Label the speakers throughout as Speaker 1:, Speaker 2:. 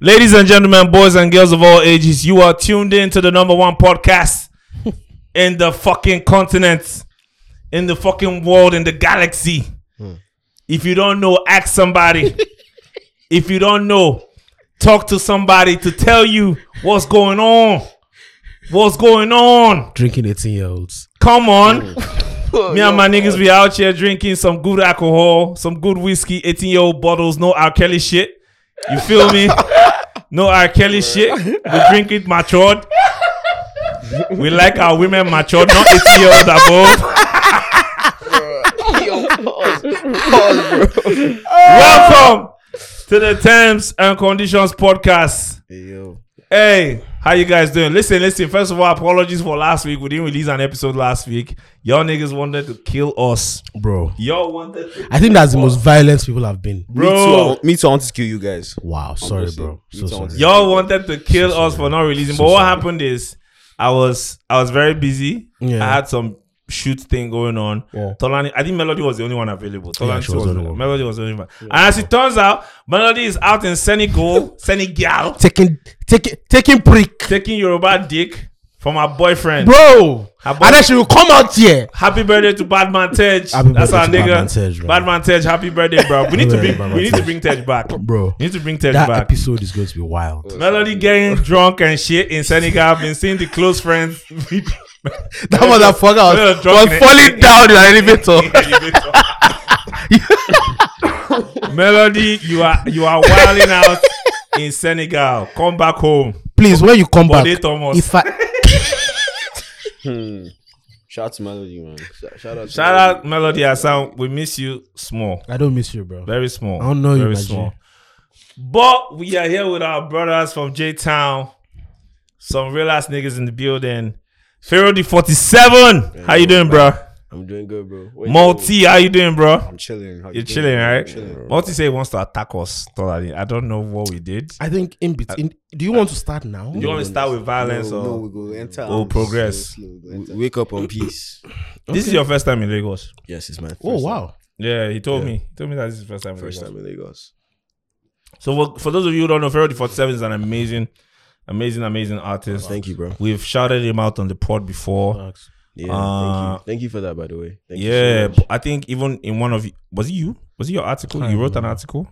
Speaker 1: Ladies and gentlemen, boys and girls of all ages, you are tuned in to the number one podcast in the fucking continent, in the fucking world, in the galaxy. If you don't know, ask somebody. if you don't know, talk to somebody to tell you what's going on. What's going on?
Speaker 2: Drinking 18 year olds.
Speaker 1: Come on. Me and my niggas be out here drinking some good alcohol, some good whiskey, 18 year old bottles, no R. Kelly shit. You feel me? No R. Kelly shit. We drink it matured. We like our women matured, not 18 year old above.
Speaker 3: Yo, pause. Pause, bro.
Speaker 1: Welcome to the Terms and Conditions Podcast.
Speaker 2: Yo.
Speaker 1: Hey, how you guys doing? Listen, listen. First of all, apologies for last week. We didn't release an episode last week. Y'all niggas wanted to kill us.
Speaker 2: Bro.
Speaker 1: Y'all wanted to
Speaker 2: I think that's the most violent people have been.
Speaker 3: Me too, I,
Speaker 1: Bro,
Speaker 3: want- me too, I want to kill you guys.
Speaker 2: Wow. Sorry, bro. So
Speaker 3: It's all-
Speaker 2: sorry.
Speaker 1: y'all wanted to kill us for not releasing. but what happened is, I was I was very busy.
Speaker 2: Yeah.
Speaker 1: I had some shoot thing going on.
Speaker 2: Yeah.
Speaker 1: Tolani, I think Melody was the only one available. Tolani
Speaker 2: she
Speaker 1: was
Speaker 2: was the only one.
Speaker 1: Melody was the only one. And as it turns out, Melody is out in Senegal, Senegal,
Speaker 2: Taking, taking, taking prick.
Speaker 1: taking Yoruba dick from her boyfriend.
Speaker 2: Bro.
Speaker 1: Her boy-
Speaker 2: And then she will come out here.
Speaker 1: Happy birthday to Badman Tej.
Speaker 2: Happy
Speaker 1: That's
Speaker 2: birthday
Speaker 1: our nigga.
Speaker 2: to Badman Tej, bro.
Speaker 1: Badman Tej, happy birthday, bro. We need to
Speaker 2: Happy
Speaker 1: bring
Speaker 2: birthday,
Speaker 1: we need to
Speaker 2: Badman
Speaker 1: bring Tej back.
Speaker 2: Bro.
Speaker 1: We need to bring Tej
Speaker 2: That
Speaker 1: back. Uh,
Speaker 2: episode is going to be wild.
Speaker 1: Melody getting drunk and shit in Senegal. I've been seeing the close friends video
Speaker 2: That motherfucker
Speaker 1: Yeah,
Speaker 2: was,
Speaker 1: drunk
Speaker 2: was
Speaker 1: in
Speaker 2: falling
Speaker 1: it.
Speaker 2: down in an elevator.
Speaker 1: elevator. Melody, you are you are wilding out in Senegal. Come back home.
Speaker 2: Please, when you come back,
Speaker 1: Bode Thomas.
Speaker 2: if I
Speaker 3: Hmm. Shout out to Melody, man. Shout, shout out. To
Speaker 1: Shout out Melody Assam. We miss you small.
Speaker 2: I don't miss you, bro.
Speaker 1: Very small.
Speaker 2: I don't know you,
Speaker 1: Very
Speaker 2: my G.
Speaker 1: But we are here with our brothers from J Town. Some real ass niggas in the building. Pharaoh D47. How you doing, bro?
Speaker 3: I'm doing good, bro. What you doing?
Speaker 1: Multi, how you doing, bro?
Speaker 3: I'm chilling. How you
Speaker 1: You're
Speaker 3: doing?
Speaker 1: chilling, right?
Speaker 3: Chilling.
Speaker 1: Multi say he wants to attack us. Totally. I don't know what we did.
Speaker 2: I think in between. Do you want to start now?
Speaker 1: Do you want to start with violence
Speaker 3: no,
Speaker 1: or
Speaker 3: no, we go enter.
Speaker 1: or progress?
Speaker 3: Slow, slow, we go enter. Wake up on peace.
Speaker 1: this is your first time in Lagos?
Speaker 3: yes, it's my first.
Speaker 2: Oh, wow.
Speaker 1: Yeah, he told me. He told me that this is his first time. in
Speaker 3: Time, first
Speaker 1: Lagos.
Speaker 3: time in Lagos.
Speaker 1: So for, for those of you who don't know, Ferro 47 is an amazing, amazing, amazing artist.
Speaker 3: Thank you, bro.
Speaker 1: We've shouted him out on the pod before.
Speaker 2: Thanks.
Speaker 3: Yeah,
Speaker 1: Uh,
Speaker 3: thank you. Thank you for that, by the way. Thank you so
Speaker 1: yeah,
Speaker 3: much.
Speaker 1: but I think even in one of was it you? Was it your article? You wrote an article.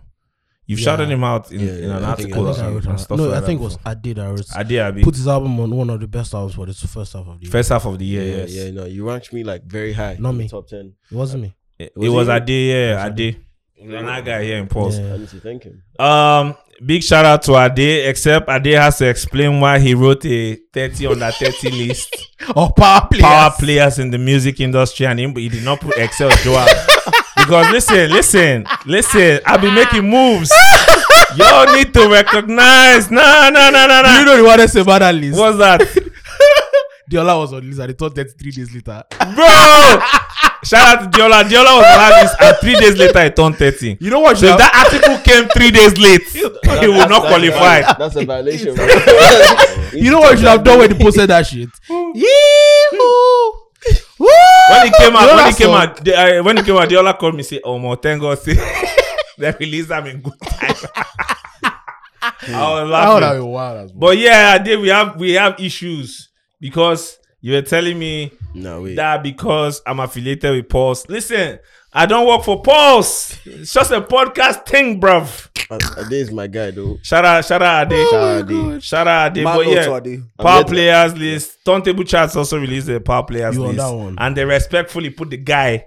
Speaker 1: You've
Speaker 2: Yeah.
Speaker 1: shouted him out in,
Speaker 3: Yeah,
Speaker 1: in
Speaker 3: yeah,
Speaker 1: an
Speaker 3: I think
Speaker 1: article
Speaker 3: I think I
Speaker 1: and-
Speaker 3: wrote
Speaker 1: and stuff
Speaker 2: No,
Speaker 1: like
Speaker 2: I
Speaker 1: that
Speaker 2: think it
Speaker 1: before.
Speaker 2: was I did. I was-
Speaker 1: Adi Abi.
Speaker 2: put his album on one of the best albums for this first half of the year.
Speaker 1: First half of the year,
Speaker 3: yeah,
Speaker 1: yes.
Speaker 3: yeah. No, you ranked me like very high.
Speaker 2: Not
Speaker 3: in the
Speaker 2: me.
Speaker 3: Top ten.
Speaker 2: It wasn't me.
Speaker 1: It it
Speaker 3: Was
Speaker 1: was
Speaker 3: it you?
Speaker 1: Adi, yeah, Adi. And that guy here in Pulse.
Speaker 2: Yeah.
Speaker 3: I need to thank him.
Speaker 1: Um, big shout out to Ade, except Ade has to explain why he wrote a 30 under 30 list.
Speaker 2: Oh, power play.
Speaker 1: Power players in the music industry, and he, he did not put Excel Joab. because listen, listen, listen, I've been making moves. Y'all need to recognize. Nah, nah, nah, nah, nah.
Speaker 2: You know the one that's about that list.
Speaker 1: What's that?
Speaker 2: Diola was on list and he thought that three days later.
Speaker 1: Bro! Shout out to Diola. Diola was on this, and three days later, it turned 30.
Speaker 2: You know what?
Speaker 1: So if that article came three days late, he would not
Speaker 3: That's- that's a
Speaker 1: qualify.
Speaker 3: viol- That's a violation, bro.
Speaker 2: you know what you should have done when he posted that shit. Yeehoo! Woo!
Speaker 1: when it came
Speaker 2: You know
Speaker 1: out, when
Speaker 2: that
Speaker 1: it came
Speaker 2: song?
Speaker 1: out, the, uh, when it came out, Diola called me say, "Oh, my thank God, say they released them in good time." I was
Speaker 2: That would have
Speaker 1: laughing,
Speaker 2: been wild as well.
Speaker 1: but yeah, I did. We have we have issues because you were telling me
Speaker 3: No, wait.
Speaker 1: that because I'm affiliated with Pulse. Listen, I don't work for Pulse. It's just a podcast thing, bruv.
Speaker 3: Ade is my guy, though.
Speaker 1: Shout out, shout out, Ade.
Speaker 3: Shout out Ade.
Speaker 1: Shout out, Ade.
Speaker 4: Man
Speaker 1: But
Speaker 4: out to
Speaker 1: yeah,
Speaker 4: Ade.
Speaker 1: Power
Speaker 3: I'm getting-
Speaker 1: Players list. Turntable Charts also released their Power Players
Speaker 2: You on
Speaker 1: list.
Speaker 2: that one.
Speaker 1: And they respectfully put the guy,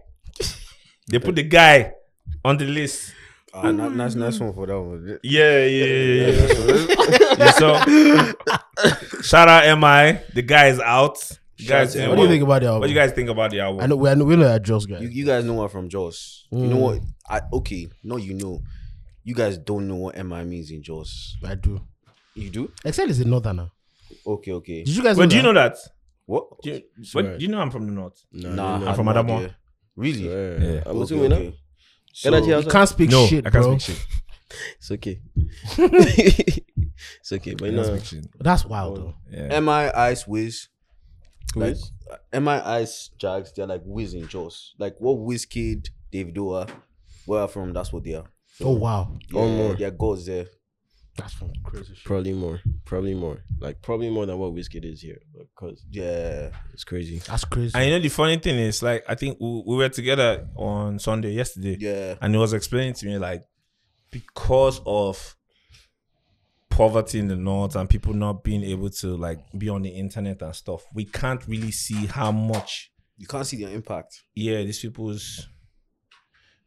Speaker 1: they put the guy on the list.
Speaker 4: Ah, ni- nice, nice one for that one.
Speaker 1: Yeah, yeah, yeah. yeah. You saw? shout out MI. The guy is out. The guy is
Speaker 3: Shout
Speaker 1: in
Speaker 3: out
Speaker 2: What do you
Speaker 1: one.
Speaker 2: think about the album?
Speaker 1: What do you guys think about the
Speaker 2: I
Speaker 1: album?
Speaker 2: know, we know, we know that Joss guy.
Speaker 4: You, you guys know what from Jaws. You know what? I okay. No, you know. You guys don't know what MI means in Jaws.
Speaker 2: I do.
Speaker 4: You do?
Speaker 2: Except he's a northerner.
Speaker 4: Okay, okay.
Speaker 2: Did you guys
Speaker 1: Well,
Speaker 2: know
Speaker 1: do you
Speaker 2: that?
Speaker 1: know that?
Speaker 4: What?
Speaker 1: Do you,
Speaker 3: Swear.
Speaker 1: but you know I'm from the north.
Speaker 3: No,
Speaker 4: Nah,
Speaker 1: I'm
Speaker 4: I
Speaker 1: from
Speaker 4: had no
Speaker 1: Adamo.
Speaker 4: idea. Really?
Speaker 1: Yeah.
Speaker 3: I was
Speaker 4: Okay,
Speaker 3: doing
Speaker 4: okay.
Speaker 3: it. Can I
Speaker 2: You can't speak
Speaker 1: No,
Speaker 2: shit,
Speaker 1: I can't
Speaker 2: bro.
Speaker 1: speak shit.
Speaker 3: It's okay. it's okay, but
Speaker 1: I can't
Speaker 3: no.
Speaker 1: speak shit.
Speaker 2: That's wild, though.
Speaker 1: Yeah.
Speaker 4: MI Ice Wiz. Like,
Speaker 3: Wiz?
Speaker 4: uh, MI Ice Jags, they're like Wiz in Jaws. Like what Wiz Kid, Dave Doa, where are from, that's what they are.
Speaker 2: Oh, wow.
Speaker 4: Yeah,
Speaker 3: Oh, no.
Speaker 4: they're gods there.
Speaker 2: That's from crazy shit.
Speaker 5: Probably more. Probably more. Like probably more than what whiskey is here. Because
Speaker 3: Yeah.
Speaker 5: it's crazy.
Speaker 2: That's crazy.
Speaker 1: And you know the funny thing is, like, I think we, we were together on Sunday yesterday,
Speaker 3: Yeah.
Speaker 1: and he was explaining to me like because of poverty in the north and people not being able to like be on the internet and stuff, we can't really see how much
Speaker 3: You can't see the impact.
Speaker 1: yeah these people's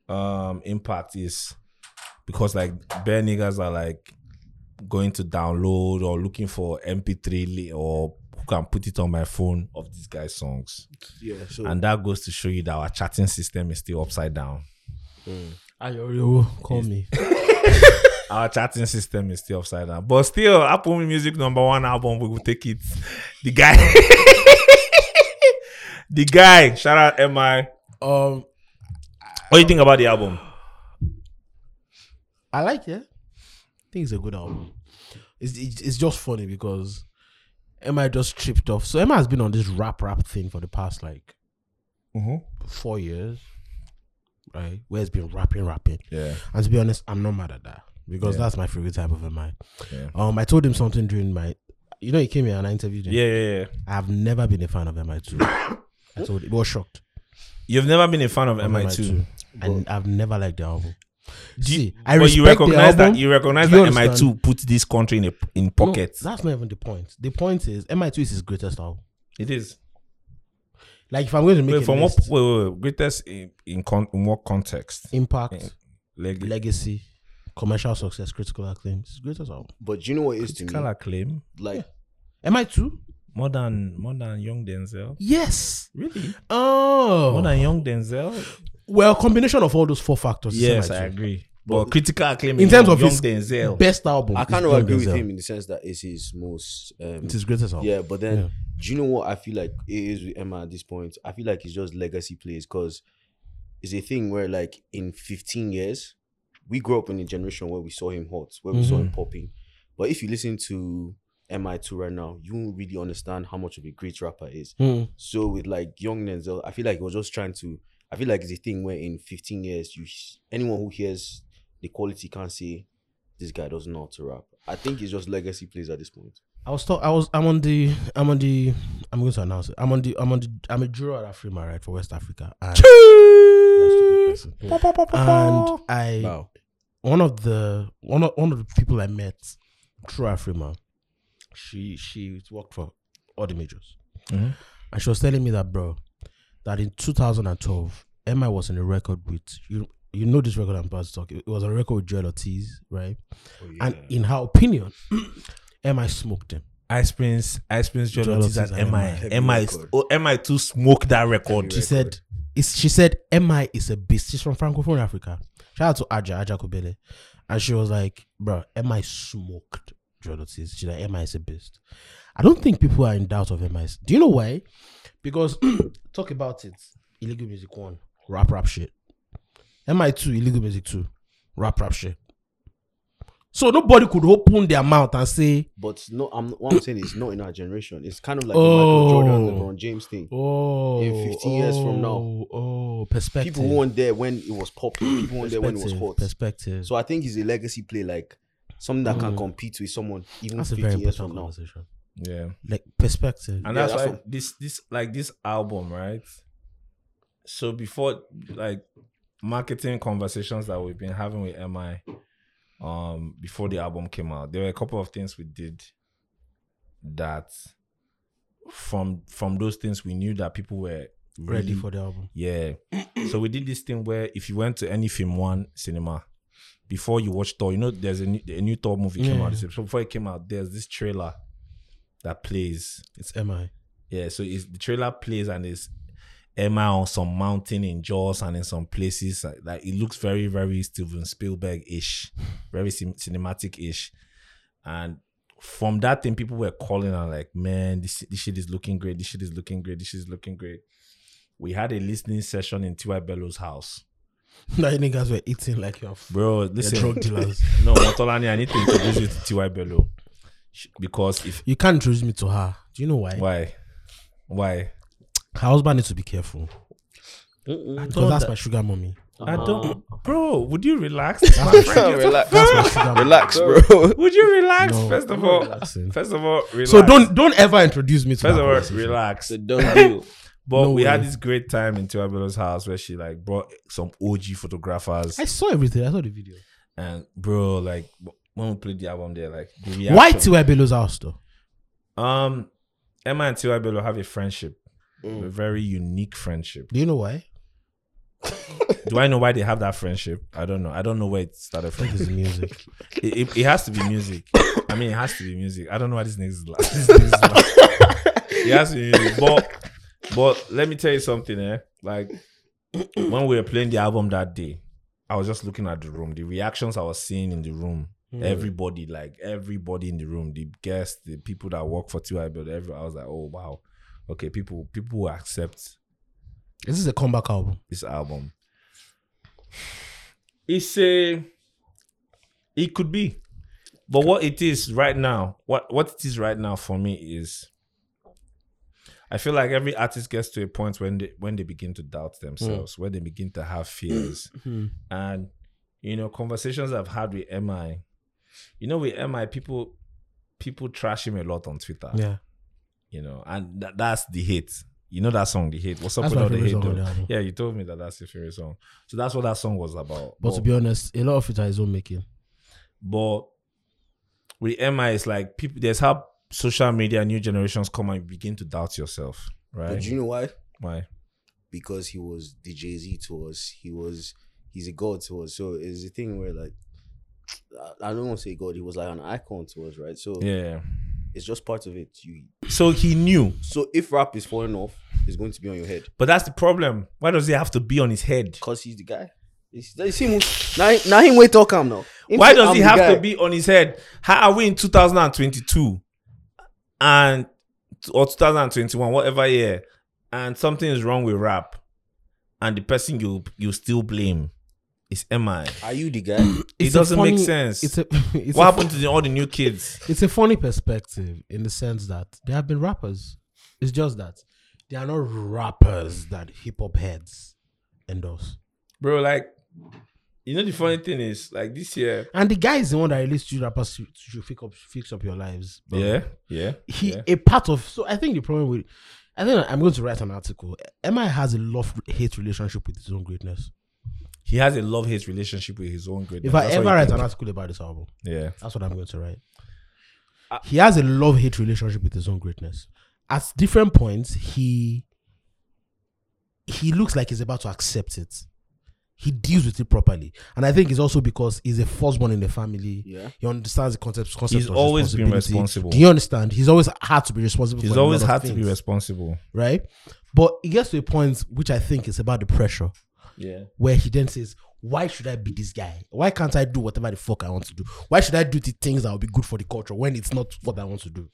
Speaker 1: um impact is because like bare niggas are like going to download or looking for MP3 li- or who can put it on my phone of these guys' songs.
Speaker 3: Yeah. So
Speaker 1: And that goes to show you that our chatting system is still upside down.
Speaker 2: Ayorio, call me.
Speaker 1: Our chatting system is still upside down. But still, Apple Music number one album, we will take it. The guy. the guy. Shout out MI.
Speaker 2: Um,
Speaker 1: What do you think about the album?
Speaker 2: I like it. I think it's a good album. It's it's, it's just funny because Emma just tripped off. So Emma has been on this rap rap thing for the past like Mm-hmm. four years, right? Where it's been rapping, rapping.
Speaker 1: Yeah.
Speaker 2: And to be honest, I'm not mad at that because
Speaker 1: Yeah.
Speaker 2: that's my favorite type of Emma.
Speaker 1: Yeah.
Speaker 2: Um, I told him something during my, you know, he came here and I interviewed him.
Speaker 1: Yeah, yeah, yeah.
Speaker 2: I've never been a fan of MI2. I told him, he was shocked.
Speaker 1: You've never been a fan of
Speaker 2: of
Speaker 1: MI2.
Speaker 2: MI2. And I've never liked the album.
Speaker 1: Do you-
Speaker 2: See, I
Speaker 1: but you
Speaker 2: respect the
Speaker 1: recognize that
Speaker 2: album.
Speaker 1: you recognize
Speaker 2: Do you
Speaker 1: that MI2
Speaker 2: understand?
Speaker 1: put this country in a, in pockets.
Speaker 2: No, that's not even the point. The point is MI2 is his greatest album.
Speaker 1: it is.
Speaker 2: Like if I'm going to make
Speaker 1: Wait,
Speaker 2: a
Speaker 1: from what?
Speaker 2: list,
Speaker 1: Wait, wait, wait. Greatest in in, con, in what context?
Speaker 2: impact,
Speaker 1: eh. Leg-
Speaker 2: legacy, commercial success, critical acclaim, it's his greatest album.
Speaker 3: but you know what it is to me?
Speaker 1: Critical acclaim.
Speaker 3: Like
Speaker 2: MI2?
Speaker 1: More than more than young Denzel.
Speaker 2: Yes.
Speaker 1: Really? More
Speaker 2: Oh.
Speaker 1: than young Denzel.
Speaker 2: Well, combination of all those four factors. is
Speaker 1: Yes,
Speaker 2: MI2.
Speaker 1: I agree. But critical acclaim
Speaker 2: In
Speaker 1: is
Speaker 2: terms
Speaker 1: young
Speaker 2: of his
Speaker 1: Denzel.
Speaker 2: Best album.
Speaker 3: I
Speaker 2: is
Speaker 3: kind of
Speaker 2: Young
Speaker 3: agree with
Speaker 2: Denzel.
Speaker 3: him in the sense that it's his most. Um,
Speaker 2: It's his greatest album.
Speaker 3: yeah, but then
Speaker 2: Yeah.
Speaker 3: do you know what I feel like it is with Emma at this point? I feel like it's just legacy plays because it's a thing where like in 15 years, we grew up in a generation where we saw him hot, where we saw him popping. But if you listen to MI2 right now, you won't really understand how much of a great rapper he is.
Speaker 2: Hmm.
Speaker 3: So with like young Denzel, I feel like he was just trying to. I feel like it's a thing where in 15 years, you sh- anyone who hears the quality can't say this guy doesn't know how to rap. I think it's just legacy plays at this point.
Speaker 2: I was talk, I was I'm on the I'm on the I'm going to announce it. I'm on the I'm on the I'm a juror at Afrima right for West Africa. And, That's the big person. and I
Speaker 5: Wow.
Speaker 2: one of the one of one of the people I met through Afrima, she she worked for all the majors.
Speaker 1: Mhm.
Speaker 2: And she was telling me that bro, that in 2012, Emma was in a record with you you know this record I'm about to talk. It was a record with Joel Ortiz, right? And in her opinion, Emma smoked him.
Speaker 1: Ice Prince, Ice Prince, Joel
Speaker 2: Joel
Speaker 1: Ortiz,
Speaker 2: Ortiz
Speaker 1: and
Speaker 2: and
Speaker 1: MI.
Speaker 3: MI.
Speaker 1: MI,
Speaker 3: Heavy record.
Speaker 1: oh, MI2 smoke that record.
Speaker 2: She said, it's, she said, MI is a beast. She's from Francophone Africa. Shout out to Aja, Aja Kobele. And she was like, bro, MI smoked Joel Ortiz. She's like, MI is a beast. I don't think people are in doubt of MI. Do you know why? Because, talk about it. Illegal Music 1, rap rap shit. MI2, Illegal Music 2, rap rap shit. So nobody could open their mouth and say,
Speaker 3: But no, I'm what I'm saying is not in our generation. It's kind of like the Michael Jordan,
Speaker 2: Oh.
Speaker 3: LeBron James thing.
Speaker 2: oh.
Speaker 3: In 15 years from now.
Speaker 2: oh, Oh, perspective.
Speaker 3: People weren't there when it was popular. People weren't there when it was
Speaker 2: Perspective,
Speaker 3: hot.
Speaker 2: Perspective.
Speaker 3: So I think it's a legacy play, like something that can compete with someone even
Speaker 2: Mm. That's a
Speaker 3: 15
Speaker 2: very
Speaker 3: years from
Speaker 2: important
Speaker 3: now.
Speaker 2: conversation.
Speaker 1: Yeah.
Speaker 2: Like perspective.
Speaker 1: and
Speaker 3: Yeah,
Speaker 1: that's,
Speaker 3: that's
Speaker 1: why this this like this album right so before like marketing conversations that we've been having with mi um before the album came out there were a couple of things we did that from from those things we knew that people were
Speaker 2: ready
Speaker 1: really-
Speaker 2: for the album.
Speaker 1: yeah so we did this thing where if you went to any film one cinema before you watch thor you know there's a new, a new thor movie came
Speaker 2: Yeah.
Speaker 1: out this year. so before it came out there's this trailer that plays
Speaker 2: It's MI.
Speaker 1: yeah, so it's the trailer plays and it's Emma on some mountain in Jaws and in some places. Like, like it looks very, very Steven Spielberg ish, very cin- cinematic ish. And from that thing, people were calling and like, man, this, this shit is looking great. This shit is looking great. This shit is looking great. We had a listening session in T.Y. Bellows' house.
Speaker 2: now you niggas were eating like you're f-
Speaker 1: Bro,
Speaker 2: you're
Speaker 1: listen.
Speaker 2: drug dealers.
Speaker 1: No, Motolani, I need to introduce you to T.Y. Bellows. Because if.
Speaker 2: You can't introduce me to her. Do you know why?
Speaker 1: Why? Why?
Speaker 2: Her husband needs to be careful.
Speaker 1: I
Speaker 2: Because
Speaker 1: don't.
Speaker 2: that's my sugar mommy.
Speaker 1: I
Speaker 6: Uh-huh.
Speaker 1: don't.
Speaker 2: Uh-huh.
Speaker 1: Bro, would you relax?
Speaker 6: relax,
Speaker 2: That's my sugar mommy.
Speaker 6: relax, bro.
Speaker 1: would you relax?
Speaker 2: No,
Speaker 1: first of
Speaker 2: I'm
Speaker 1: all,
Speaker 2: relaxing.
Speaker 1: first of all, relax.
Speaker 2: So don't don't ever introduce me to
Speaker 1: First
Speaker 2: that
Speaker 1: of all,
Speaker 2: person.
Speaker 1: relax.
Speaker 6: It's a done deal.
Speaker 1: But
Speaker 2: No
Speaker 1: we had
Speaker 2: way.
Speaker 1: this great time in Tuabelo's house where she like brought some OG photographers
Speaker 2: I saw everything. I saw the video.
Speaker 1: and bro, like when we played the album there, like the reaction.
Speaker 2: Why Tiwebelo's house though?
Speaker 1: Um, Emma and Tiwabelo have a friendship,
Speaker 6: Mm.
Speaker 1: a very unique friendship.
Speaker 2: Do you know why?
Speaker 1: Do I know why they have that friendship? I don't know. I don't know where it started
Speaker 2: I
Speaker 1: from.
Speaker 2: think it's the music.
Speaker 1: it, it, it has to be music. I mean, it has to be music. I don't know why this nigga's laugh. This nigga's laugh. it has to be music. But, but let me tell you something, eh? Like, when we were playing the album that day, I was just looking at the room, the reactions I was seeing in the room. Everybody, like everybody in the room, the guests, the people that work for Two I Build, every I was like, oh wow, okay, people, people will accept
Speaker 2: This is a comeback album.
Speaker 1: this album. It's a. It could be, but what it is right now, what what it is right now for me is. I feel like every artist gets to a point when they when they begin to doubt themselves,
Speaker 2: Hmm.
Speaker 1: when they begin to have fears, and you know conversations I've had with Mi, you know with Mi people people trash him a lot on Twitter,
Speaker 2: Yeah.
Speaker 1: you know, and tha- that's the hate. You know that song, the hate. What's up
Speaker 2: That's
Speaker 1: with
Speaker 2: my
Speaker 1: all the
Speaker 2: favorite
Speaker 1: hate?
Speaker 2: song on
Speaker 1: though?
Speaker 2: the album.
Speaker 1: yeah, you told me that that's your favorite song. So that's what that song was about.
Speaker 2: But to be honest, a lot of it are his own making.
Speaker 1: but with Emma, it's like people. There's how social media, new generations come and begin to doubt yourself, right?
Speaker 3: But do you know why?
Speaker 1: Why?
Speaker 3: Because he was the Jay Z to us. He was he's a god to us. So it's a thing where like I- I don't want to say god. He was like an icon to us, right? So
Speaker 1: Yeah.
Speaker 3: it's just part of it. You
Speaker 1: So he knew,
Speaker 3: so if rap is falling off, it's going to be on your head
Speaker 1: but that's the problem. Why does he have to be on his head?
Speaker 3: because he's the guy. It's, it's him. who- Now, now him wait talk him now. Him
Speaker 1: Why
Speaker 3: say,
Speaker 1: does
Speaker 3: "I'm
Speaker 1: he
Speaker 3: the
Speaker 1: have
Speaker 3: guy."
Speaker 1: to be on his head? How are we in 2022 and or 2021, whatever year, and something is wrong with rap, and the person you you still blame is MI.
Speaker 3: Are you the guy?
Speaker 1: It
Speaker 2: It's a
Speaker 1: doesn't
Speaker 2: funny-
Speaker 1: make sense.
Speaker 2: It's a it's
Speaker 1: what
Speaker 2: a,
Speaker 1: happened to the, all the new kids?
Speaker 2: it's a funny perspective in the sense that there have been rappers. It's just that they are not rappers that hip hop heads endorse.
Speaker 1: Bro, like, you know, the funny thing is, like, this year.
Speaker 2: And the guy is the one that released you rappers to, to fix up fix up your lives. bro.
Speaker 1: Yeah, yeah.
Speaker 2: he
Speaker 1: yeah.
Speaker 2: a part of so I think the problem with I think I'm going to write an article. MI has a love hate relationship with his own greatness.
Speaker 1: He has a love hate relationship with his own greatness.
Speaker 2: If I
Speaker 1: That's
Speaker 2: ever
Speaker 1: what he
Speaker 2: write an
Speaker 1: thinks.
Speaker 2: article about this album,
Speaker 1: Yeah.
Speaker 2: that's what I'm going to write. he has a love hate relationship with his own greatness. At different points, he he looks like he's about to accept it. He deals with it properly, and I think it's also because he's a firstborn in the family.
Speaker 3: Yeah.
Speaker 2: He understands the concept. concept
Speaker 1: He's
Speaker 2: of
Speaker 1: always been
Speaker 2: responsibility.
Speaker 1: responsible.
Speaker 2: Do you understand? He's always had to be responsible.
Speaker 1: He's
Speaker 2: for a
Speaker 1: always
Speaker 2: lot
Speaker 1: had
Speaker 2: of
Speaker 1: to be
Speaker 2: things
Speaker 1: responsible.
Speaker 2: right? But it gets to a point which I think is about the pressure,
Speaker 1: Yeah.
Speaker 2: where he then says, "Why should I be this guy? Why can't I do whatever the fuck I want to do? Why should I do the things that will be good for the culture when it's not what I want to do?"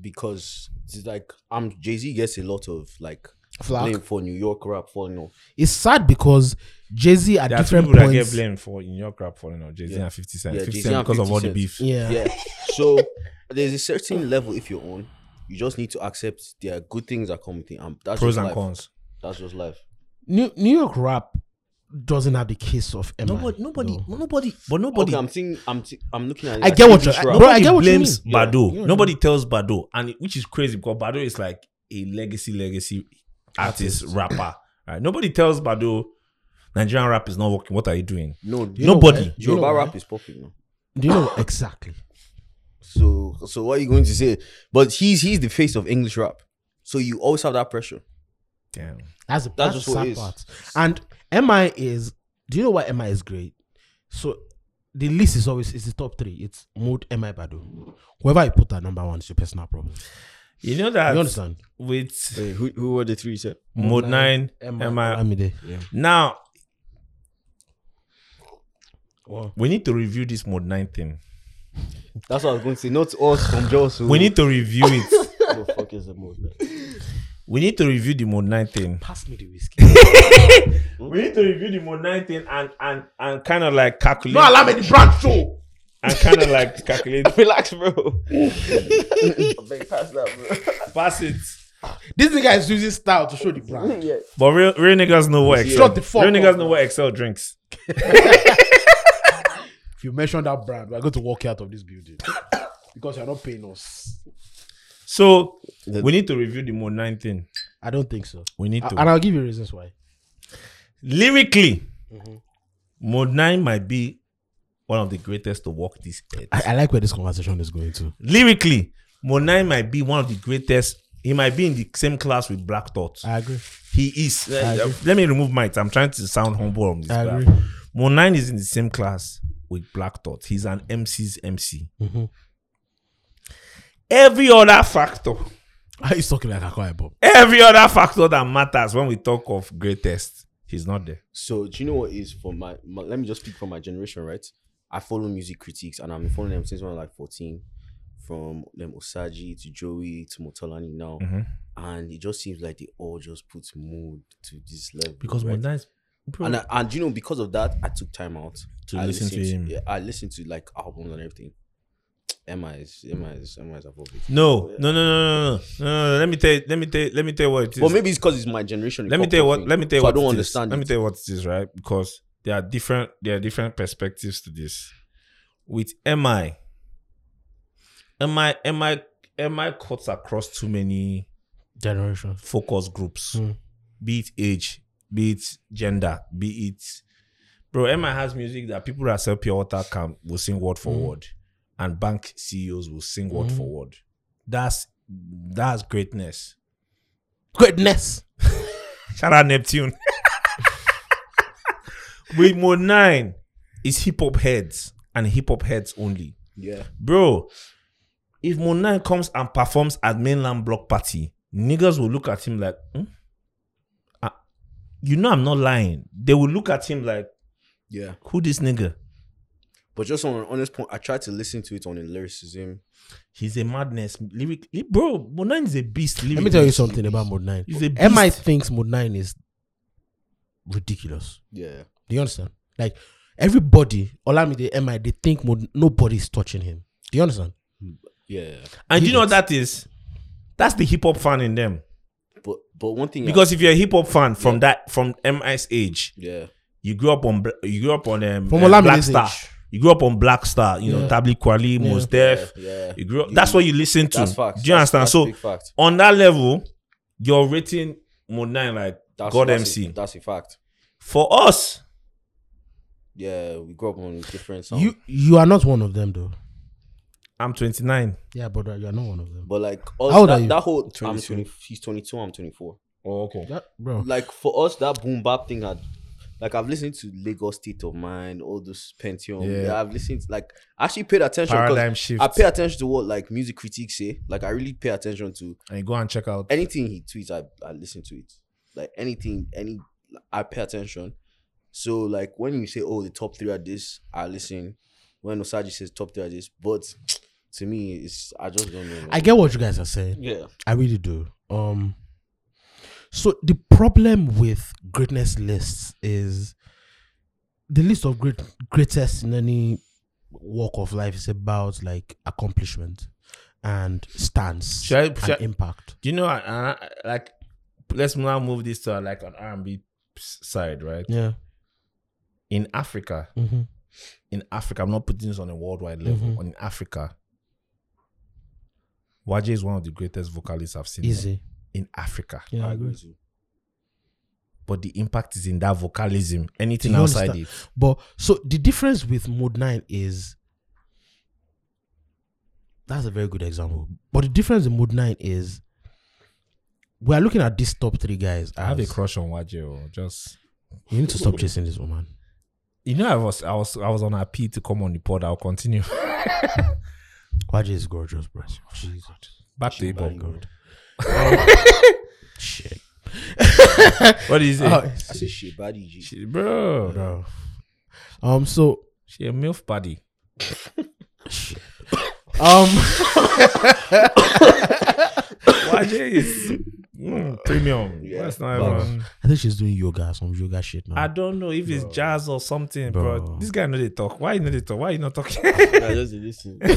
Speaker 3: because it's like um Jay Z gets a lot of like
Speaker 2: Flack.
Speaker 3: blame for New York rap falling off.
Speaker 2: It's sad because Jay Z at
Speaker 1: There are two
Speaker 2: different
Speaker 1: people that get
Speaker 2: points,
Speaker 1: blamed for in your crap falling off Jay Z
Speaker 3: Yeah.
Speaker 1: and 50 Cent.
Speaker 3: Yeah,
Speaker 1: 50
Speaker 3: Jay-Z
Speaker 1: Cent
Speaker 3: and
Speaker 1: because of
Speaker 3: 50
Speaker 1: all the
Speaker 3: Cent.
Speaker 1: beef.
Speaker 2: yeah,
Speaker 3: Yeah. So there's a certain level if you're on, you just need to accept there are good things that come with it. And that's
Speaker 1: Pros
Speaker 3: just
Speaker 1: and
Speaker 3: life.
Speaker 1: cons.
Speaker 3: That's just life.
Speaker 2: New New York rap doesn't have the case of MI. though.
Speaker 1: nobody, but
Speaker 3: Okay, I'm thinking, I'm, thi- I'm looking at. it
Speaker 2: I
Speaker 3: as
Speaker 2: get what
Speaker 3: English
Speaker 2: you're-
Speaker 3: rap.
Speaker 2: Bro, I get what you
Speaker 1: blames
Speaker 2: mean.
Speaker 3: Yeah.
Speaker 1: Bado.
Speaker 2: You know
Speaker 1: Nobody tells Bado, and it- which is crazy because Bado is like a legacy, legacy artist, rapper. Right? Nobody tells Bado, Nigerian rap is not working. What are you doing?
Speaker 3: No,
Speaker 2: You know
Speaker 1: Nobody.
Speaker 2: why? You know
Speaker 3: Yoruba
Speaker 2: why?
Speaker 3: rap is popping now.
Speaker 2: Do you know exactly?
Speaker 3: So, so what are you going to say? But he's he's the face of English rap. So you always have that pressure.
Speaker 1: Damn.
Speaker 2: That's the
Speaker 3: That's
Speaker 2: that's,
Speaker 3: just
Speaker 2: the
Speaker 3: what
Speaker 2: sad
Speaker 3: it is.
Speaker 2: part. And MI is do you know why MI is great? So the list is always it's the top three. It's Mood, MI Badu. Whoever you put at number one is your personal problem.
Speaker 1: You know that
Speaker 2: you understand?
Speaker 1: with
Speaker 6: Wait, who, who were the three you said?
Speaker 1: Mode 9,
Speaker 2: Emma,
Speaker 1: Emma.
Speaker 2: Olamide.
Speaker 1: Now,
Speaker 2: Wow.
Speaker 1: we need to review this Mode 9 thing.
Speaker 3: That's what I was going to say. Not us from Joss.
Speaker 1: We need to review it.
Speaker 6: Who the fuck is the most?
Speaker 1: we need to review the Mode 9 thing.
Speaker 2: Pass me the whiskey.
Speaker 1: We need to review the Mode 9 thing and, and, and kind of like calculate.
Speaker 2: allow me the brand show.
Speaker 1: and kind of like calculate.
Speaker 6: Relax, bro.
Speaker 1: Pass it.
Speaker 2: This nigga is using style to show the brand.
Speaker 4: yeah.
Speaker 1: But real, real niggas know what Excel.
Speaker 2: Shut the fuck
Speaker 1: real
Speaker 2: up.
Speaker 1: niggas know what Excel drinks.
Speaker 2: If you mention that brand, we're going to walk out of this building because you're not paying us.
Speaker 1: So we need to review the Mode 9 thing.
Speaker 2: I don't think so.
Speaker 1: We need to
Speaker 2: and I'll give you reasons why.
Speaker 1: lyrically.
Speaker 2: Mm-hmm.
Speaker 1: Mode 9 might be one of the greatest to walk this earth.
Speaker 2: I, I like where this conversation is going to.
Speaker 1: lyrically, Monai might be one of the greatest. He might be in the same class with Black Thought.
Speaker 2: I agree.
Speaker 1: he is.
Speaker 2: I
Speaker 1: uh,
Speaker 2: agree.
Speaker 1: let me remove my. I'm trying to sound humble on this.
Speaker 2: I
Speaker 1: guy.
Speaker 2: agree.
Speaker 1: Monai is in the same class with Black Thought. He's an MC's MC. Every other factor,
Speaker 2: He's talking like Akwa Bob.
Speaker 1: every other factor that matters when we talk of greatest, he's not there.
Speaker 3: So do you know what is for my, my let me just speak for my generation, right? I follow music critics and I'm following them since when I was like 14. From them Osagi to Joey to Motolani now.
Speaker 1: Mm-hmm.
Speaker 3: And it just seems like they all just put mood to this level.
Speaker 1: Because
Speaker 3: right?
Speaker 1: Monai is. bro,
Speaker 3: and I, and you know, because of that, I took time out
Speaker 1: To
Speaker 3: I
Speaker 1: listen to
Speaker 3: listened
Speaker 1: him.
Speaker 3: Yeah, I listened to like albums and everything. Emma is Emma is Emma is above it.
Speaker 1: no, no, no, no, no, no, no, no, no. Let me tell. You, let me tell. You, let me tell you what it is.
Speaker 3: But maybe it's because it's my generation.
Speaker 1: let me
Speaker 3: hip-hop
Speaker 1: tell you what
Speaker 3: thing.
Speaker 1: let me tell you
Speaker 3: So
Speaker 1: what
Speaker 3: I don't
Speaker 1: it is.
Speaker 3: understand.
Speaker 1: let me
Speaker 3: it.
Speaker 1: tell you what it is right because there are different there are different perspectives to this with mi mi mi mi cuts across too many
Speaker 2: Generation.
Speaker 1: focus groups
Speaker 2: Hmm.
Speaker 1: be it age be it gender be it bro mi has music that people that sell pure water can will sing word for
Speaker 3: Hmm.
Speaker 1: word and bank ceos will sing word for word that's that's greatness
Speaker 2: Greatness.
Speaker 1: Shout out Neptune. With Mo 9 is hip hop heads and hip hop heads only.
Speaker 3: Yeah.
Speaker 1: Bro, if Mo 9 comes and performs at mainland block party, niggas will look at him like, hmm? Ah, you know I'm not lying. They will look at him like,
Speaker 3: Yeah.
Speaker 1: who this nigga?
Speaker 3: But just on an honest point, I tried to listen to it on a lyricism.
Speaker 1: He's a madness. Lyric, li- bro, Mo 9 is a beast.
Speaker 2: Let me tell you something about Mode 9.
Speaker 1: He's a beast.
Speaker 2: MI thinks Mode 9 is ridiculous.
Speaker 3: Yeah.
Speaker 2: Do you understand? Like everybody, Olamide, MI, they think Mode, nobody's touching him. Do you understand?
Speaker 3: Yeah.
Speaker 1: And you know what that is? That's the hip hop fan in them.
Speaker 3: But but one thing I-
Speaker 1: Because if you're a hip hop fan from that from MI's age,
Speaker 3: yeah.
Speaker 1: you grew up on Bla- you grew up on um,
Speaker 2: From
Speaker 1: um,
Speaker 2: Olamide's
Speaker 1: Black
Speaker 2: age.
Speaker 1: Star. You grew up on Black Star, you know,
Speaker 2: Yeah.
Speaker 1: Tabli Kweli, Mos Def.
Speaker 3: Yeah.
Speaker 1: You grew up, that's what you listen to.
Speaker 3: That's facts.
Speaker 1: Do you
Speaker 3: That's-
Speaker 1: understand?
Speaker 3: that's
Speaker 1: so
Speaker 3: big fact.
Speaker 1: on that level, you're rating Mo Nine like
Speaker 3: That's,
Speaker 1: God
Speaker 3: that's
Speaker 1: MC.
Speaker 3: A, that's a fact.
Speaker 1: For us,
Speaker 3: Yeah, we grew up on different songs.
Speaker 2: You you are not one of them though.
Speaker 1: I'm 29.
Speaker 2: Yeah, brother, you are not one of them.
Speaker 3: but like us,
Speaker 2: How old
Speaker 3: that,
Speaker 2: are you?
Speaker 3: that whole
Speaker 4: 22.
Speaker 3: I'm 20, he's 22, I'm 24.
Speaker 1: Oh, okay.
Speaker 2: That, bro,
Speaker 3: Like for us, that boom bap thing had like I've listened to Lagos State of Mind, all those Pentium.
Speaker 1: Yeah.
Speaker 3: Yeah, I've listened like I actually paid attention 'cause
Speaker 1: Paradigm shift.
Speaker 3: I pay attention to what like music critics say. Like I really pay attention to
Speaker 1: and you go and check out.
Speaker 3: anything he tweets, I, I listen to it. Like anything, any I pay attention. So like when you say, oh, the top three are this, I listen. When Osaji says top three are this, but to me, it's I just don't know. man.
Speaker 2: I get what you guys are saying.
Speaker 3: yeah,
Speaker 2: I really do. Um, so the problem with greatness lists is the list of great greatest in any walk of life is about like accomplishment and stance
Speaker 1: Should I-
Speaker 2: and
Speaker 1: should I-
Speaker 2: impact.
Speaker 1: Do you know? I, I, like, let's now move this to like an R&B side, right?
Speaker 2: Yeah.
Speaker 1: In Africa,
Speaker 2: Mm-hmm.
Speaker 1: in Africa, I'm not putting this on a worldwide level,
Speaker 2: Mhm.
Speaker 1: on in Africa, Waje is one of the greatest vocalists I've seen
Speaker 2: Easy.
Speaker 1: in Africa.
Speaker 2: Yeah, I agree.
Speaker 3: too.
Speaker 1: But the impact is in that vocalism. Anything
Speaker 2: Do you
Speaker 1: outside
Speaker 2: understand? But so the difference with Mode 9 is that's a very good example. But the difference in Mode 9 is we are looking at these top three guys.
Speaker 1: it, I have a
Speaker 2: as-
Speaker 1: crush on Waje. oh, Just
Speaker 2: You need to stop chasing this woman.
Speaker 1: you know, I was I was I was on her P to come on the pod. I'll continue
Speaker 2: Waji is gorgeous, bro. Jesus.
Speaker 1: back to hip hop.
Speaker 2: God. Shit.
Speaker 1: What is it,
Speaker 2: Oh,
Speaker 3: I say shit, bad EG.
Speaker 1: she, bro?
Speaker 2: bro. Um, so
Speaker 1: She a milf body.
Speaker 2: um
Speaker 1: Waje is mm, premium.
Speaker 3: Yeah.
Speaker 1: That's not
Speaker 2: Bars.
Speaker 1: even-
Speaker 2: I think she's doing yoga, some yoga shit now.
Speaker 1: I don't know if it's jazz or something, bro.
Speaker 2: Bro.
Speaker 1: This guy know they talk. Why you know they talk? Why you not talking?
Speaker 4: I just listen. I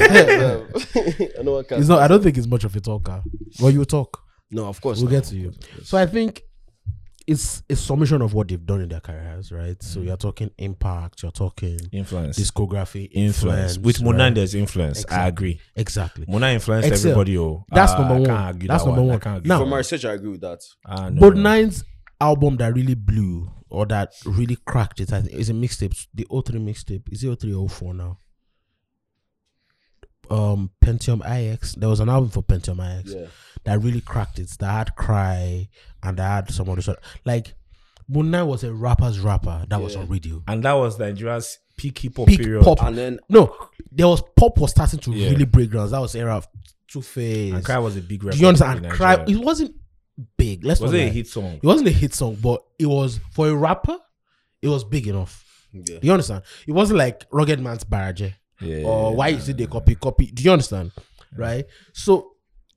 Speaker 4: know what
Speaker 2: it's not I don't think it's much of a talker. But you talk.
Speaker 3: No, of course.
Speaker 2: We'll
Speaker 3: not.
Speaker 2: get to you. So I think it's a summation of what they've done in their careers, right? So
Speaker 1: Mm.
Speaker 2: you're talking impact, you're talking
Speaker 1: Influence.
Speaker 2: discography,
Speaker 1: influence. With
Speaker 2: right?
Speaker 1: Mona, there's influence. I
Speaker 2: Exactly.
Speaker 1: agree.
Speaker 2: Exactly.
Speaker 1: Mona influenced
Speaker 2: Excel.
Speaker 1: everybody. Oh,
Speaker 2: That's
Speaker 1: Ah,
Speaker 2: number
Speaker 1: I
Speaker 2: one.
Speaker 1: can't argue
Speaker 2: That's
Speaker 1: that
Speaker 2: number
Speaker 1: one. I
Speaker 2: one.
Speaker 1: can't argue.
Speaker 2: Now-
Speaker 3: From my research, I agree with that.
Speaker 1: Ah, no,
Speaker 2: But
Speaker 1: no.
Speaker 2: Nine's album that really blew or that really cracked it, I think, is a mixtape. The O3 mixtape. Is it 03 or 04 now? Um, Pentium IX. There was an album for Pentium IX
Speaker 3: Yeah.
Speaker 2: that really cracked it. That had Cry and that had some other sort. Like, Moon Knight was a rapper's rapper that was
Speaker 3: Yeah.
Speaker 2: on radio.
Speaker 1: and that was Nigeria's peak hip hop
Speaker 2: Peak
Speaker 1: period.
Speaker 2: pop.
Speaker 3: And then
Speaker 2: No, there was pop was starting to
Speaker 1: Yeah.
Speaker 2: really break grounds. That was era of Two
Speaker 1: And
Speaker 2: Face.
Speaker 1: Cry was a big record.
Speaker 2: Do you
Speaker 1: in
Speaker 2: understand? And
Speaker 1: Nigeria.
Speaker 2: Cry. It wasn't big. Let's
Speaker 1: was
Speaker 2: not
Speaker 1: it a
Speaker 2: lie.
Speaker 1: hit song?
Speaker 2: It wasn't a hit song, but it was for a rapper. It was big enough.
Speaker 3: yeah.
Speaker 2: Do you understand? It wasn't like Rugged Man's Barrage
Speaker 1: Yeah.
Speaker 2: or why is it they copy copy. Do you understand? Right. So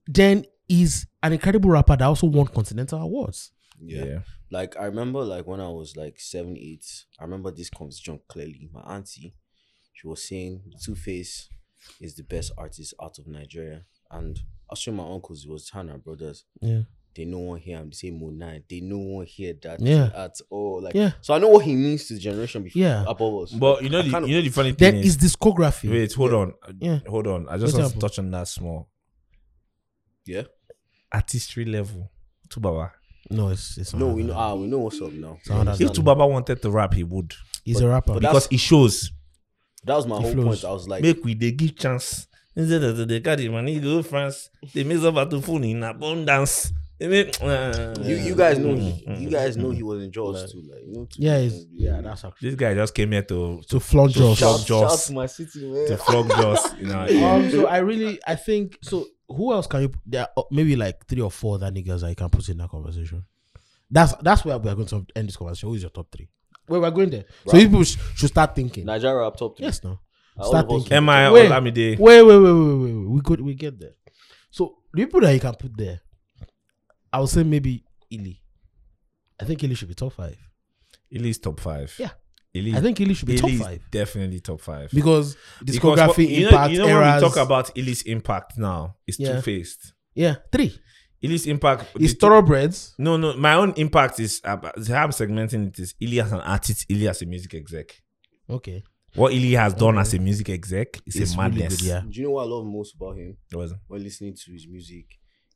Speaker 2: then he's an incredible rapper that also won Continental Awards.
Speaker 3: yeah. Like I remember like when I was like seven, eight, I remember this conversation clearly. My auntie, she was saying Two Face is the best artist out of Nigeria. And I was showing my uncles, it was Hannah brothers.
Speaker 2: Yeah.
Speaker 3: They no one hear him. They say Moon Knight. They no one hear that
Speaker 2: Yeah.
Speaker 3: at all. Like
Speaker 2: Yeah.
Speaker 3: so I know what he means to the generation before
Speaker 2: Yeah.
Speaker 3: above us.
Speaker 1: But you know,
Speaker 3: I
Speaker 1: the,
Speaker 3: kind of-
Speaker 1: you know the funny thing
Speaker 2: Then
Speaker 1: is.
Speaker 2: his discography.
Speaker 1: Wait, hold on.
Speaker 2: Yeah.
Speaker 1: Hold on. I just want
Speaker 2: What
Speaker 1: to
Speaker 2: happened?
Speaker 1: touch on that small
Speaker 3: yeah.
Speaker 1: artistry level. Tubaba.
Speaker 2: No, it's it's
Speaker 3: No,
Speaker 2: another
Speaker 3: we know
Speaker 2: guy.
Speaker 3: ah, we know what's up now.
Speaker 2: It's another
Speaker 1: If
Speaker 2: guy.
Speaker 1: Tubaba wanted to rap, he would
Speaker 2: he's a rapper.
Speaker 3: but that-
Speaker 1: because it shows.
Speaker 3: That was my
Speaker 2: It
Speaker 3: whole
Speaker 2: flows.
Speaker 3: point. I was like,
Speaker 1: Make we they give chance. Instead of they got the money, go France. They make up at the phone in abundance. They make, uh,
Speaker 3: you, you guys know he, you guys know he was in Jaws too. Like you know, Two
Speaker 2: Mm-hmm. yeah,
Speaker 3: Face
Speaker 2: he's,
Speaker 3: was-
Speaker 2: yeah, that's actually
Speaker 1: This guy just came here to
Speaker 2: to flaunt
Speaker 1: to
Speaker 2: yours.
Speaker 1: flog
Speaker 3: shout, shout
Speaker 1: Jaws.
Speaker 3: to my city, man.
Speaker 1: to flog Jaws. You know, yeah.
Speaker 2: Um, so I really, I think so. Who else can you? There are uh, maybe like three or four other niggas that you can put in that conversation. That's that's where we are going to end this conversation. Who is your top three? Where we're going there. So
Speaker 3: Right.
Speaker 2: you people sh- should start thinking.
Speaker 3: Nigeria up top three.
Speaker 2: yes, no.
Speaker 3: Uh, all
Speaker 2: Start
Speaker 3: of us
Speaker 2: thinking.
Speaker 1: Am I
Speaker 2: Wait.
Speaker 1: Olamide?
Speaker 2: Wait, wait, wait, wait, wait, wait. We could we get there. So the people that you can put there, I would say maybe Ili. I think Ili should be top five.
Speaker 1: Ili's top five.
Speaker 2: Yeah.
Speaker 1: Ili,
Speaker 2: I think Ili should be
Speaker 1: Ili is
Speaker 2: top five
Speaker 1: definitely top five.
Speaker 2: because
Speaker 1: Because
Speaker 2: discography,
Speaker 1: what- you know,
Speaker 2: impact,
Speaker 1: you know when we
Speaker 2: eras.
Speaker 1: talk about Ili's impact now, it's
Speaker 2: Yeah.
Speaker 1: two faced.
Speaker 2: yeah, three.
Speaker 1: Ili's impact.
Speaker 2: It's
Speaker 1: the two-
Speaker 2: thoroughbreds.
Speaker 1: No, no. My own impact is about how I'm segmenting it is Ili as an artist, Ili as a music exec.
Speaker 2: Okay,
Speaker 1: What Ili has done as a music exec is
Speaker 2: It's
Speaker 1: a
Speaker 2: really
Speaker 1: madness.
Speaker 2: good, yeah.
Speaker 3: Do you know what I love most about him?
Speaker 1: It was-
Speaker 3: When listening to his music,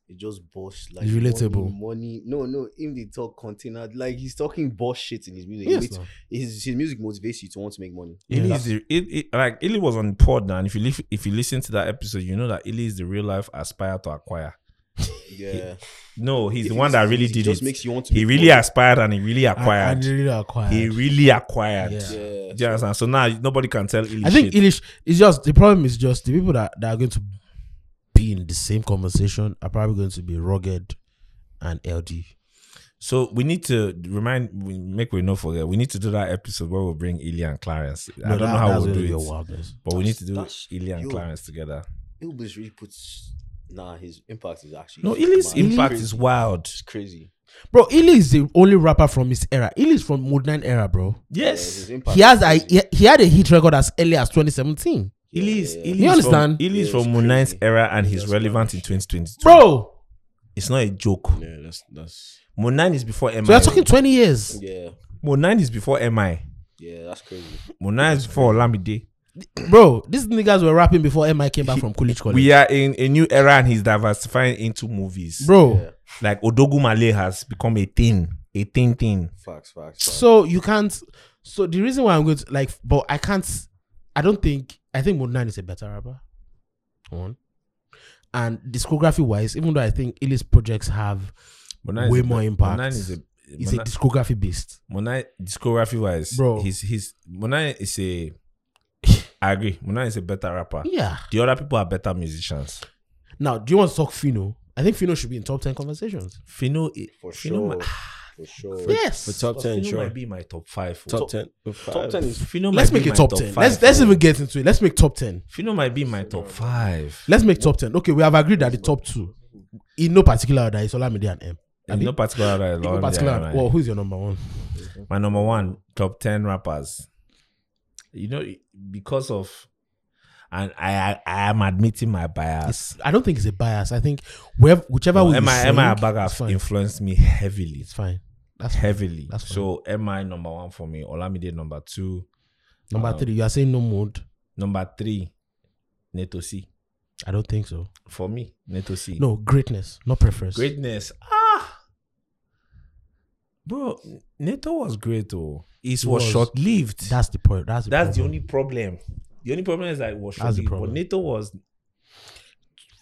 Speaker 3: it just boss like
Speaker 2: It's relatable.
Speaker 3: Money, money. no, no. Him they talk container like he's talking boss shit in his music.
Speaker 2: Yes,
Speaker 3: It makes-
Speaker 2: no.
Speaker 3: his, his music motivates you to want to make money.
Speaker 1: Ili
Speaker 2: Yeah.
Speaker 1: is the, it, it, like Ili was on pod now, and if you li- if you listen to that episode, you know that Ili is the real life aspire to acquire.
Speaker 3: Yeah,
Speaker 1: No, he's
Speaker 3: If
Speaker 1: the
Speaker 3: you
Speaker 1: one that
Speaker 3: listen to
Speaker 1: really
Speaker 3: his
Speaker 1: did
Speaker 3: music, just
Speaker 1: it.
Speaker 3: makes you want to.
Speaker 1: he
Speaker 3: make
Speaker 1: really
Speaker 3: money.
Speaker 1: aspired and he really acquired.
Speaker 2: And, and really acquired.
Speaker 1: he really acquired.
Speaker 2: Yeah.
Speaker 1: Do
Speaker 3: Yeah.
Speaker 1: you understand? So now nobody can tell Ili
Speaker 2: I think
Speaker 1: shit.
Speaker 2: Ilish is just the problem is just the people that, that are going to be in the same conversation are probably going to be rugged and LD.
Speaker 1: so we need to remind, we make we not forget. We need to do that episode where we bring Ili and Clarence. I
Speaker 2: No,
Speaker 1: don't
Speaker 2: that-
Speaker 1: know how
Speaker 2: that's
Speaker 1: we'll
Speaker 2: gonna
Speaker 1: do
Speaker 2: be a
Speaker 1: it.
Speaker 2: wildness.
Speaker 1: But we need to do
Speaker 3: That's-
Speaker 1: Ili and
Speaker 3: yo.
Speaker 1: Clarence together.
Speaker 3: Ilbis really puts. Nah, his impact is actually
Speaker 1: No, Ili's
Speaker 3: mad.
Speaker 1: impact
Speaker 3: Crazy.
Speaker 1: is wild.
Speaker 3: It's crazy.
Speaker 2: Bro, Ili is the only rapper from his era. Ili is from Mode 9 era, bro.
Speaker 3: Yeah, his
Speaker 1: Yes.
Speaker 3: impact
Speaker 2: He
Speaker 3: is
Speaker 2: has a
Speaker 3: crazy.
Speaker 2: he, he had a hit record as early as 2017.
Speaker 3: Yeah,
Speaker 1: Ili's,
Speaker 3: yeah, yeah.
Speaker 1: Ili's
Speaker 2: You understand?
Speaker 1: From, Ili's
Speaker 3: Yeah,
Speaker 1: from
Speaker 3: it's
Speaker 1: Moon Knight's
Speaker 3: crazy.
Speaker 1: era and he's
Speaker 3: That's
Speaker 1: relevant in 2022.
Speaker 2: Bro,
Speaker 1: It's not a joke.
Speaker 7: Yeah, that's that's
Speaker 1: Moon Knight is before MI.
Speaker 2: so you're talking 20 years.
Speaker 3: Yeah,
Speaker 1: Moon Knight is before MI.
Speaker 3: yeah, that's crazy.
Speaker 1: Moon Knight is before Olamide.
Speaker 2: Bro, these niggas were rapping before MI came back from Coolidge
Speaker 1: Mm.
Speaker 2: College.
Speaker 1: We are in a new era and he's diversifying into movies.
Speaker 2: Bro,
Speaker 3: Yeah.
Speaker 1: like Odogu Male has become a thing, a thing thing.
Speaker 3: Facts, facts. facts.
Speaker 2: So you can't. So the reason why I'm going to like, but I can't. I don't think. I think Mode Nine is a better rapper. One. And discography wise, even though I think Illy's projects have
Speaker 1: Monai is
Speaker 2: Way
Speaker 1: a-
Speaker 2: more impact.
Speaker 1: Monai is a
Speaker 2: is a
Speaker 1: Monai,
Speaker 2: discography beast.
Speaker 1: Monai discography wise,
Speaker 2: Bro.
Speaker 1: He's he's Monai is a. I agree. Monai is a better rapper.
Speaker 2: Yeah.
Speaker 1: The other people are better musicians.
Speaker 2: Now, do you want to talk Fino? I think Fino should be in top ten conversations.
Speaker 1: Fino, i-
Speaker 3: For
Speaker 1: Fino
Speaker 3: sure.
Speaker 1: might-
Speaker 3: For sure.
Speaker 2: yes.
Speaker 7: for top
Speaker 1: but
Speaker 7: ten.
Speaker 1: Fino
Speaker 7: Sure,
Speaker 1: might be my top five. oh.
Speaker 7: top ten.
Speaker 3: Top ten is
Speaker 1: Fino
Speaker 2: let's
Speaker 1: might
Speaker 2: make
Speaker 1: be
Speaker 2: it
Speaker 1: my
Speaker 2: top, ten.
Speaker 1: five,
Speaker 2: let's let's
Speaker 1: oh.
Speaker 2: even get into it. Let's make top ten.
Speaker 1: Fino might be my top five.
Speaker 2: Let's make top ten. Okay, we have agreed that the top two, in no particular order, is Olamide and M.
Speaker 1: In no particular order,
Speaker 2: In no
Speaker 1: Olamide
Speaker 2: particular.
Speaker 1: Arana.
Speaker 2: Well, who's your number one?
Speaker 1: My number one, top 10 rappers. You know, because of, and I I, I am admitting my bias.
Speaker 2: It's, I don't think it's a bias. I think wherever, whichever way you
Speaker 1: Emma
Speaker 2: swing,
Speaker 1: Emma Abaga
Speaker 2: it's fine.
Speaker 1: influenced me heavily,
Speaker 2: it's fine. That's fine.
Speaker 1: heavily.
Speaker 2: That's fine.
Speaker 1: so Emma number one for me. Olamide number two.
Speaker 2: Number
Speaker 1: Um,
Speaker 2: three, you are saying no mood.
Speaker 1: Number three, Netosi.
Speaker 2: I don't think so.
Speaker 1: For me, Netosi.
Speaker 2: No greatness, not preference.
Speaker 1: greatness. Ah, bro, Neto was great though. It was
Speaker 2: was.
Speaker 1: short lived.
Speaker 2: That's the point. That's the
Speaker 1: That's the
Speaker 2: problem.
Speaker 1: only problem. The only problem is that it was short
Speaker 2: That's the
Speaker 1: lived. But
Speaker 2: problem.
Speaker 1: NATO was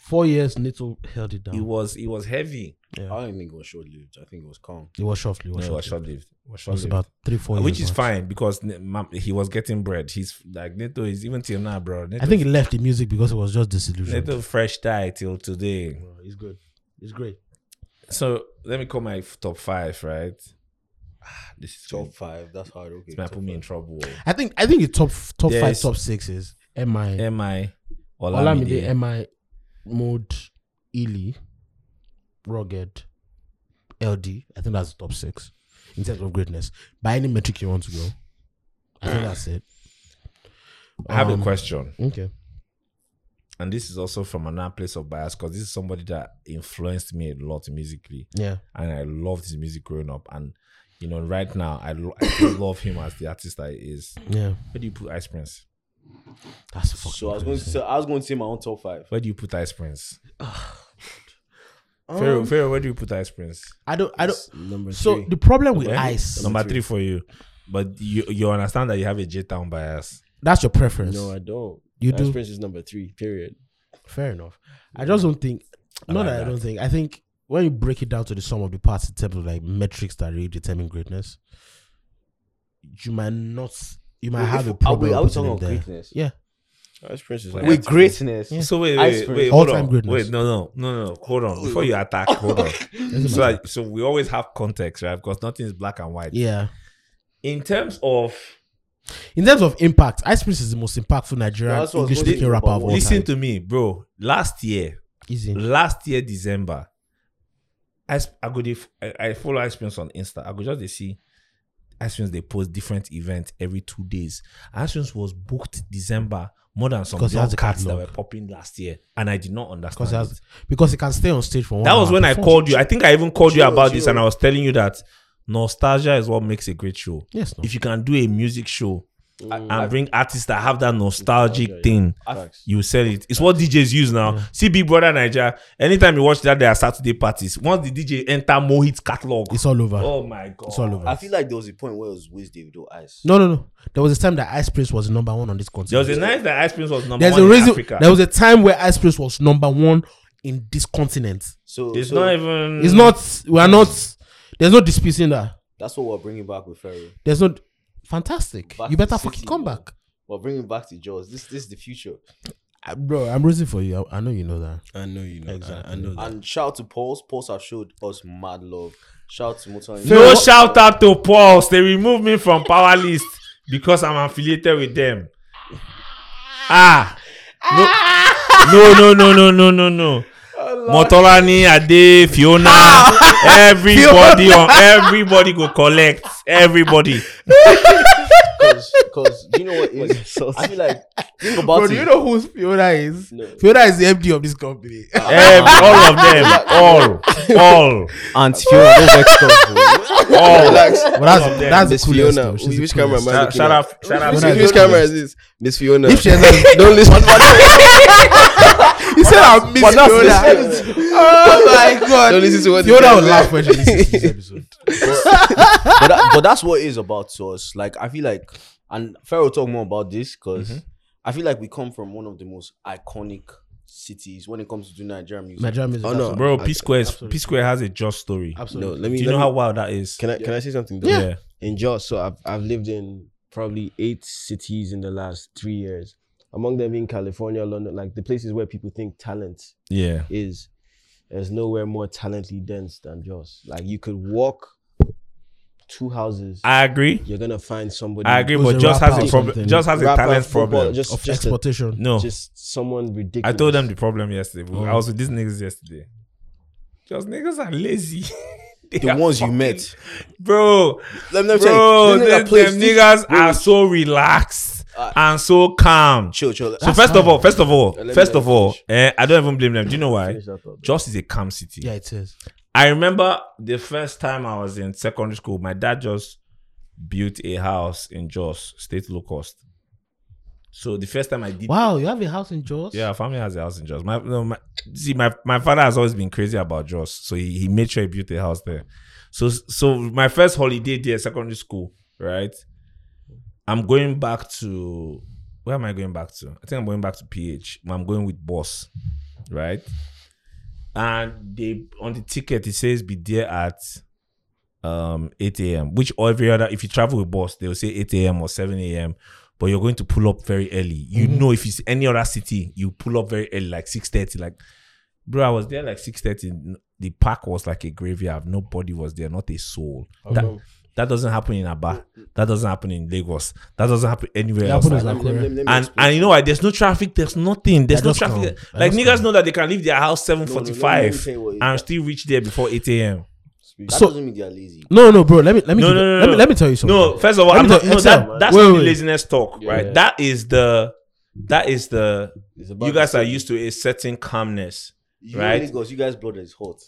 Speaker 2: four years. Nato held it down.
Speaker 1: it was it was heavy.
Speaker 2: Yeah.
Speaker 3: I don't think it was short lived. I think it was calm.
Speaker 2: It was shortly. It
Speaker 1: No,
Speaker 2: was,
Speaker 1: it was
Speaker 2: short-lived.
Speaker 1: short lived. Was
Speaker 2: It
Speaker 1: short
Speaker 2: was
Speaker 1: lived.
Speaker 2: about three, four years.
Speaker 1: Which is
Speaker 2: max.
Speaker 1: fine because Ne- ma- he was getting bread. He's like Neto is even till now, bro. Neto,
Speaker 2: I think he left the music because it was just disillusioned.
Speaker 1: Neto fresh tie till today.
Speaker 2: Bro, It's good. It's great.
Speaker 1: So let me call my f- top five, right? Ah, This is
Speaker 3: Top five. That's hard. Okay.
Speaker 1: This might
Speaker 3: top
Speaker 1: put me
Speaker 3: five.
Speaker 1: in trouble.
Speaker 2: I think I think the top top
Speaker 1: Yes.
Speaker 2: five, top six is MI,
Speaker 1: Am I
Speaker 2: Olamide,
Speaker 1: Olamide?
Speaker 2: MI, Mode, Ely, Rugged, LD. I think that's the top six in terms of greatness. By any metric you want to go, I think that's it.
Speaker 1: I have
Speaker 2: Um,
Speaker 1: a question.
Speaker 2: Okay.
Speaker 1: and this is also from another place of bias because this is somebody that influenced me a lot musically
Speaker 2: Yeah.
Speaker 1: and i loved his music growing up and you know right now i, lo- I still love him as the artist that he is
Speaker 2: Yeah.
Speaker 1: where do you put ice prince
Speaker 2: That's fucking
Speaker 3: So I was going to
Speaker 2: crazy.
Speaker 3: say, I was going to say my own top five.
Speaker 1: where do you put ice prince
Speaker 2: Oh, Um,
Speaker 1: Pharaoh, Pharaoh, where do you put ice prince
Speaker 2: I don't. I don't.
Speaker 8: It's Number
Speaker 2: So
Speaker 8: three.
Speaker 2: the problem with
Speaker 1: Where?
Speaker 2: ice,
Speaker 1: number three for you but you you understand that you have a j-town bias
Speaker 2: that's your preference.
Speaker 8: no, I don't.
Speaker 2: You
Speaker 8: Ice
Speaker 2: do.
Speaker 8: Prince is number three. Period.
Speaker 2: Fair enough. I just don't think.
Speaker 1: I
Speaker 2: not
Speaker 1: like
Speaker 2: that, I
Speaker 1: that.
Speaker 2: don't think. I think when you break it down to the sum of the parts in terms of like metrics that really determine greatness, you might not. You might
Speaker 3: Wait,
Speaker 2: have
Speaker 3: if-
Speaker 2: a
Speaker 3: are
Speaker 2: problem.
Speaker 3: we- are we talking
Speaker 2: putting them
Speaker 3: about
Speaker 2: there.
Speaker 3: greatness?
Speaker 2: Yeah.
Speaker 8: Ice Prince is
Speaker 1: Wait,
Speaker 8: like
Speaker 3: With greatness.
Speaker 2: Yeah.
Speaker 1: so wait
Speaker 3: Ice
Speaker 1: wait
Speaker 3: Prince.
Speaker 1: wait hold
Speaker 2: All-time
Speaker 1: on
Speaker 2: goodness.
Speaker 1: wait no no no no hold on before you attack hold on
Speaker 2: Doesn't
Speaker 1: so,
Speaker 2: matter.
Speaker 1: I, so we always have context right because nothing is black and white
Speaker 2: yeah.
Speaker 1: in terms of
Speaker 2: In terms of impact, Ice Prince is the most impactful Nigerian
Speaker 3: That's what I was
Speaker 2: English speaking
Speaker 3: gonna say,
Speaker 2: rapper of
Speaker 3: but
Speaker 2: all
Speaker 1: listen
Speaker 2: time.
Speaker 1: to me bro last year
Speaker 2: Easy.
Speaker 1: last year december i sp- i go dey f- I, I follow ice Prince on insta i go just dey see ice Prince dey post different events every two days ice Prince was booked december more than some
Speaker 2: Because he
Speaker 1: black
Speaker 2: has the
Speaker 1: cats that
Speaker 2: catalog.
Speaker 1: were popping last year and i did not understand
Speaker 2: Because he has-
Speaker 1: it.
Speaker 2: because he can stay on stage for one.
Speaker 1: that was
Speaker 2: hour
Speaker 1: when i
Speaker 2: before-
Speaker 1: called you i think i even called you
Speaker 3: Chill,
Speaker 1: about this
Speaker 3: chill.
Speaker 1: and i was telling you that nostalgia is what makes a great show
Speaker 2: Yes. No.
Speaker 1: if you can do a music show
Speaker 3: Mm.
Speaker 1: and bring artists that have that nostalgic
Speaker 3: Nostalgia, yeah.
Speaker 1: thing
Speaker 3: Facts.
Speaker 1: you sell it. It's what DJs use now. See Big Brother Nigeria. Anytime you watch that, there are Saturday parties. Once the DJ enter Mohit's catalog,
Speaker 2: It's all over.
Speaker 1: oh my god,
Speaker 2: It's all over.
Speaker 3: I feel like there was a point where it was Wednesday with ice.
Speaker 2: No, no, no. There was a time that Ice Prince was number one on this
Speaker 1: There
Speaker 2: continent.
Speaker 1: was a night that Ice Prince was number
Speaker 2: There's
Speaker 1: one
Speaker 2: a
Speaker 1: in
Speaker 2: reason.
Speaker 1: Africa.
Speaker 2: There was a time where Ice Prince was number one in this continent.
Speaker 3: So,
Speaker 1: it's
Speaker 3: so
Speaker 1: not even.
Speaker 2: It's not. We are not. There's no disputing that.
Speaker 3: that's what we're bringing back with Ferry.
Speaker 2: There's no. Fantastic.
Speaker 3: Back
Speaker 2: you better
Speaker 3: to City,
Speaker 2: fucking come
Speaker 3: man.
Speaker 2: back,
Speaker 3: We're bringing back the Jaws. This this is the future.
Speaker 2: Uh, bro. I'm rooting for you. I, I know you know that.
Speaker 8: I know you know. Exactly. I, know that.
Speaker 3: And shout out to Pauls. Pauls have showed us mad love. Shout out to Motown.
Speaker 1: No shout out to Pauls. They removed me from power list because I'm affiliated with them. Ah.
Speaker 2: Ah.
Speaker 1: No, no, no, no, no, no, no. Motolani, Ade, Fiona,
Speaker 2: Ah.
Speaker 1: everybody on everybody go collect. Everybody.
Speaker 3: Because you know what it is. I feel like think about it.
Speaker 2: know who Fiona is?
Speaker 3: No.
Speaker 2: Fiona is the MD of this company.
Speaker 8: Ah,
Speaker 1: Ev- all of them. All. All.
Speaker 8: Aunt Fiona, don't vex us.
Speaker 1: All.
Speaker 8: Relax.
Speaker 2: But that's
Speaker 1: All of them.
Speaker 2: that's the
Speaker 8: Miss
Speaker 2: coolest.
Speaker 8: Fiona.
Speaker 2: Though. She's the
Speaker 8: Which camera,
Speaker 2: coolest.
Speaker 8: man?
Speaker 1: Shout shout out. Shout out.
Speaker 8: Which,
Speaker 2: Fiona
Speaker 8: which
Speaker 2: is-
Speaker 8: camera is this? Miss Fiona.
Speaker 2: If she has,
Speaker 8: don't listen.
Speaker 2: he said I miss
Speaker 8: that's-
Speaker 2: Fiona. Oh my god!
Speaker 8: Don't listen to what
Speaker 2: Fiona
Speaker 8: they
Speaker 2: will
Speaker 8: said.
Speaker 2: laugh when she listens to this episode.
Speaker 3: but, that, but that's what it is about to us. Like I feel like, and Pharaoh talk more about this because I feel like we come from one of the most iconic cities when it comes to doing Nigerian music.
Speaker 2: Nigerian music.
Speaker 8: Oh, no.
Speaker 1: Bro, P
Speaker 8: Okay,
Speaker 1: Square, is-
Speaker 2: absolutely.
Speaker 1: P Square has a just story.
Speaker 8: No,
Speaker 2: Absolutely.
Speaker 8: let
Speaker 1: Do
Speaker 8: me.
Speaker 1: you
Speaker 8: let
Speaker 1: know
Speaker 8: me-
Speaker 1: how wild that is?
Speaker 8: Can I can I say something? Though?
Speaker 1: Yeah.
Speaker 8: In Jaws, so I've I've lived in probably eight cities in the last three years. Among them being California, London, like the places where people think talent
Speaker 1: Yeah.
Speaker 8: is. There's nowhere more talently dense than Jaws. Like you could walk two houses,
Speaker 1: I agree.
Speaker 8: you're gonna find somebody.
Speaker 1: I agree,
Speaker 2: Who's
Speaker 1: but
Speaker 2: a
Speaker 1: just has
Speaker 2: rapper
Speaker 1: a
Speaker 2: or
Speaker 1: problem.
Speaker 2: something?
Speaker 1: Just has a
Speaker 8: Rapper,
Speaker 1: talent
Speaker 8: football,
Speaker 1: problem.
Speaker 8: Just
Speaker 2: Of
Speaker 8: just, a-
Speaker 2: exportation.
Speaker 1: No.
Speaker 8: just someone
Speaker 1: I
Speaker 8: ridiculous.
Speaker 1: told them the problem yesterday.
Speaker 2: Oh.
Speaker 1: I was with these niggas yesterday. Just niggas are lazy. They
Speaker 3: The
Speaker 1: are
Speaker 3: ones you
Speaker 1: fucking-
Speaker 3: met,
Speaker 1: Bro,
Speaker 3: let me tell you,
Speaker 1: bro,
Speaker 3: this nigga
Speaker 1: them,
Speaker 3: plays
Speaker 1: them
Speaker 3: this-
Speaker 1: niggas are so relaxed.
Speaker 3: Uh,
Speaker 1: and so calm.
Speaker 3: Chill, chill.
Speaker 1: So first of
Speaker 2: calm.
Speaker 1: all, first of all,
Speaker 3: Let me-
Speaker 1: first
Speaker 3: let
Speaker 1: of
Speaker 3: me
Speaker 1: all,
Speaker 3: finish.
Speaker 1: eh, I don't even blame them. Do you know why?
Speaker 4: Finish that up.
Speaker 1: Jos is a calm city.
Speaker 2: Yeah, it is.
Speaker 1: I remember the first time I was in secondary school, my dad just built a house in Jos, state low cost. So the first time I did
Speaker 2: Wow, you have a house in Jaws?
Speaker 1: Yeah, our family has a house in Jos. My, no, my see, my, my father has always been crazy about Jos, so he, he made sure he built a house there. So so my first holiday there, secondary school, right? I'm going back to where am I going back to? I think I'm going back to PH. I'm going with boss, right? And they on the ticket it says be there at um 8 a.m. Which every other if you travel with boss, they will say 8 a.m. or 7 a.m. But you're going to pull up very early. You
Speaker 2: Mm-hmm.
Speaker 1: know if it's any other city, you pull up very early, like 6:30. Like, bro, I was there like 6:30. The park was like a graveyard. Nobody was there, not a soul.
Speaker 2: Oh,
Speaker 1: That, that doesn't happen in Aba. That doesn't happen in Lagos. That doesn't happen anywhere
Speaker 2: Mm-hmm. It
Speaker 1: else.
Speaker 2: happens
Speaker 1: Like,
Speaker 2: in
Speaker 3: Let me- let me- let me
Speaker 1: and
Speaker 3: explain.
Speaker 1: and you know why? There's no traffic. There's nothing. There's
Speaker 2: That
Speaker 1: no
Speaker 2: does
Speaker 1: traffic.
Speaker 2: count. That
Speaker 1: Like
Speaker 2: does
Speaker 1: niggas
Speaker 2: count.
Speaker 1: know that they can leave their house seven
Speaker 3: No, no, let
Speaker 1: forty
Speaker 3: me- let me
Speaker 1: five
Speaker 3: tell you what it is.
Speaker 1: and still reach there before eight a.m.
Speaker 3: That
Speaker 2: So-
Speaker 3: doesn't mean they are lazy.
Speaker 2: No, no, bro. Let me let me
Speaker 1: No,
Speaker 2: give
Speaker 1: no, no,
Speaker 2: you- let
Speaker 1: no.
Speaker 2: me let me tell you something.
Speaker 1: No, first of all,
Speaker 2: Let
Speaker 1: I'm
Speaker 2: me
Speaker 1: not,
Speaker 2: tell-
Speaker 1: no,
Speaker 2: Excel,
Speaker 1: that,
Speaker 2: man.
Speaker 1: that's
Speaker 2: Wait,
Speaker 1: not
Speaker 2: wait.
Speaker 1: the laziness talk, right?
Speaker 4: Yeah.
Speaker 1: That is the that is the
Speaker 4: It's about
Speaker 1: you guys
Speaker 4: the
Speaker 1: are
Speaker 4: same.
Speaker 1: used to a certain calmness.
Speaker 3: You
Speaker 1: Right.
Speaker 3: right? Lagos, you guys blood is hot.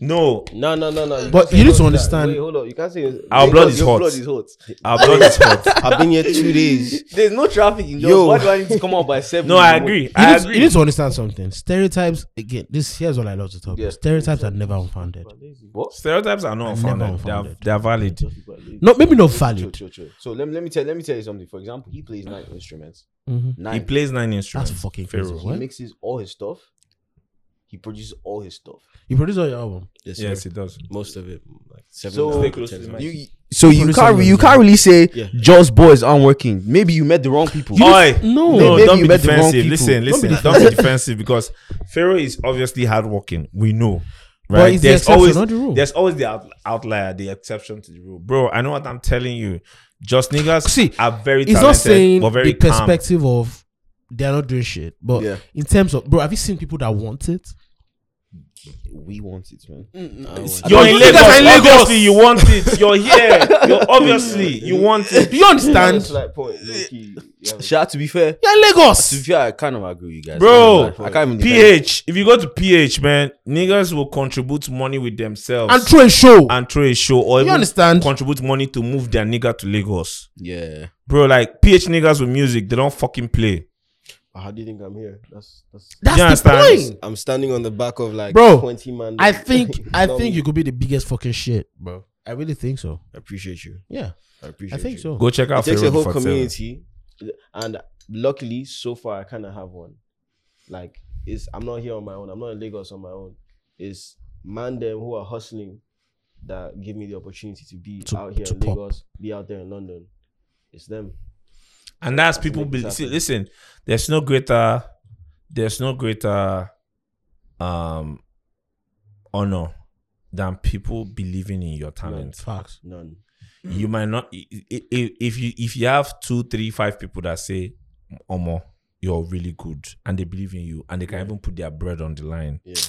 Speaker 1: No,
Speaker 4: No, no, no, no.
Speaker 2: But
Speaker 4: can't say
Speaker 2: you need to
Speaker 4: that.
Speaker 2: understand-
Speaker 4: Wait, hold on. You can't say. it's-
Speaker 1: Our blood
Speaker 3: Lagos,
Speaker 1: is
Speaker 3: your
Speaker 1: hot.
Speaker 3: Blood is hot.
Speaker 1: our blood is hot.
Speaker 4: I've been here two days.
Speaker 3: There's no traffic in
Speaker 4: Yo.
Speaker 3: Jos. Why do I need to come out by seven?
Speaker 1: No,
Speaker 3: in the
Speaker 1: I
Speaker 3: morning?
Speaker 1: agree.
Speaker 2: You
Speaker 1: I
Speaker 2: need, to, you
Speaker 1: agree.
Speaker 2: need to understand something. Stereotypes again. This here's what I love to talk
Speaker 3: Yeah.
Speaker 2: about. Stereotypes are never unfounded.
Speaker 1: Stereotypes are not
Speaker 2: Never
Speaker 1: unfounded. They are,
Speaker 2: unfounded.
Speaker 1: they are valid.
Speaker 2: No, maybe not
Speaker 3: Chill,
Speaker 2: valid.
Speaker 3: chill, chill. So let me, let me tell let me tell you something. For example, he plays nine instruments.
Speaker 2: Mhm.
Speaker 1: He
Speaker 3: Nine.
Speaker 1: plays nine instruments.
Speaker 2: fucking crazy.
Speaker 1: Pharaoh.
Speaker 3: He
Speaker 2: What?
Speaker 3: mixes all his stuff. He produces all his stuff.
Speaker 2: You produce all your album.
Speaker 1: Yes, it does.
Speaker 4: most of it, like seven.
Speaker 3: So-
Speaker 1: Stay close to the mic.
Speaker 3: You, so you
Speaker 2: Produce
Speaker 3: can't
Speaker 2: all
Speaker 3: re-
Speaker 2: your
Speaker 3: you
Speaker 2: music.
Speaker 3: can't really say
Speaker 4: Yeah.
Speaker 3: Joss boys aren't working. Maybe you met the wrong people.
Speaker 1: Oi,
Speaker 2: no.
Speaker 1: no,
Speaker 3: Maybe
Speaker 1: don't
Speaker 3: you
Speaker 1: be
Speaker 3: met the wrong
Speaker 1: defensive.
Speaker 3: people.
Speaker 1: Listen,
Speaker 3: Don't
Speaker 1: listen, don't be defensive because Pharaoh is obviously hardworking. We know,
Speaker 2: But
Speaker 1: right?
Speaker 2: it's the exception, not the rule.
Speaker 1: there's always the out- outlier, the exception to the rule, bro. I know what I'm telling you. Just niggas
Speaker 2: See,
Speaker 1: are very
Speaker 2: It's
Speaker 1: talented,
Speaker 2: not saying
Speaker 1: but very
Speaker 2: the
Speaker 1: calm.
Speaker 2: perspective of they're not doing shit, but
Speaker 3: Yeah.
Speaker 2: in terms of bro, have you seen people that want it?
Speaker 3: We want it, man.
Speaker 2: Mm,
Speaker 1: You're
Speaker 2: I
Speaker 1: in
Speaker 2: don't
Speaker 1: Lagos.
Speaker 2: think that's in Lagos.
Speaker 1: Obviously, you want it. You're here. You're obviously you want it.
Speaker 2: Do you understand?
Speaker 3: Shout to be fair.
Speaker 2: You're in
Speaker 3: To be
Speaker 2: Lagos.
Speaker 3: fair, I kind of agree with you guys.
Speaker 1: Bro,
Speaker 3: I can't even defend-
Speaker 1: PH. If you go to PH, man, niggas will contribute money with themselves
Speaker 2: And throw a show.
Speaker 1: and throw a show or
Speaker 2: you
Speaker 1: even
Speaker 2: understand?
Speaker 1: contribute money to move their nigga to Lagos.
Speaker 3: Yeah.
Speaker 1: Bro, like PH niggas with music, they don't fucking play.
Speaker 4: How do you think I'm here? That's that's.
Speaker 1: You
Speaker 2: That's the
Speaker 1: understand?
Speaker 2: point.
Speaker 4: I'm standing on the back of like
Speaker 2: Bro,
Speaker 4: twenty man.
Speaker 2: I think I think
Speaker 4: you.
Speaker 2: you could be the biggest fucking shit, bro. I really think so.
Speaker 4: I appreciate you.
Speaker 2: Yeah,
Speaker 4: I appreciate.
Speaker 2: I think
Speaker 4: you.
Speaker 2: so.
Speaker 1: Go check
Speaker 4: It
Speaker 1: out
Speaker 4: takes
Speaker 1: Pharaoh
Speaker 4: a whole
Speaker 1: before seven.
Speaker 4: community, and luckily so far I kind of have one. Like it's I'm not here on my own. I'm not in Lagos on my own. It's man them who are hustling that give me the opportunity to be
Speaker 2: To-
Speaker 4: out here
Speaker 2: to
Speaker 4: in
Speaker 2: pop.
Speaker 4: Lagos, be out there in London. It's them.
Speaker 1: And that's people
Speaker 4: Make this
Speaker 1: be, see,
Speaker 4: happen.
Speaker 1: listen, there's no greater there's no greater um honor than people believing in your talent.
Speaker 2: Facts.
Speaker 4: None.
Speaker 1: You might not i- i- i- if you if you have two, three, five people that say, Omo, you're really good and they believe in you and they can even put their bread on the line.
Speaker 4: Yeah.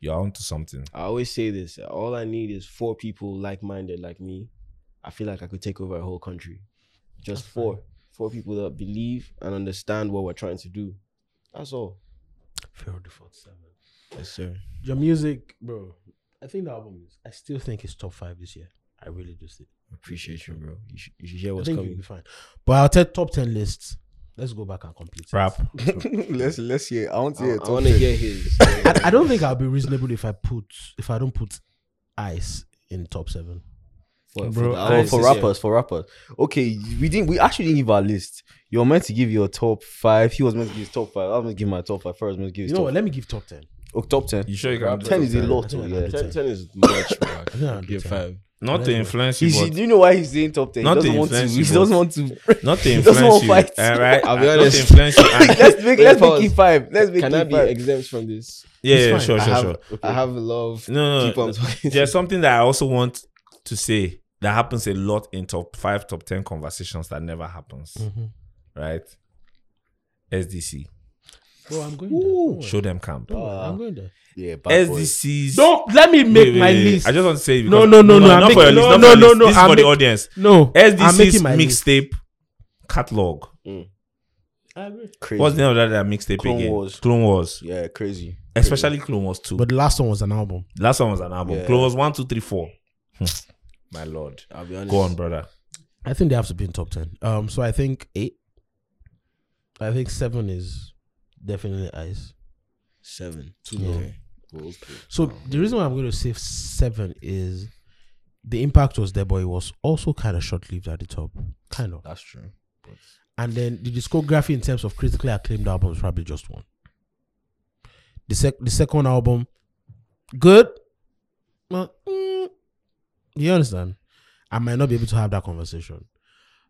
Speaker 1: You're onto something.
Speaker 4: I always say this. All I need is four people like-minded like me. I feel like I could take over a whole country. Just four, four people that believe and understand what we're trying to do. That's all.
Speaker 2: Pharaoh Default Seven.
Speaker 4: Yes, sir.
Speaker 2: Your music, bro. I think the album is. I still think it's top five this year. I really do see.
Speaker 4: Appreciate you, bro. You should, you should hear
Speaker 2: I
Speaker 4: what's
Speaker 2: think you'll
Speaker 4: coming.
Speaker 2: be fine. But I'll tell top ten lists. Let's go back and complete. it.
Speaker 1: Rap.
Speaker 3: let's let's hear. I want
Speaker 4: I, I want to hear his.
Speaker 2: I, I don't think I'll be reasonable if I put if I don't put ice in top seven.
Speaker 4: for,
Speaker 1: Bro,
Speaker 4: the
Speaker 1: I
Speaker 3: Oh,
Speaker 1: Alright,
Speaker 4: artists
Speaker 3: for
Speaker 4: this year.
Speaker 3: rappers, for rappers. Okay, we didn't. We actually didn't give our list. You were meant to give your top five. He was meant to give his top five. I was meant to give my top five first. Meant to give
Speaker 2: You
Speaker 3: his
Speaker 2: know
Speaker 3: top,
Speaker 2: what? Let me give top ten.
Speaker 3: oh, top ten.
Speaker 1: You sure you can do
Speaker 3: Ten is a
Speaker 1: that?
Speaker 3: lot.
Speaker 2: I
Speaker 3: oh,
Speaker 2: think I
Speaker 3: Yeah.
Speaker 2: can do
Speaker 4: Ten,
Speaker 2: ten.
Speaker 4: ten is much, bro.
Speaker 2: think I'll do
Speaker 4: Give
Speaker 2: ten.
Speaker 4: five.
Speaker 1: Not to influence you.
Speaker 3: He's,
Speaker 1: but-
Speaker 3: do you know why he's saying top ten?
Speaker 1: Not
Speaker 3: he doesn't
Speaker 1: to
Speaker 3: want to.
Speaker 1: influence
Speaker 3: He
Speaker 1: you,
Speaker 3: doesn't
Speaker 1: but-
Speaker 3: want to.
Speaker 1: not to
Speaker 3: He doesn't
Speaker 1: influence
Speaker 3: want
Speaker 1: you.
Speaker 3: fights.
Speaker 1: all right?
Speaker 4: I'll be
Speaker 1: Uh,
Speaker 4: honest.
Speaker 1: Not to influence you. and-
Speaker 3: let's make
Speaker 4: Wait,
Speaker 3: let's make
Speaker 4: pause.
Speaker 3: it five. Let's make
Speaker 4: Can I
Speaker 3: it
Speaker 4: be
Speaker 3: five.
Speaker 4: exempt from this?
Speaker 1: yeah,
Speaker 2: It's
Speaker 1: yeah,
Speaker 2: fine.
Speaker 1: sure,
Speaker 4: I
Speaker 1: sure,
Speaker 4: have,
Speaker 1: sure.
Speaker 4: I have love.
Speaker 1: No, no,
Speaker 4: Keep on talking.
Speaker 1: There's something that I also want to say that happens a lot in top five, top ten conversations that never happens,
Speaker 2: Mhm.
Speaker 1: right? SDC,
Speaker 2: Bro, I'm going there. Don't worry.
Speaker 1: show them camp.
Speaker 2: Don't worry, I'm going there.
Speaker 3: Yeah, bad boy.
Speaker 1: SDC's.
Speaker 2: Don't let me make
Speaker 1: Wait, wait,
Speaker 2: my
Speaker 1: wait.
Speaker 2: list.
Speaker 1: I just want to say
Speaker 2: No,
Speaker 1: because-
Speaker 2: no, no, no, I'm
Speaker 1: Not for your
Speaker 2: making-
Speaker 1: list.
Speaker 2: no,
Speaker 1: not for your
Speaker 2: no,
Speaker 1: list.
Speaker 2: no,
Speaker 1: This
Speaker 2: I'm
Speaker 1: is for the
Speaker 2: making-
Speaker 1: audience.
Speaker 2: no. I'm making
Speaker 1: SDC's
Speaker 2: my list.
Speaker 1: mixtape catalog.
Speaker 3: I agree. Crazy.
Speaker 1: What's the name of that, that mixtape
Speaker 3: Clone
Speaker 1: again?
Speaker 3: Wars.
Speaker 1: Clone Wars.
Speaker 3: Yeah, crazy.
Speaker 1: Especially Clone Wars 2.
Speaker 2: But the last one was an album.
Speaker 1: Last one was an album.
Speaker 3: Yeah.
Speaker 1: Clone Wars 1, 2, 3, 4. Hmm. My lord.
Speaker 3: I'll be honest.
Speaker 1: Go on, brother.
Speaker 2: I think they have to be in top ten. Um, so I think eight. I think seven is definitely ice.
Speaker 3: Seven. Two
Speaker 2: Yeah.
Speaker 3: Okay.
Speaker 2: So the reason why I'm going to say seven is the impact was there, but it was also kind of short lived at the top, kind of.
Speaker 3: That's true.
Speaker 2: And then the discography in terms of critically acclaimed albums probably just one. The sec- the second album, good. Well, mm, you understand? I might not be able to have that conversation.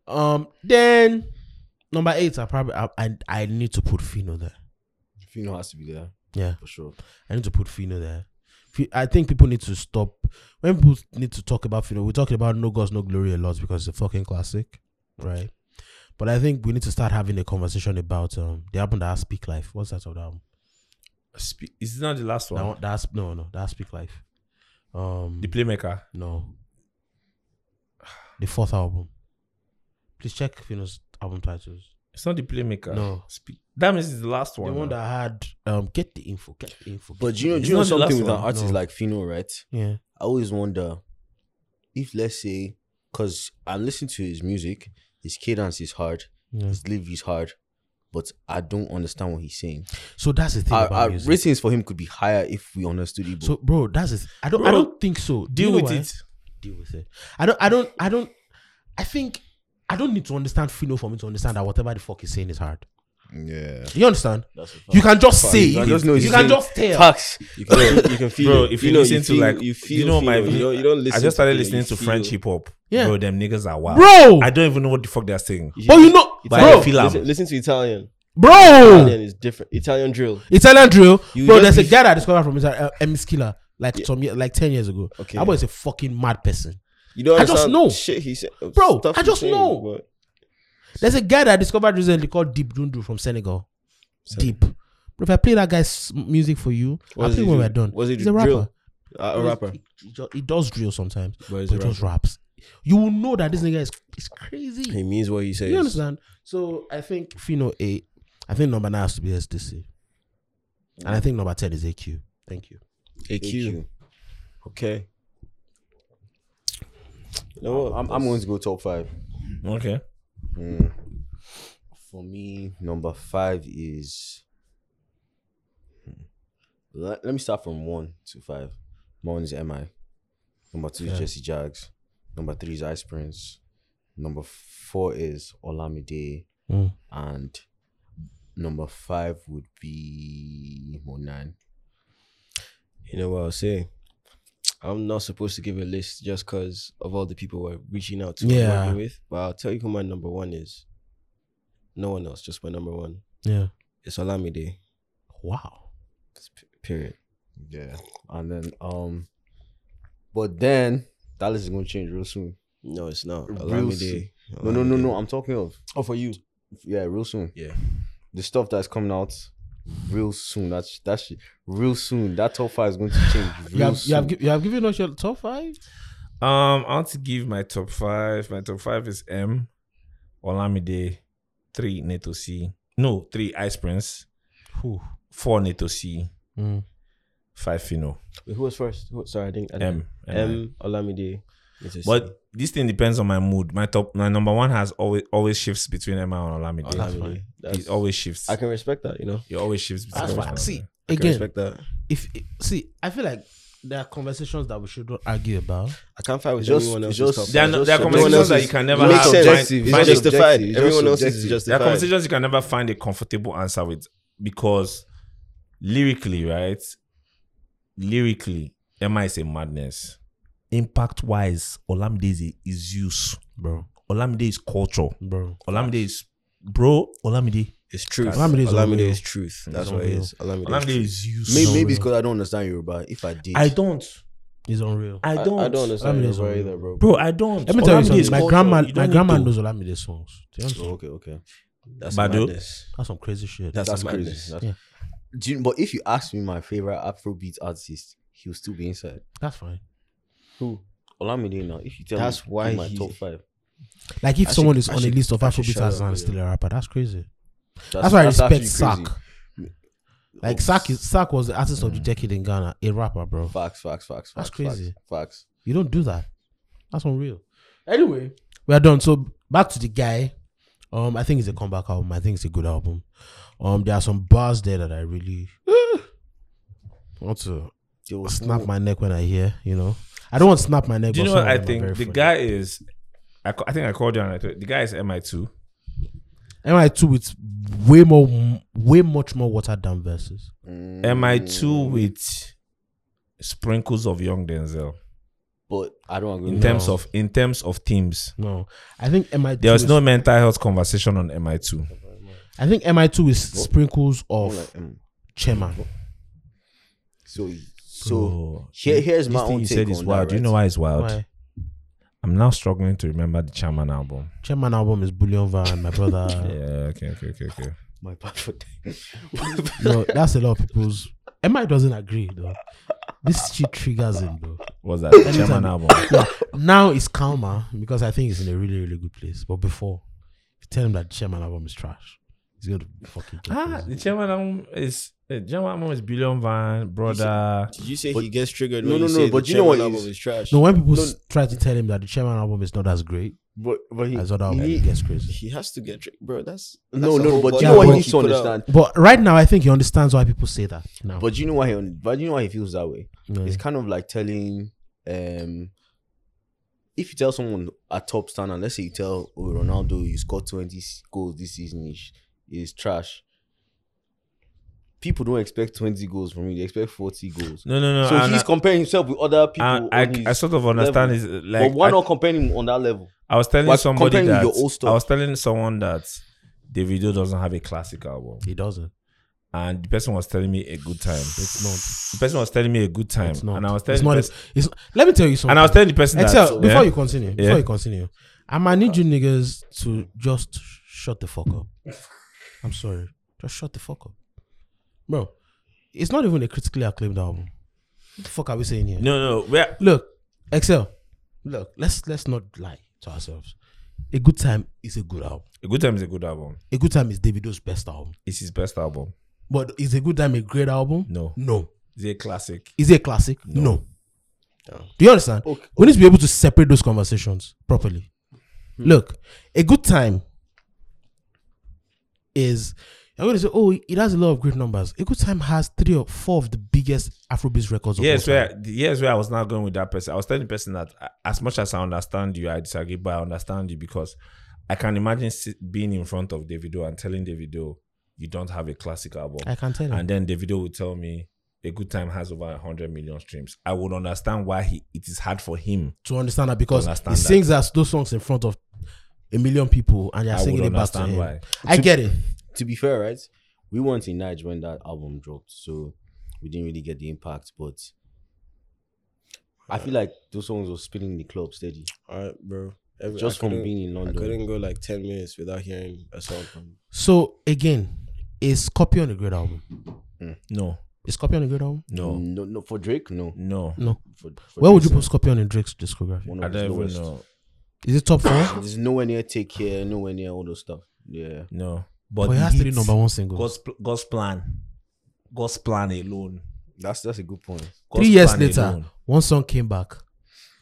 Speaker 2: Um, then number eight, I probably I, I, I need to put Fino there.
Speaker 3: Fino has to be there
Speaker 2: Yeah.
Speaker 3: for sure.
Speaker 2: I need to put Fino there. Fi- I think people need to stop. When people need to talk about Fino, we're talking about No Gods, No Glory a lot because it's a fucking classic, right? But I think we need to start having a conversation about um the album that has Speak Life. What's that sort of album?
Speaker 1: Spe- Is it not the last one?
Speaker 2: That one, that's no, no, that's Speak Life. Um,
Speaker 1: The Playmaker.
Speaker 2: no, the fourth album. Please check Fino's album titles.
Speaker 1: It's not the Playmaker.
Speaker 2: No.
Speaker 1: Spe- that means it's the last one.
Speaker 2: The one
Speaker 1: now.
Speaker 2: that had um get the info, get the info. get
Speaker 3: But
Speaker 2: the
Speaker 3: do you know,
Speaker 2: info.
Speaker 3: do you know
Speaker 1: not the last
Speaker 3: something with an
Speaker 1: one,
Speaker 3: artist
Speaker 2: no.
Speaker 3: like Fino, right?
Speaker 2: yeah,
Speaker 3: I always wonder if, let's say, because I'm listening to his music, his cadence is hard,
Speaker 2: yeah.
Speaker 3: his live is hard, but I don't understand what he's saying.
Speaker 2: So that's the thing
Speaker 3: Our,
Speaker 2: about
Speaker 3: our
Speaker 2: music.
Speaker 3: ratings for him could be higher if we understood Igbo.
Speaker 2: So, bro, that's it. I don't. I
Speaker 1: Bro,
Speaker 2: don't think so. Do
Speaker 1: Deal
Speaker 2: you know
Speaker 1: with
Speaker 2: why?
Speaker 1: it.
Speaker 2: Deal with it. I don't. I don't. I don't. I think I don't need to understand Fino for me to understand that whatever the fuck he's saying is hard.
Speaker 3: yeah,
Speaker 2: You understand?
Speaker 3: that's a fact.
Speaker 2: You can just
Speaker 3: Fuck,
Speaker 2: say.
Speaker 3: you
Speaker 2: it.
Speaker 3: can just know
Speaker 2: You
Speaker 3: he's
Speaker 2: can
Speaker 3: saying
Speaker 2: just tell.
Speaker 3: Facts. You can, you can feel
Speaker 1: Bro,
Speaker 3: it.
Speaker 1: if you,
Speaker 3: know,
Speaker 1: listen to
Speaker 3: feel-
Speaker 1: like, you,
Speaker 3: you feel,
Speaker 1: know, my,
Speaker 3: feel it. you don't, you don't listen
Speaker 1: I just started
Speaker 3: to
Speaker 1: listening to French hip hop.
Speaker 2: Yeah.
Speaker 1: Bro, them niggas are wild.
Speaker 2: Bro.
Speaker 1: I don't even know what the fuck they're saying.
Speaker 2: but you Oh. know,
Speaker 1: But I
Speaker 2: bro,
Speaker 1: feel am.
Speaker 4: Listen, listen to Italian.
Speaker 2: bro,
Speaker 4: Italian is different. Italian drill.
Speaker 2: Italian drill,
Speaker 3: You
Speaker 2: bro.
Speaker 3: just
Speaker 2: There's a
Speaker 3: be-
Speaker 2: guy that I discovered from Ita- uh, Emmy's Killer like some ye- like ten years ago.
Speaker 4: Okay.
Speaker 2: Okay, that boy is a fucking mad person.
Speaker 4: You don't
Speaker 2: I just
Speaker 4: understand
Speaker 2: know.
Speaker 4: shit he said. uh,
Speaker 2: Bro,
Speaker 4: stuff
Speaker 2: I
Speaker 4: he's
Speaker 2: just
Speaker 4: saying,
Speaker 2: know.
Speaker 4: but-
Speaker 2: There's a guy that I discovered recently called Deep Dundu from Senegal. Deep. Bro, if I play that guy's music for you,
Speaker 4: What
Speaker 2: I'll
Speaker 4: does
Speaker 2: play
Speaker 4: he
Speaker 2: when
Speaker 4: do?
Speaker 2: we're done.
Speaker 4: What does he
Speaker 2: He's
Speaker 4: do?
Speaker 2: a rapper.
Speaker 4: Drill? Uh, a
Speaker 2: He-
Speaker 4: rapper.
Speaker 2: He, ju- he does drill sometimes,
Speaker 4: But he's
Speaker 2: but
Speaker 4: a
Speaker 2: he just raps. You will know that this nigga is is crazy.
Speaker 4: He means what he says.
Speaker 2: you understand? So I think Fino eight. I think number nine has to be SDC, and I think number ten is AQ. Thank you.
Speaker 3: AQ.
Speaker 4: Okay. You know what?
Speaker 3: I'm, I'm going to go top five.
Speaker 1: Okay.
Speaker 3: Mm. For me, number five is. hmm. Let, let me start from one to five. My one is MI. Number two is Jesse Jags. Number three is Ice Prince. Number four is Olamide.
Speaker 2: Mm.
Speaker 3: And number five would be Monan.
Speaker 4: You know what I'll say? I'm not supposed to give a list just because of all the people we're reaching out to and
Speaker 2: Yeah.
Speaker 4: working with, but I'll tell you who my number one is. No one else, just my number one.
Speaker 2: Yeah.
Speaker 4: It's Olamide.
Speaker 2: Wow.
Speaker 4: It's p- period.
Speaker 3: Yeah. And then um but then that list is gonna change real soon.
Speaker 4: No, it's not.
Speaker 3: Real
Speaker 4: Olamide.
Speaker 3: No, no, no,
Speaker 4: Olamide.
Speaker 3: no. I'm talking of
Speaker 4: Oh, for you.
Speaker 3: yeah, real soon.
Speaker 4: Yeah.
Speaker 3: The stuff that's coming out real soon. That's that's real soon. That top five is going to change. Real
Speaker 2: You have,
Speaker 3: soon.
Speaker 2: you have gi- you have given us your top five.
Speaker 1: Um, I want to give my top five. My top five is M, Olamide, three Neto C. No, three Ice Prince,
Speaker 2: Whew.
Speaker 1: four Neto C,
Speaker 2: Mm.
Speaker 1: five Fino.
Speaker 4: Wait, who was first? Who, sorry, I didn't. I didn't
Speaker 1: M. M.
Speaker 4: M. Olamide. It's a C.
Speaker 1: But this thing depends on my mood. My top, my number one has always always shifts between Emma and Olamide.
Speaker 2: Oh, That's
Speaker 4: Olamide.
Speaker 2: fine.
Speaker 4: Oh, That's-
Speaker 1: it always shifts.
Speaker 4: I can respect that, you know?
Speaker 1: it always shifts between.
Speaker 2: That's
Speaker 1: them.
Speaker 2: fine. See
Speaker 4: I can
Speaker 2: again.
Speaker 4: respect that.
Speaker 2: If see, I feel like there are conversations that we should not argue about.
Speaker 4: I can't fight with
Speaker 3: It's just-
Speaker 4: anyone
Speaker 3: it's
Speaker 4: else's
Speaker 3: just-
Speaker 4: stuff.
Speaker 1: There are, no, there are
Speaker 3: Everyone
Speaker 1: conversations
Speaker 3: else
Speaker 1: that
Speaker 3: is-
Speaker 1: you can never
Speaker 3: it
Speaker 4: makes
Speaker 1: have.
Speaker 4: sense.
Speaker 1: Find-
Speaker 3: It's
Speaker 1: find
Speaker 4: It's
Speaker 3: just
Speaker 1: a-
Speaker 4: justified.
Speaker 3: subjective. It's
Speaker 4: Everyone
Speaker 3: just
Speaker 4: else is
Speaker 1: There
Speaker 3: subjective.
Speaker 4: justified.
Speaker 1: are conversations you can never find a comfortable answer with because lyrically, right? Lyrically, Emma is a madness. Impact wise, Olamide is- is use.
Speaker 2: Bro,
Speaker 1: Olamide is culture.
Speaker 2: bro.
Speaker 1: Olamide is bro. Olamide.
Speaker 4: It's truth.
Speaker 2: Olamide is
Speaker 4: Olamide
Speaker 2: unreal.
Speaker 4: is truth. That's what it
Speaker 2: unreal.
Speaker 4: is. Olamide, is
Speaker 1: Olamide
Speaker 4: truth.
Speaker 1: is use.
Speaker 3: May-
Speaker 2: No,
Speaker 3: maybe it's
Speaker 2: real.
Speaker 3: because I don't understand Yoruba. If I did,
Speaker 1: I don't.
Speaker 2: It's unreal.
Speaker 1: I
Speaker 4: I,
Speaker 1: don't.
Speaker 4: I don't understand
Speaker 2: Olamide
Speaker 4: your
Speaker 2: is
Speaker 4: story
Speaker 2: unreal.
Speaker 4: either, bro.
Speaker 1: Bro, I don't.
Speaker 2: Let me tell you
Speaker 1: Olamide
Speaker 2: something.
Speaker 1: is
Speaker 2: My
Speaker 1: culture.
Speaker 2: grandma,
Speaker 1: You don't
Speaker 2: my
Speaker 1: need
Speaker 2: grandma
Speaker 1: to-
Speaker 2: knows Olamide songs. Do you understand?
Speaker 3: Oh, okay, okay.
Speaker 4: That's
Speaker 1: Badu.
Speaker 4: madness.
Speaker 2: That's some crazy shit.
Speaker 4: That's,
Speaker 3: That's
Speaker 4: madness.
Speaker 3: crazy. That's- Do you- but if you ask me my favorite Afrobeat artist, he'll still be inside.
Speaker 2: That's fine.
Speaker 4: Who?
Speaker 3: Olamide now. If you tell
Speaker 4: That's
Speaker 3: me
Speaker 4: why
Speaker 3: my
Speaker 4: he-
Speaker 3: top five,
Speaker 2: Like if
Speaker 3: I
Speaker 2: someone
Speaker 3: should-
Speaker 2: is
Speaker 3: I
Speaker 2: on
Speaker 3: should-
Speaker 2: a list of
Speaker 3: I should
Speaker 2: Afrobeats
Speaker 3: shut
Speaker 2: as
Speaker 3: up,
Speaker 2: and
Speaker 3: yeah.
Speaker 2: still a rapper, that's crazy. That's, why I respect
Speaker 3: actually
Speaker 2: Sack.
Speaker 3: crazy.
Speaker 2: Like Sack is Sack was the
Speaker 1: Mm.
Speaker 2: artist of the decade in Ghana, a rapper, bro.
Speaker 3: Facts, facts, facts,
Speaker 2: That's
Speaker 3: facts, facts,
Speaker 2: crazy.
Speaker 3: Facts.
Speaker 2: You don't do that. That's unreal. Anyway, we are done. So back to the guy. Um, I think it's a comeback album. I think it's a good album. Um, there are some bars there that I really want to
Speaker 3: There was
Speaker 2: snap my neck when I hear. You know, I don't want to snap my neck.
Speaker 1: Do you
Speaker 2: but
Speaker 1: know what
Speaker 2: some of
Speaker 1: I
Speaker 2: them are
Speaker 1: think?
Speaker 2: very
Speaker 1: The
Speaker 2: funny.
Speaker 1: guy is. I, ca- I think I called you on it. The guy is MI2.
Speaker 2: MI2 with way more, way much more watered down verses. Mm.
Speaker 3: Mm.
Speaker 1: MI2 with sprinkles of young Denzel
Speaker 3: But I don't agree.
Speaker 1: in
Speaker 2: Mm.
Speaker 3: with
Speaker 1: terms
Speaker 3: that.
Speaker 1: of in terms of themes.
Speaker 2: No, I think MI2.
Speaker 1: There was
Speaker 2: is-
Speaker 1: no mental health conversation on MI2.
Speaker 2: I think MI2 is sprinkles of
Speaker 3: Mm.
Speaker 2: Chema.
Speaker 3: so so
Speaker 1: Bro,
Speaker 3: here- here's
Speaker 1: this
Speaker 3: my
Speaker 1: thing
Speaker 3: own
Speaker 1: you
Speaker 3: take
Speaker 1: said is
Speaker 3: on
Speaker 1: wild.
Speaker 3: that,
Speaker 1: Do you know
Speaker 3: right?
Speaker 1: why it's wild?
Speaker 2: Why?
Speaker 1: I'm now struggling to remember the Chairman album.
Speaker 2: Chema album is Bullion Van, my brother.
Speaker 3: Ah.
Speaker 1: Yeah. Okay. Okay. Okay. Okay.
Speaker 3: my bad for
Speaker 2: No, that's a lot of people's. MI doesn't agree though. This shit triggers him though.
Speaker 1: What's that? The Chairman album.
Speaker 2: Now it's calmer because I think it's in a really, really good place. But before, if you tell him that Chairman album is trash, he's gonna fucking. Get
Speaker 1: Ah,
Speaker 2: crazy.
Speaker 1: the Chairman album is the Chairman album is Billion Van brother.
Speaker 4: Did you say he gets triggered?
Speaker 3: No,
Speaker 4: when
Speaker 3: no,
Speaker 4: you
Speaker 3: no,
Speaker 4: say
Speaker 3: but
Speaker 4: the
Speaker 3: you know what
Speaker 4: Chairman
Speaker 3: is-
Speaker 4: album is trash.
Speaker 2: No, when people s- try to tell him that the Chairman album is not as great
Speaker 3: But but he,
Speaker 2: as other albums, he
Speaker 3: he-
Speaker 2: gets crazy.
Speaker 4: he has to get tricked, bro. That's, that's
Speaker 3: no
Speaker 4: the
Speaker 3: no.
Speaker 4: whole
Speaker 3: But
Speaker 4: body
Speaker 3: you
Speaker 2: of
Speaker 3: know what
Speaker 2: work
Speaker 3: he
Speaker 2: he
Speaker 3: needs to
Speaker 4: put out.
Speaker 3: understand.
Speaker 2: But right now, I think he understands why people say that. Now,
Speaker 3: But you know why he but you know why he feels that way.
Speaker 2: Yeah.
Speaker 1: Hmm.
Speaker 3: It's kind of like telling um if you tell someone a top standard, let's say you tell oh, Ronaldo you scored 20 goals this season is is trash. People don't expect 20 goals from you, they expect 40 goals.
Speaker 1: No. No. No.
Speaker 3: so
Speaker 1: and
Speaker 3: he's
Speaker 1: I-
Speaker 3: comparing himself with other people.
Speaker 1: and
Speaker 3: on his
Speaker 1: I, I sort of understand
Speaker 3: level.
Speaker 1: is like
Speaker 3: but why
Speaker 1: I-
Speaker 3: not comparing him on that level?
Speaker 1: I was telling
Speaker 3: Like,
Speaker 1: somebody
Speaker 3: comparing
Speaker 1: that
Speaker 3: your old stuff.
Speaker 1: I was telling someone that Davido doesn't have a classic album,
Speaker 2: he doesn't.
Speaker 1: and the person was telling me a good time.
Speaker 2: It's not.
Speaker 1: The person was telling me a good time,
Speaker 2: It's not.
Speaker 1: Um, and I was telling
Speaker 2: It's
Speaker 1: the
Speaker 2: not.
Speaker 1: pers-
Speaker 2: It's. Let me tell you something.
Speaker 1: and I was telling the person that
Speaker 2: Excel, before
Speaker 1: yeah,
Speaker 2: you continue, before
Speaker 1: Yeah.
Speaker 2: you continue, I'ma need you niggas to just sh- shut the fuck up. I'm sorry. Just shut the fuck up. Bro, it's not even a critically acclaimed album. What the fuck are we saying here?
Speaker 1: no, no, where
Speaker 2: Look, Excel, look, let's let's not lie to ourselves. A good time is a good album.
Speaker 1: a good time is a good album.
Speaker 2: A good time is Davido's best album.
Speaker 1: It's his best album.
Speaker 2: But is a good time a great album?
Speaker 1: No,
Speaker 2: No.
Speaker 1: it's a classic.
Speaker 2: Is it a classic? No. Do you understand?
Speaker 3: Okay.
Speaker 2: We need to be able to separate those conversations properly.
Speaker 1: Hmm.
Speaker 2: Look, a good time is I'm going to say, oh, it has a lot of great numbers. A good time has three or four of the biggest Afrobeat records. Of
Speaker 1: Yes,
Speaker 2: all time.
Speaker 1: where yes, where I was not going with that person. I was telling the person that uh, as much as I understand you, I disagree, but I understand you because I can imagine sit, being in front of Davido and telling Davido you don't have a classic album.
Speaker 2: I can tell. you.
Speaker 1: and then the video would tell me a good time has over 100 million streams i would understand why he it is hard for him
Speaker 2: to understand that because
Speaker 1: To
Speaker 2: he
Speaker 1: understand that.
Speaker 2: sings that. those songs in front of a million people and they're
Speaker 1: i would
Speaker 2: singing it back to
Speaker 1: understand
Speaker 2: him.
Speaker 1: why
Speaker 2: I
Speaker 3: To-
Speaker 2: get it.
Speaker 3: to be fair, right? We weren't in Nige when that album dropped, so we didn't really get the impact. But I feel like those songs were spinning in the club steady,
Speaker 4: All right, bro. Every-
Speaker 3: just
Speaker 4: I
Speaker 3: from
Speaker 4: couldn't-
Speaker 3: being in
Speaker 4: I
Speaker 3: London.
Speaker 4: couldn't go like ten minutes without hearing a song from.
Speaker 2: So again, it's copy on a great album.
Speaker 1: no
Speaker 2: Is copy on a great album?
Speaker 1: no
Speaker 3: No, no, for Drake, no.
Speaker 1: no
Speaker 2: No.
Speaker 3: For, for
Speaker 2: Where would you
Speaker 3: Drake,
Speaker 2: put Scorpion in Drake's discography?
Speaker 3: One
Speaker 1: i
Speaker 3: of his
Speaker 1: don't even
Speaker 3: lowest.
Speaker 1: know
Speaker 2: Is it top four?
Speaker 3: There's nowhere near Take Care, nowhere near all those stuff. Yeah,
Speaker 1: no
Speaker 2: but
Speaker 1: but
Speaker 2: he
Speaker 1: the
Speaker 2: has three
Speaker 1: hits,
Speaker 2: number one singles.
Speaker 1: god's, pl- god's plan god's plan alone
Speaker 3: that's that's a good point.
Speaker 1: God's
Speaker 2: Three years
Speaker 1: Plan
Speaker 2: later,
Speaker 1: alone.
Speaker 2: one song came back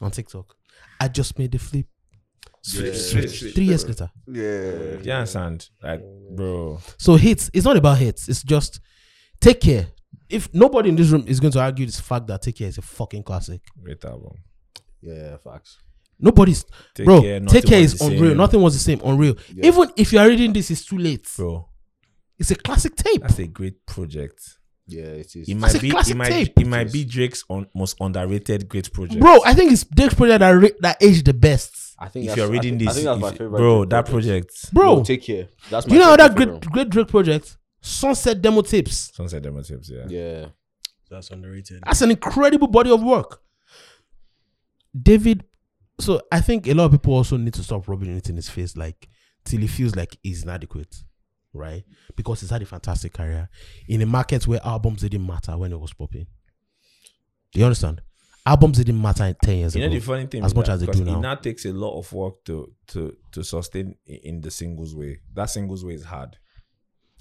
Speaker 2: on TikTok. I just made the flip.
Speaker 1: Straight, straight, straight.
Speaker 2: Three years later.
Speaker 3: Yeah,
Speaker 1: Do you understand like bro
Speaker 2: So hits, it's not about hits. It's just take care. If nobody in this room is going to argue this fact that Take Care is a fucking classic,
Speaker 1: great album
Speaker 3: yeah, facts.
Speaker 2: nobody's
Speaker 1: Take
Speaker 2: bro.
Speaker 1: Care, Nothing
Speaker 2: take care
Speaker 1: Was
Speaker 2: is
Speaker 1: the
Speaker 2: unreal.
Speaker 1: Same.
Speaker 2: Nothing was the same. Unreal.
Speaker 3: Yeah.
Speaker 2: Even if you are reading this, it's too late.
Speaker 1: bro
Speaker 2: It's a classic tape.
Speaker 1: that's a great project
Speaker 3: Yeah, it is.
Speaker 1: it
Speaker 2: a
Speaker 1: might be
Speaker 2: classic
Speaker 1: it might
Speaker 2: tape.
Speaker 1: it might be drake's un- most underrated great project
Speaker 2: Bro, I think it's Drake's project that ra- that aged the best.
Speaker 3: I think
Speaker 1: if
Speaker 3: that's-
Speaker 1: you're reading
Speaker 3: I
Speaker 1: this
Speaker 3: think, I think that's my
Speaker 1: if-
Speaker 3: favorite.
Speaker 1: bro
Speaker 3: Drake
Speaker 1: that
Speaker 3: project.
Speaker 1: project
Speaker 2: Bro,
Speaker 3: No, take care. That's my
Speaker 2: do you know how that
Speaker 3: favorite
Speaker 2: great great Drake project? Sunset demo tapes.
Speaker 1: sunset demotives yeah
Speaker 3: album. Yeah,
Speaker 4: That's underrated.
Speaker 2: That's an incredible body of work. David, so I think a lot of people also need to stop rubbing it in his face, like till he feels like he's inadequate, right? Because he's had a fantastic career in a market where albums didn't matter when it was popping. Do you understand? Albums didn't matter in ten years
Speaker 1: You know
Speaker 2: ago.
Speaker 1: the funny thing,
Speaker 2: as
Speaker 1: with
Speaker 2: much
Speaker 1: that,
Speaker 2: as they
Speaker 1: 'cause
Speaker 2: do now.
Speaker 1: it now takes a lot of work to to to sustain i- in the singles way. That singles way is hard.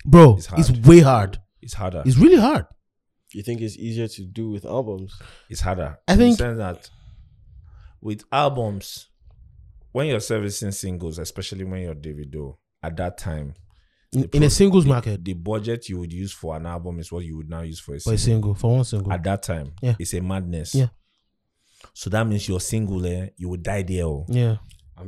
Speaker 2: Bro,
Speaker 1: It's
Speaker 2: it's,
Speaker 1: hard.
Speaker 2: way hard.
Speaker 1: It's harder.
Speaker 2: It's really hard.
Speaker 4: You think it's easier to do with albums?
Speaker 1: it's harder.
Speaker 2: I
Speaker 1: in the
Speaker 2: think-
Speaker 1: sense that with albums, when you're servicing singles, especially when you're Davido, at that time,
Speaker 2: In,
Speaker 1: The
Speaker 2: in
Speaker 1: pro-
Speaker 2: a singles market,
Speaker 1: the budget you would use for an album is what you would now use for a
Speaker 2: for a
Speaker 1: single.
Speaker 2: single, for one single.
Speaker 1: At that time,
Speaker 2: Yeah.
Speaker 1: it's a madness.
Speaker 2: Yeah.
Speaker 1: So that means you're single, eh? you will die there. oh.
Speaker 2: yeah.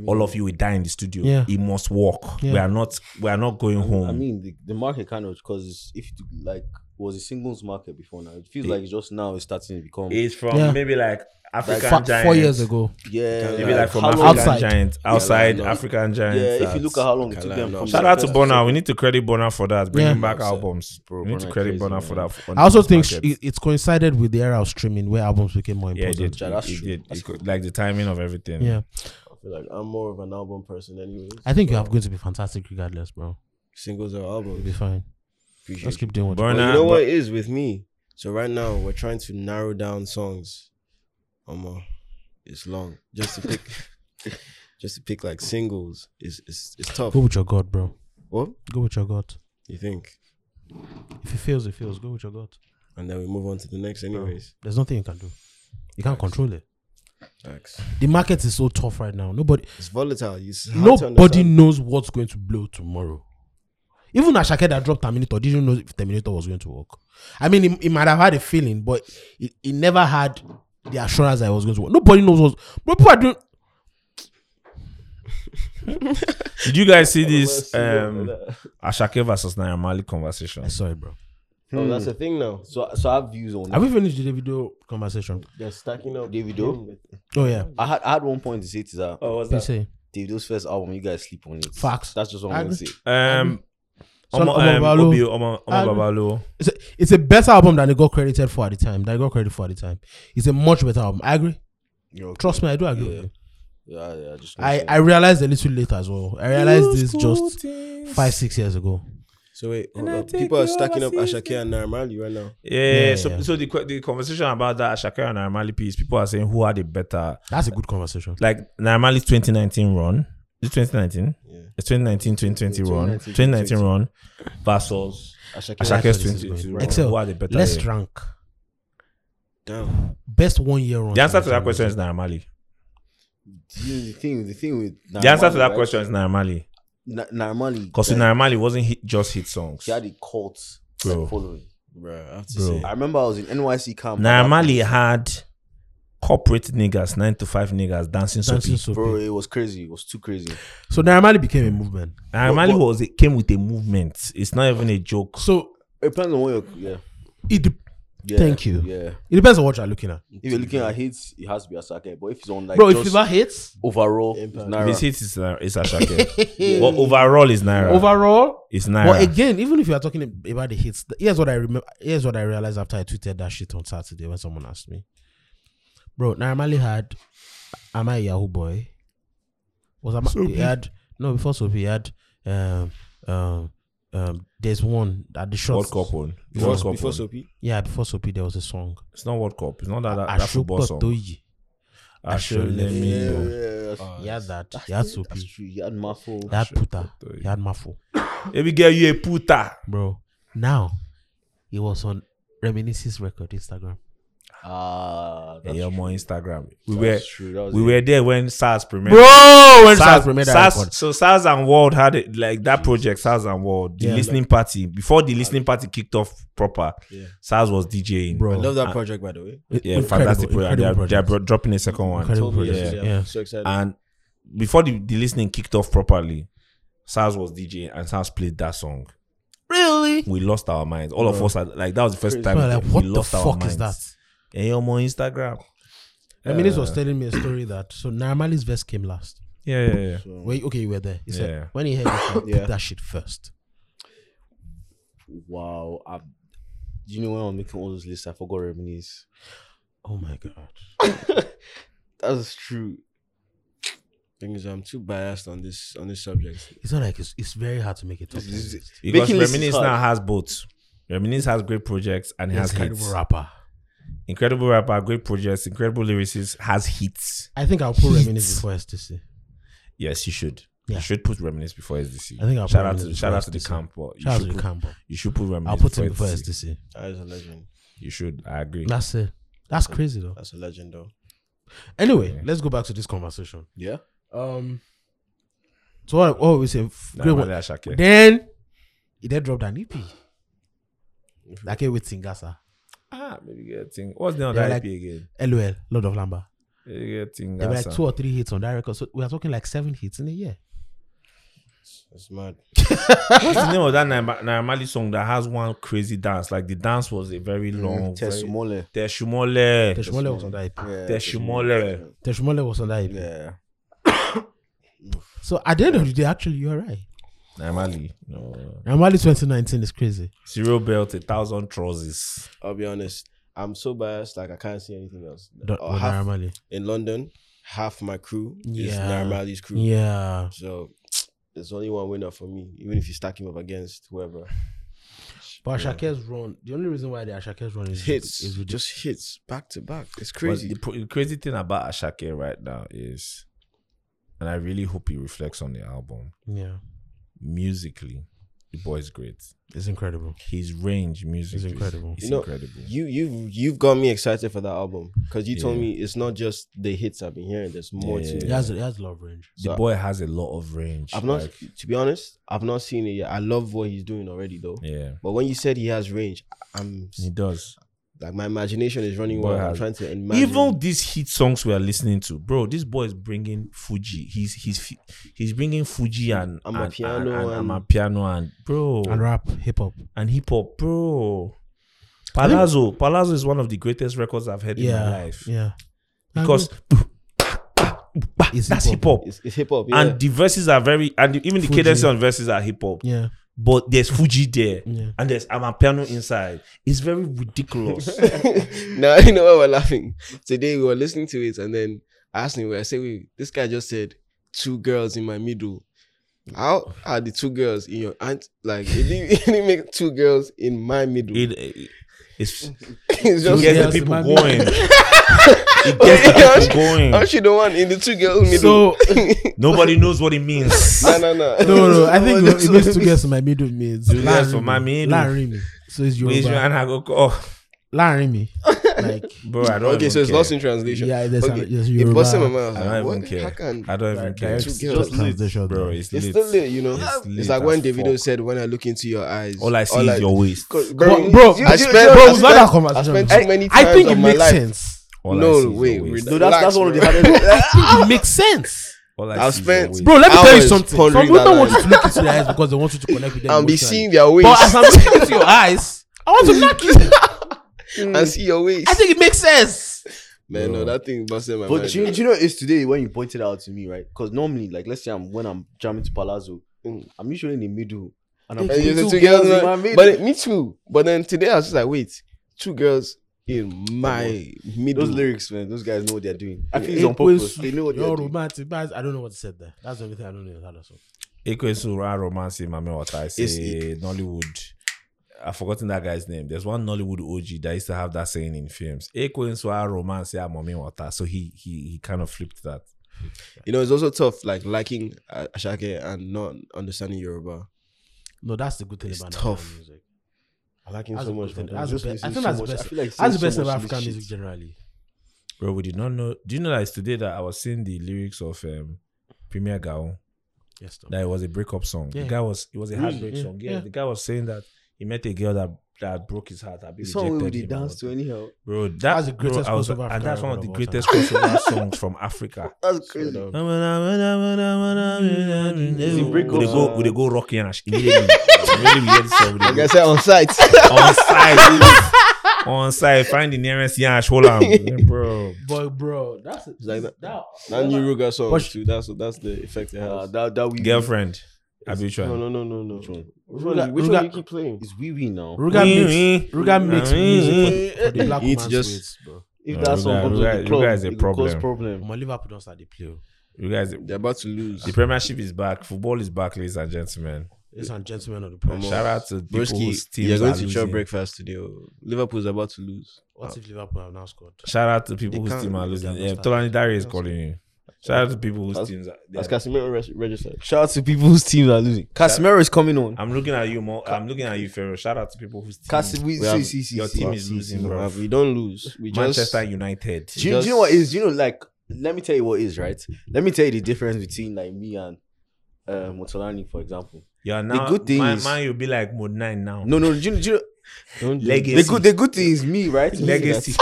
Speaker 1: All of you will die in the studio.
Speaker 2: Yeah.
Speaker 1: It must work.
Speaker 2: Yeah.
Speaker 1: We are not we are not going home.
Speaker 3: I mean, the, the market kind of because if you do, like was a singles market before now, it feels
Speaker 1: It-
Speaker 3: like it's just now it's starting to become
Speaker 1: It's from
Speaker 2: Yeah.
Speaker 1: maybe like African
Speaker 2: Fa-
Speaker 1: giants.
Speaker 2: four years ago.
Speaker 3: yeah,
Speaker 1: Maybe like from
Speaker 3: how
Speaker 1: African
Speaker 3: long-
Speaker 2: Outside.
Speaker 1: giants. Outside
Speaker 3: Yeah, like-
Speaker 1: African
Speaker 3: Yeah,
Speaker 1: giants.
Speaker 3: if you look at
Speaker 1: that's-
Speaker 3: how long it took them from
Speaker 1: Shout
Speaker 3: the
Speaker 1: out to
Speaker 3: first
Speaker 1: Bonner. We need to credit Bonner for that. Bringing
Speaker 2: Yeah.
Speaker 1: back
Speaker 3: Upset.
Speaker 1: albums.
Speaker 3: Bro,
Speaker 1: we need to
Speaker 3: Bonner
Speaker 1: credit
Speaker 3: crazy,
Speaker 1: Bonner for
Speaker 3: man.
Speaker 1: that. on
Speaker 2: I also
Speaker 1: those
Speaker 2: think
Speaker 1: markets.
Speaker 2: it, it's coincided with the era of streaming where albums became more
Speaker 1: yeah, it
Speaker 2: important.
Speaker 1: did.
Speaker 3: Yeah, that's
Speaker 1: It
Speaker 3: true.
Speaker 1: did. It
Speaker 3: That's
Speaker 1: could- like the timing of everything.
Speaker 2: Yeah.
Speaker 4: I feel like I'm more of an album person, anyways.
Speaker 2: I think you have going to be fantastic regardless, bro.
Speaker 4: Singles or
Speaker 2: You'll
Speaker 4: albums.
Speaker 2: be fine.
Speaker 3: Appreciate
Speaker 2: Just keep doing what
Speaker 1: Burn
Speaker 2: you
Speaker 4: But
Speaker 1: Nah,
Speaker 4: you know
Speaker 1: but-
Speaker 4: what it is with me? So right now we're trying to narrow down songs. Um, it's long. Just to pick just to pick like singles is it's, it's tough.
Speaker 2: Go with your God, bro.
Speaker 4: What
Speaker 2: Go with your God.
Speaker 4: you think?
Speaker 2: If it fails, it fails. Go with your God.
Speaker 4: And then we move on to the next anyways.
Speaker 2: There's nothing you can do. You can't control it.
Speaker 4: Thanks.
Speaker 2: The market is so tough right now. Nobody
Speaker 4: It's volatile. It's hard to
Speaker 2: nobody
Speaker 4: understand.
Speaker 2: knows what's going to blow tomorrow. Even Ashake that dropped Terminator didn't know if Terminator was going to work. I mean, he, he might have had a feeling, but he, he never had the assurance that it was going to work. Nobody knows what. But people are doing.
Speaker 1: Did you guys see this
Speaker 4: Let's see what we
Speaker 1: um,
Speaker 4: got.
Speaker 1: Ashake versus Naira Marley conversation?
Speaker 2: I saw it, bro.
Speaker 4: oh, that's the thing now.
Speaker 3: it. So so I have views on
Speaker 2: Have
Speaker 3: it.
Speaker 2: we finished the video conversation?
Speaker 4: They're stacking up.
Speaker 3: Davido?
Speaker 2: Oh yeah,
Speaker 3: I had I had one point to say to that.
Speaker 1: Oh, what's
Speaker 2: you say
Speaker 3: Davido's first album, you guys sleep on it.
Speaker 2: Facts.
Speaker 3: That's just what
Speaker 2: I
Speaker 3: I'm gonna
Speaker 2: agree.
Speaker 3: say.
Speaker 1: Um,
Speaker 2: So,
Speaker 1: Omo-
Speaker 2: Omo
Speaker 1: um,
Speaker 2: Balu.
Speaker 1: Obi- Omo- Omo
Speaker 2: Balu.
Speaker 1: Babalu.
Speaker 2: it's a, it's a better album than it got credited for at the time. That it got credit for at the time. It's a much better album. I agree.
Speaker 3: You're okay.
Speaker 2: Trust me, I do agree. With you.
Speaker 3: Yeah, yeah, I just
Speaker 2: I I realized a little later as well. I realized this just five six years ago.
Speaker 4: So wait, hold
Speaker 1: And I
Speaker 4: up.
Speaker 1: take
Speaker 4: Oh, people are
Speaker 1: you
Speaker 4: stacking up
Speaker 1: overseas,
Speaker 4: Ashake and Naira Marley right now.
Speaker 1: Yeah,
Speaker 2: Yeah,
Speaker 1: so
Speaker 2: yeah.
Speaker 1: so the que- the conversation about that Ashake and Naira Marley piece, people are saying who had a better
Speaker 2: That's a good conversation.
Speaker 1: like Naira Marley's 2019 run. Is it 2019?
Speaker 4: Yeah.
Speaker 1: It's 2019 2020 run. 2019 run versus
Speaker 4: Ashake.
Speaker 2: Ashake.
Speaker 1: Ashake's
Speaker 2: this is
Speaker 1: 2022
Speaker 2: going.
Speaker 1: run.
Speaker 2: Excel,
Speaker 1: Who had a better
Speaker 2: Let's
Speaker 1: year?
Speaker 2: rank
Speaker 4: Damn.
Speaker 2: best one year run.
Speaker 1: The answer to that question is Naira Marley.
Speaker 3: You know, the thing, the thing with
Speaker 1: The answer to that question is Naira Marley.
Speaker 3: Normally,
Speaker 1: Because
Speaker 3: like,
Speaker 1: Naira Marley wasn't hit, just hit songs.
Speaker 3: he had a cult like,
Speaker 1: Bro.
Speaker 3: following.
Speaker 4: Bro, I have to
Speaker 1: Bro.
Speaker 4: say.
Speaker 3: I remember I was in NYC camp.
Speaker 1: Naira
Speaker 3: That-
Speaker 1: Marley had corporate niggas, nine to five niggas dancing soapy.
Speaker 2: Dancing Soapy.
Speaker 3: Bro, it was crazy. It was too crazy.
Speaker 2: So Naira Marley became a movement.
Speaker 1: Naira Marley was it came with a movement. It's not even a joke.
Speaker 2: So
Speaker 3: It depends on what you're. Yeah.
Speaker 2: it de-
Speaker 3: yeah
Speaker 2: Thank you.
Speaker 3: Yeah.
Speaker 2: it depends on what you're looking at,
Speaker 3: If you're looking at hits, it has to be Asake. But if it's on like
Speaker 2: bro. If
Speaker 3: just
Speaker 2: Fever hits
Speaker 3: overall, it's
Speaker 4: Impact.
Speaker 1: If
Speaker 3: Naira.
Speaker 1: it's hit, it's, Naira- it's Ashake. But overall, it's Naira.
Speaker 2: overall,
Speaker 1: it's
Speaker 2: But
Speaker 1: Naira.
Speaker 2: again, even if you are talking ab- about the hits, th- here's what I remember. Here's what I realized after I tweeted that shit on Saturday when someone asked me, "Bro, normally had Am I a Yahoo Boy?" Was Am he had no before Sophie he had um um um. There's one at the short
Speaker 1: World Cup one.
Speaker 2: Before-
Speaker 1: World Cup
Speaker 4: Before
Speaker 1: one.
Speaker 4: Soapy,
Speaker 2: Yeah, before Sophie there was a song.
Speaker 1: It's not World Cup. It's not that, that, that football
Speaker 2: Ashupa
Speaker 1: song.
Speaker 2: Toyi.
Speaker 1: Asho
Speaker 2: Asho
Speaker 1: let
Speaker 3: Yeah,
Speaker 1: me
Speaker 3: yeah,
Speaker 1: know.
Speaker 3: yeah.
Speaker 2: He had that. He had
Speaker 3: That's
Speaker 2: Sophie.
Speaker 3: true. You had Mafo.
Speaker 2: He had Puta.
Speaker 1: Toyi.
Speaker 2: He had Mafo.
Speaker 1: Let me get you a puta.
Speaker 2: Bro, now he was on Reminiscence record Instagram.
Speaker 3: Ah, that's
Speaker 1: Yeah, you're
Speaker 3: true.
Speaker 1: more Instagram. We were
Speaker 3: That's true. That was
Speaker 1: we
Speaker 3: it.
Speaker 1: were there when SARS premiered.
Speaker 2: Bro, when
Speaker 1: SARS,
Speaker 2: SARS premiered that
Speaker 1: SARS-
Speaker 2: record.
Speaker 1: so SARS and World had it like that project. SARS and World, the
Speaker 2: Yeah.
Speaker 1: listening party. Before the listening party kicked off proper,
Speaker 4: Yeah.
Speaker 1: SARS was DJing.
Speaker 2: Bro.
Speaker 4: I love that project by the way.
Speaker 1: yeah, fantastic. project. They are- They are,
Speaker 2: project.
Speaker 1: bro- dropping a second one.
Speaker 2: Incredible
Speaker 4: Told me
Speaker 2: project.
Speaker 1: yeah.
Speaker 4: yesterday,
Speaker 2: Yeah.
Speaker 4: I'm so excited.
Speaker 1: And before the, the listening kicked off properly, SARS was DJing and SARS played that song.
Speaker 2: Really?
Speaker 1: We lost our minds. All of us had, like that was the first
Speaker 4: Crazy.
Speaker 1: time
Speaker 2: Bro, like,
Speaker 1: we
Speaker 2: what the
Speaker 1: lost our
Speaker 2: fuck
Speaker 1: minds.
Speaker 2: is that?
Speaker 1: And you're more Instagram.
Speaker 2: I mean, this was
Speaker 1: Uh,
Speaker 2: telling me a story that so Naramali's verse came last.
Speaker 1: Yeah, yeah, yeah.
Speaker 2: Wait, okay, you were there. He said
Speaker 1: Yeah.
Speaker 2: when he heard it, he
Speaker 3: Yeah.
Speaker 2: put that shit first.
Speaker 3: Wow. I, you know when I'm making all those lists, I forgot Reminis.
Speaker 2: Oh my god.
Speaker 3: That's true.
Speaker 4: thing is, I'm too biased on this on this subject.
Speaker 2: It's not like it's, it's very hard to make it. top ten
Speaker 3: is-
Speaker 2: list.
Speaker 1: Because
Speaker 3: Making lists is
Speaker 1: Reminisce
Speaker 3: hard.
Speaker 1: now has both. Reminisce has great projects and it has
Speaker 2: He's an incredible
Speaker 1: hits.
Speaker 2: rapper.
Speaker 1: Incredible rapper, great projects, incredible lyricist, has hits.
Speaker 2: I think I'll put Reminisce before STC.
Speaker 1: Yes, you should.
Speaker 2: Yeah.
Speaker 1: You should put Reminisce before SDC.
Speaker 2: I think I'll
Speaker 1: shout
Speaker 2: put
Speaker 1: out to
Speaker 2: Reminisce
Speaker 1: shout out to the
Speaker 2: before SDC.
Speaker 1: camp. but you
Speaker 2: Shout out
Speaker 1: should
Speaker 2: to the
Speaker 1: put-
Speaker 2: Campbell.
Speaker 1: You should put Reminisce.
Speaker 2: I'll put him before
Speaker 1: before SDC.
Speaker 2: STC.
Speaker 4: That is a legend.
Speaker 1: You should. I agree.
Speaker 2: That's it. That's crazy though.
Speaker 4: That's a legend, though.
Speaker 2: Anyway, let's go back to this conversation.
Speaker 3: Yeah.
Speaker 2: Um. So what? What we say? f-
Speaker 1: Nah,
Speaker 2: great
Speaker 1: Wale
Speaker 2: one.
Speaker 1: Asake.
Speaker 2: Then he then dropped an EP. Like it with Singasa.
Speaker 1: Ah, maybe get thing. What's the
Speaker 2: They're
Speaker 1: other
Speaker 2: like-
Speaker 1: IP E again?
Speaker 2: LOL, Lord of Lamba.
Speaker 1: Maybe get thing.
Speaker 2: There were like
Speaker 1: Gasa.
Speaker 2: two or three hits on that record. So we are talking like seven hits in a year.
Speaker 4: It's mad.
Speaker 1: What's the name of that Naira Naira Marley song that has one crazy dance? Like the dance was a very
Speaker 2: Mm,
Speaker 1: long. very-
Speaker 3: Tesumole.
Speaker 1: Teshumole.
Speaker 2: Teshumole was on that E EP.
Speaker 3: Yeah,
Speaker 1: Teshumole.
Speaker 2: Teshumole was on that EP.
Speaker 3: Yeah.
Speaker 2: So at the end of the day, actually, you're right.
Speaker 1: Naira Marley. No.
Speaker 2: Normally 2019 is crazy.
Speaker 1: Zero belt, a thousand trousers.
Speaker 4: I'll be honest. I'm so biased, like I can't see anything else.
Speaker 2: Don't-
Speaker 4: Or Oh,
Speaker 2: with
Speaker 4: half-
Speaker 2: Naira Marley.
Speaker 4: in London, half my crew is
Speaker 2: Yeah.
Speaker 4: Naramali's crew.
Speaker 2: Yeah.
Speaker 4: So there's only one winner for me, even if you stack him up against whoever.
Speaker 2: But Ashake's run, the only reason why the Ashake's run is
Speaker 4: Hits,
Speaker 2: is with
Speaker 4: just hits back to back. It's
Speaker 1: But
Speaker 4: crazy.
Speaker 1: The, pro- the crazy thing about Ashake right now is, and I really hope he reflects on the album.
Speaker 2: yeah,
Speaker 1: Musically, the boy's great.
Speaker 2: it's incredible.
Speaker 1: His range music is
Speaker 2: incredible.
Speaker 1: It's
Speaker 4: You know,
Speaker 1: incredible.
Speaker 4: you you've you've got me excited for that album because you told
Speaker 1: Yeah.
Speaker 4: me it's not just the hits I've been hearing. There's more
Speaker 1: Yeah.
Speaker 4: to it.
Speaker 2: He has, he has a lot of range.
Speaker 1: the
Speaker 4: So-
Speaker 1: boy has a lot of range.
Speaker 4: I've not,
Speaker 1: like,
Speaker 4: to be honest, I've not seen it yet. I love what he's doing already though.
Speaker 1: yeah,
Speaker 4: But when you said he has range, I'm
Speaker 1: he does.
Speaker 4: like my imagination is running
Speaker 1: Boy
Speaker 4: wild. I'm
Speaker 1: has-
Speaker 4: trying to imagine.
Speaker 1: Even these hit songs we are listening to, bro. This boy is bringing Fuji. He's he's he's bringing Fuji and
Speaker 4: Amapiano
Speaker 1: and, and, and,
Speaker 4: and-
Speaker 1: Amapiano and bro
Speaker 2: And rap, hip hop.
Speaker 1: and hip hop, bro. Palazzo, Palazzo is one of the greatest records I've heard in my
Speaker 2: Yeah.
Speaker 1: life
Speaker 2: Yeah.
Speaker 1: because
Speaker 2: It's
Speaker 1: that's hip
Speaker 2: hip-hop.
Speaker 1: hop,
Speaker 4: it's, it's hip hop. Yeah.
Speaker 1: and the verses are very and the- even the
Speaker 2: Fuji.
Speaker 1: cadence on verses are hip hop.
Speaker 2: yeah.
Speaker 1: But there's Fuji there,
Speaker 4: Mm.
Speaker 2: Yeah.
Speaker 1: and there's Amapiano inside. It's very ridiculous.
Speaker 4: now you know why we're laughing. Today we were listening to it, and then I asked him. I said, "Wait, this guy just said two girls in my middle. How are the two girls in your aunt? Like, it didn't, it didn't make two girls in my middle.
Speaker 1: it, it- it's
Speaker 4: it's
Speaker 1: it
Speaker 4: just
Speaker 2: Yeah,
Speaker 1: gets
Speaker 2: it's
Speaker 1: the people
Speaker 2: my
Speaker 1: going. it gets the people
Speaker 4: I'm
Speaker 1: going.
Speaker 4: "Oh, she the one in the two girls middle.
Speaker 2: So
Speaker 1: Nobody knows what it means.
Speaker 4: no, no, Oh, no,
Speaker 2: no, no. I think it means two girls in my middle means
Speaker 1: Two girls for my middle.
Speaker 2: Larry me. So it's
Speaker 1: Which
Speaker 2: Yoruba.
Speaker 1: one I go, oh,
Speaker 2: Larry me. Like
Speaker 1: bro, I don't.
Speaker 4: Okay,
Speaker 1: even
Speaker 4: so it's
Speaker 1: care.
Speaker 4: lost in translation.
Speaker 2: yeah, there's
Speaker 4: okay.
Speaker 2: a, there's
Speaker 4: It
Speaker 2: Yoruba.
Speaker 4: busted my mind. I was
Speaker 1: I
Speaker 4: like,
Speaker 1: don't
Speaker 4: what?
Speaker 1: even
Speaker 4: How
Speaker 1: care.
Speaker 4: can
Speaker 1: I don't even
Speaker 2: Like,
Speaker 1: care.
Speaker 2: direct
Speaker 1: It's
Speaker 4: girls.
Speaker 1: just
Speaker 2: translation,
Speaker 1: lit, bro.
Speaker 2: bro.
Speaker 1: It's,
Speaker 4: It's
Speaker 1: lit.
Speaker 4: still lit, you know.
Speaker 1: It's lit
Speaker 4: It's like when
Speaker 1: as
Speaker 4: Davido
Speaker 1: fuck.
Speaker 4: said, "When I look into your eyes,
Speaker 1: All I see is your waist.
Speaker 4: Cause-
Speaker 2: Bro, bro,
Speaker 4: I spent,
Speaker 2: bro,
Speaker 4: I
Speaker 2: we've
Speaker 4: spent,
Speaker 2: had that
Speaker 4: I
Speaker 2: conversation
Speaker 4: spent
Speaker 2: before.
Speaker 4: too many
Speaker 2: I
Speaker 4: times
Speaker 2: think it
Speaker 4: of my
Speaker 2: makes
Speaker 4: life.
Speaker 2: sense.
Speaker 1: All I
Speaker 4: no,
Speaker 1: see is your
Speaker 4: wait,
Speaker 1: waist.
Speaker 3: No, that's that's one of the
Speaker 4: Relax,
Speaker 3: hardest.
Speaker 2: it makes sense.
Speaker 1: All I
Speaker 4: I've
Speaker 1: see is
Speaker 4: spent-
Speaker 1: your waist.
Speaker 2: Bro, let me
Speaker 4: I
Speaker 2: tell you
Speaker 4: was
Speaker 2: something. Some
Speaker 4: pondering
Speaker 2: people
Speaker 4: that
Speaker 2: don't want you
Speaker 4: line.
Speaker 2: to look into their eyes because they want you to connect with them.
Speaker 4: and be
Speaker 2: emotionally.
Speaker 4: seeing their waist
Speaker 2: But as I'm looking into your eyes, I want to knock you.
Speaker 4: and see your waist.
Speaker 2: I think it makes sense.
Speaker 4: Man,
Speaker 1: Bro.
Speaker 4: no, that thing busted my
Speaker 3: But
Speaker 4: mind.
Speaker 3: do you, do you know it's today when you pointed out to me, right? Because normally, like let's say I'm when I'm jamming to Palazzo,
Speaker 4: Mm.
Speaker 3: I'm usually in the middle. And I'm
Speaker 4: And you said
Speaker 3: putting two
Speaker 4: two girls,
Speaker 3: in
Speaker 4: in
Speaker 3: my
Speaker 4: my-
Speaker 3: middle.
Speaker 4: but it- me too. But then today I was just like, wait, two girls in my middle.
Speaker 3: Those lyrics, man, those guys know what they're doing. I think
Speaker 2: It
Speaker 3: it's on
Speaker 2: was
Speaker 3: purpose. They know what they're
Speaker 2: your
Speaker 3: doing.
Speaker 2: romantic vibes. I don't know what you said there. That's the only thing I don't know. How that's all.
Speaker 1: Ekwesu Ra Romance Mame Wata
Speaker 4: It's
Speaker 1: say Nollywood. I've forgotten that guy's name. There's one Nollywood OG that used to have that saying in films. Ekwesu Ra Romance Mame Wata. "Ah, So he he he kind of flipped that.
Speaker 4: You know, it's also tough, like liking uh, Ashake and not understanding Yoruba.
Speaker 2: No, that's the good thing
Speaker 4: It's
Speaker 2: about
Speaker 4: tough.
Speaker 2: Nigerian music.
Speaker 4: I like him
Speaker 2: That's
Speaker 4: so
Speaker 2: the
Speaker 4: much.
Speaker 2: good thing.
Speaker 4: man.
Speaker 2: That's the
Speaker 3: just
Speaker 2: best. I
Speaker 3: missing
Speaker 2: think
Speaker 3: so
Speaker 2: that's the
Speaker 3: much. I
Speaker 2: best.
Speaker 3: feel like
Speaker 2: That's
Speaker 3: seeing
Speaker 2: the best
Speaker 3: so
Speaker 2: of
Speaker 3: much of this
Speaker 2: African
Speaker 3: shit.
Speaker 2: music generally.
Speaker 1: Bro, we did not know. Do you know that it's today that I was seeing the lyrics of um Premier Gao?
Speaker 2: Yes, though.
Speaker 1: That it was a breakup song.
Speaker 2: Yeah.
Speaker 1: The guy was it was a
Speaker 3: Really?
Speaker 1: heartbreak
Speaker 2: Yeah,
Speaker 1: song. Yeah,
Speaker 2: yeah.
Speaker 1: the guy was saying that he met a girl that that broke his heart. That
Speaker 3: It's something we
Speaker 1: rejected
Speaker 3: did
Speaker 1: him or
Speaker 3: dance to
Speaker 1: whatever.
Speaker 3: anyhow.
Speaker 1: Bro, that,
Speaker 2: That's the
Speaker 1: bro,
Speaker 2: greatest
Speaker 1: I was-
Speaker 2: crossover
Speaker 1: and that's
Speaker 2: African
Speaker 1: one of the
Speaker 2: record of all
Speaker 1: greatest crossover songs from Africa.
Speaker 3: That's
Speaker 4: So
Speaker 3: crazy.
Speaker 4: dumb.
Speaker 1: They
Speaker 3: a breakup
Speaker 1: go,
Speaker 3: song.
Speaker 1: we dey go rock Yanash immediately. Immediately we hear the song, we dey
Speaker 4: Like
Speaker 1: go
Speaker 4: I said, on site.
Speaker 1: on site, on site, find the nearest Yanash, hold on, bro.
Speaker 2: But bro, that's it's
Speaker 4: like that-
Speaker 2: that.
Speaker 4: That new Ruga song,
Speaker 2: But-
Speaker 4: too. That's, that's the effect it
Speaker 3: Uh,
Speaker 4: has.
Speaker 3: that that we
Speaker 1: Girlfriend,
Speaker 4: No,
Speaker 1: habitual.
Speaker 4: no, no, no, no.
Speaker 3: Which one?
Speaker 4: Which one,
Speaker 2: Ruga-
Speaker 4: which
Speaker 2: Ruga-
Speaker 4: one you keep playing?
Speaker 3: is wee wee now.
Speaker 2: Ruga
Speaker 1: Wee,
Speaker 2: makes
Speaker 1: wee.
Speaker 2: Ruga makes
Speaker 1: Wee,
Speaker 2: music for, for the black
Speaker 4: It's
Speaker 2: man's
Speaker 4: just-
Speaker 2: ways, bro.
Speaker 3: If
Speaker 1: No,
Speaker 3: that song
Speaker 1: Ruga-
Speaker 3: comes
Speaker 1: Ruga-
Speaker 3: on the club,
Speaker 1: Ruga is a
Speaker 3: it will cause
Speaker 1: problem.
Speaker 3: problem.
Speaker 2: My Liverpool don't start the play. oh.
Speaker 1: You guys,
Speaker 4: They're about to lose.
Speaker 1: the Premiership is back, football is back, ladies and gentlemen.
Speaker 2: It's a gentleman of the press.
Speaker 1: Shout out to people whose
Speaker 4: Broski,
Speaker 1: teams
Speaker 4: you're going
Speaker 1: are
Speaker 4: to chop
Speaker 1: losing.
Speaker 4: breakfast today. oh. Liverpool's about to lose.
Speaker 2: What if Liverpool have now scored?
Speaker 1: Shout out to people
Speaker 4: They
Speaker 1: whose
Speaker 4: can't
Speaker 1: team are
Speaker 4: really
Speaker 1: losing.
Speaker 2: get
Speaker 1: Yeah,
Speaker 2: that
Speaker 1: Tolani Dari is calling you. Shout out to people whose
Speaker 4: That's-
Speaker 1: teams are. they
Speaker 4: That's
Speaker 1: are-
Speaker 4: Casemiro res- registered. Shout out to people whose teams are losing. Casemiro is coming on.
Speaker 1: I'm looking at you, Mo. I'm looking at you, Pharaoh. Shout out to people whose team.
Speaker 3: Casi- we-
Speaker 4: We have-
Speaker 3: see, see, see,
Speaker 1: your
Speaker 3: see.
Speaker 1: team is losing,
Speaker 4: No,
Speaker 1: bro.
Speaker 4: bruv, we don't lose. We
Speaker 1: Manchester United.
Speaker 3: Do you, do you know what is? You know, like, let me tell you what is right. Let me tell you the difference between like me and uh, Motolani, for example.
Speaker 1: You're now.
Speaker 3: good thing
Speaker 1: man,
Speaker 3: is-
Speaker 1: man, you'll be like mode nine now.
Speaker 3: No, no, do you, do you,
Speaker 4: just don't do
Speaker 1: Legacy.
Speaker 3: the good, the good thing is me, right?
Speaker 1: Legacy.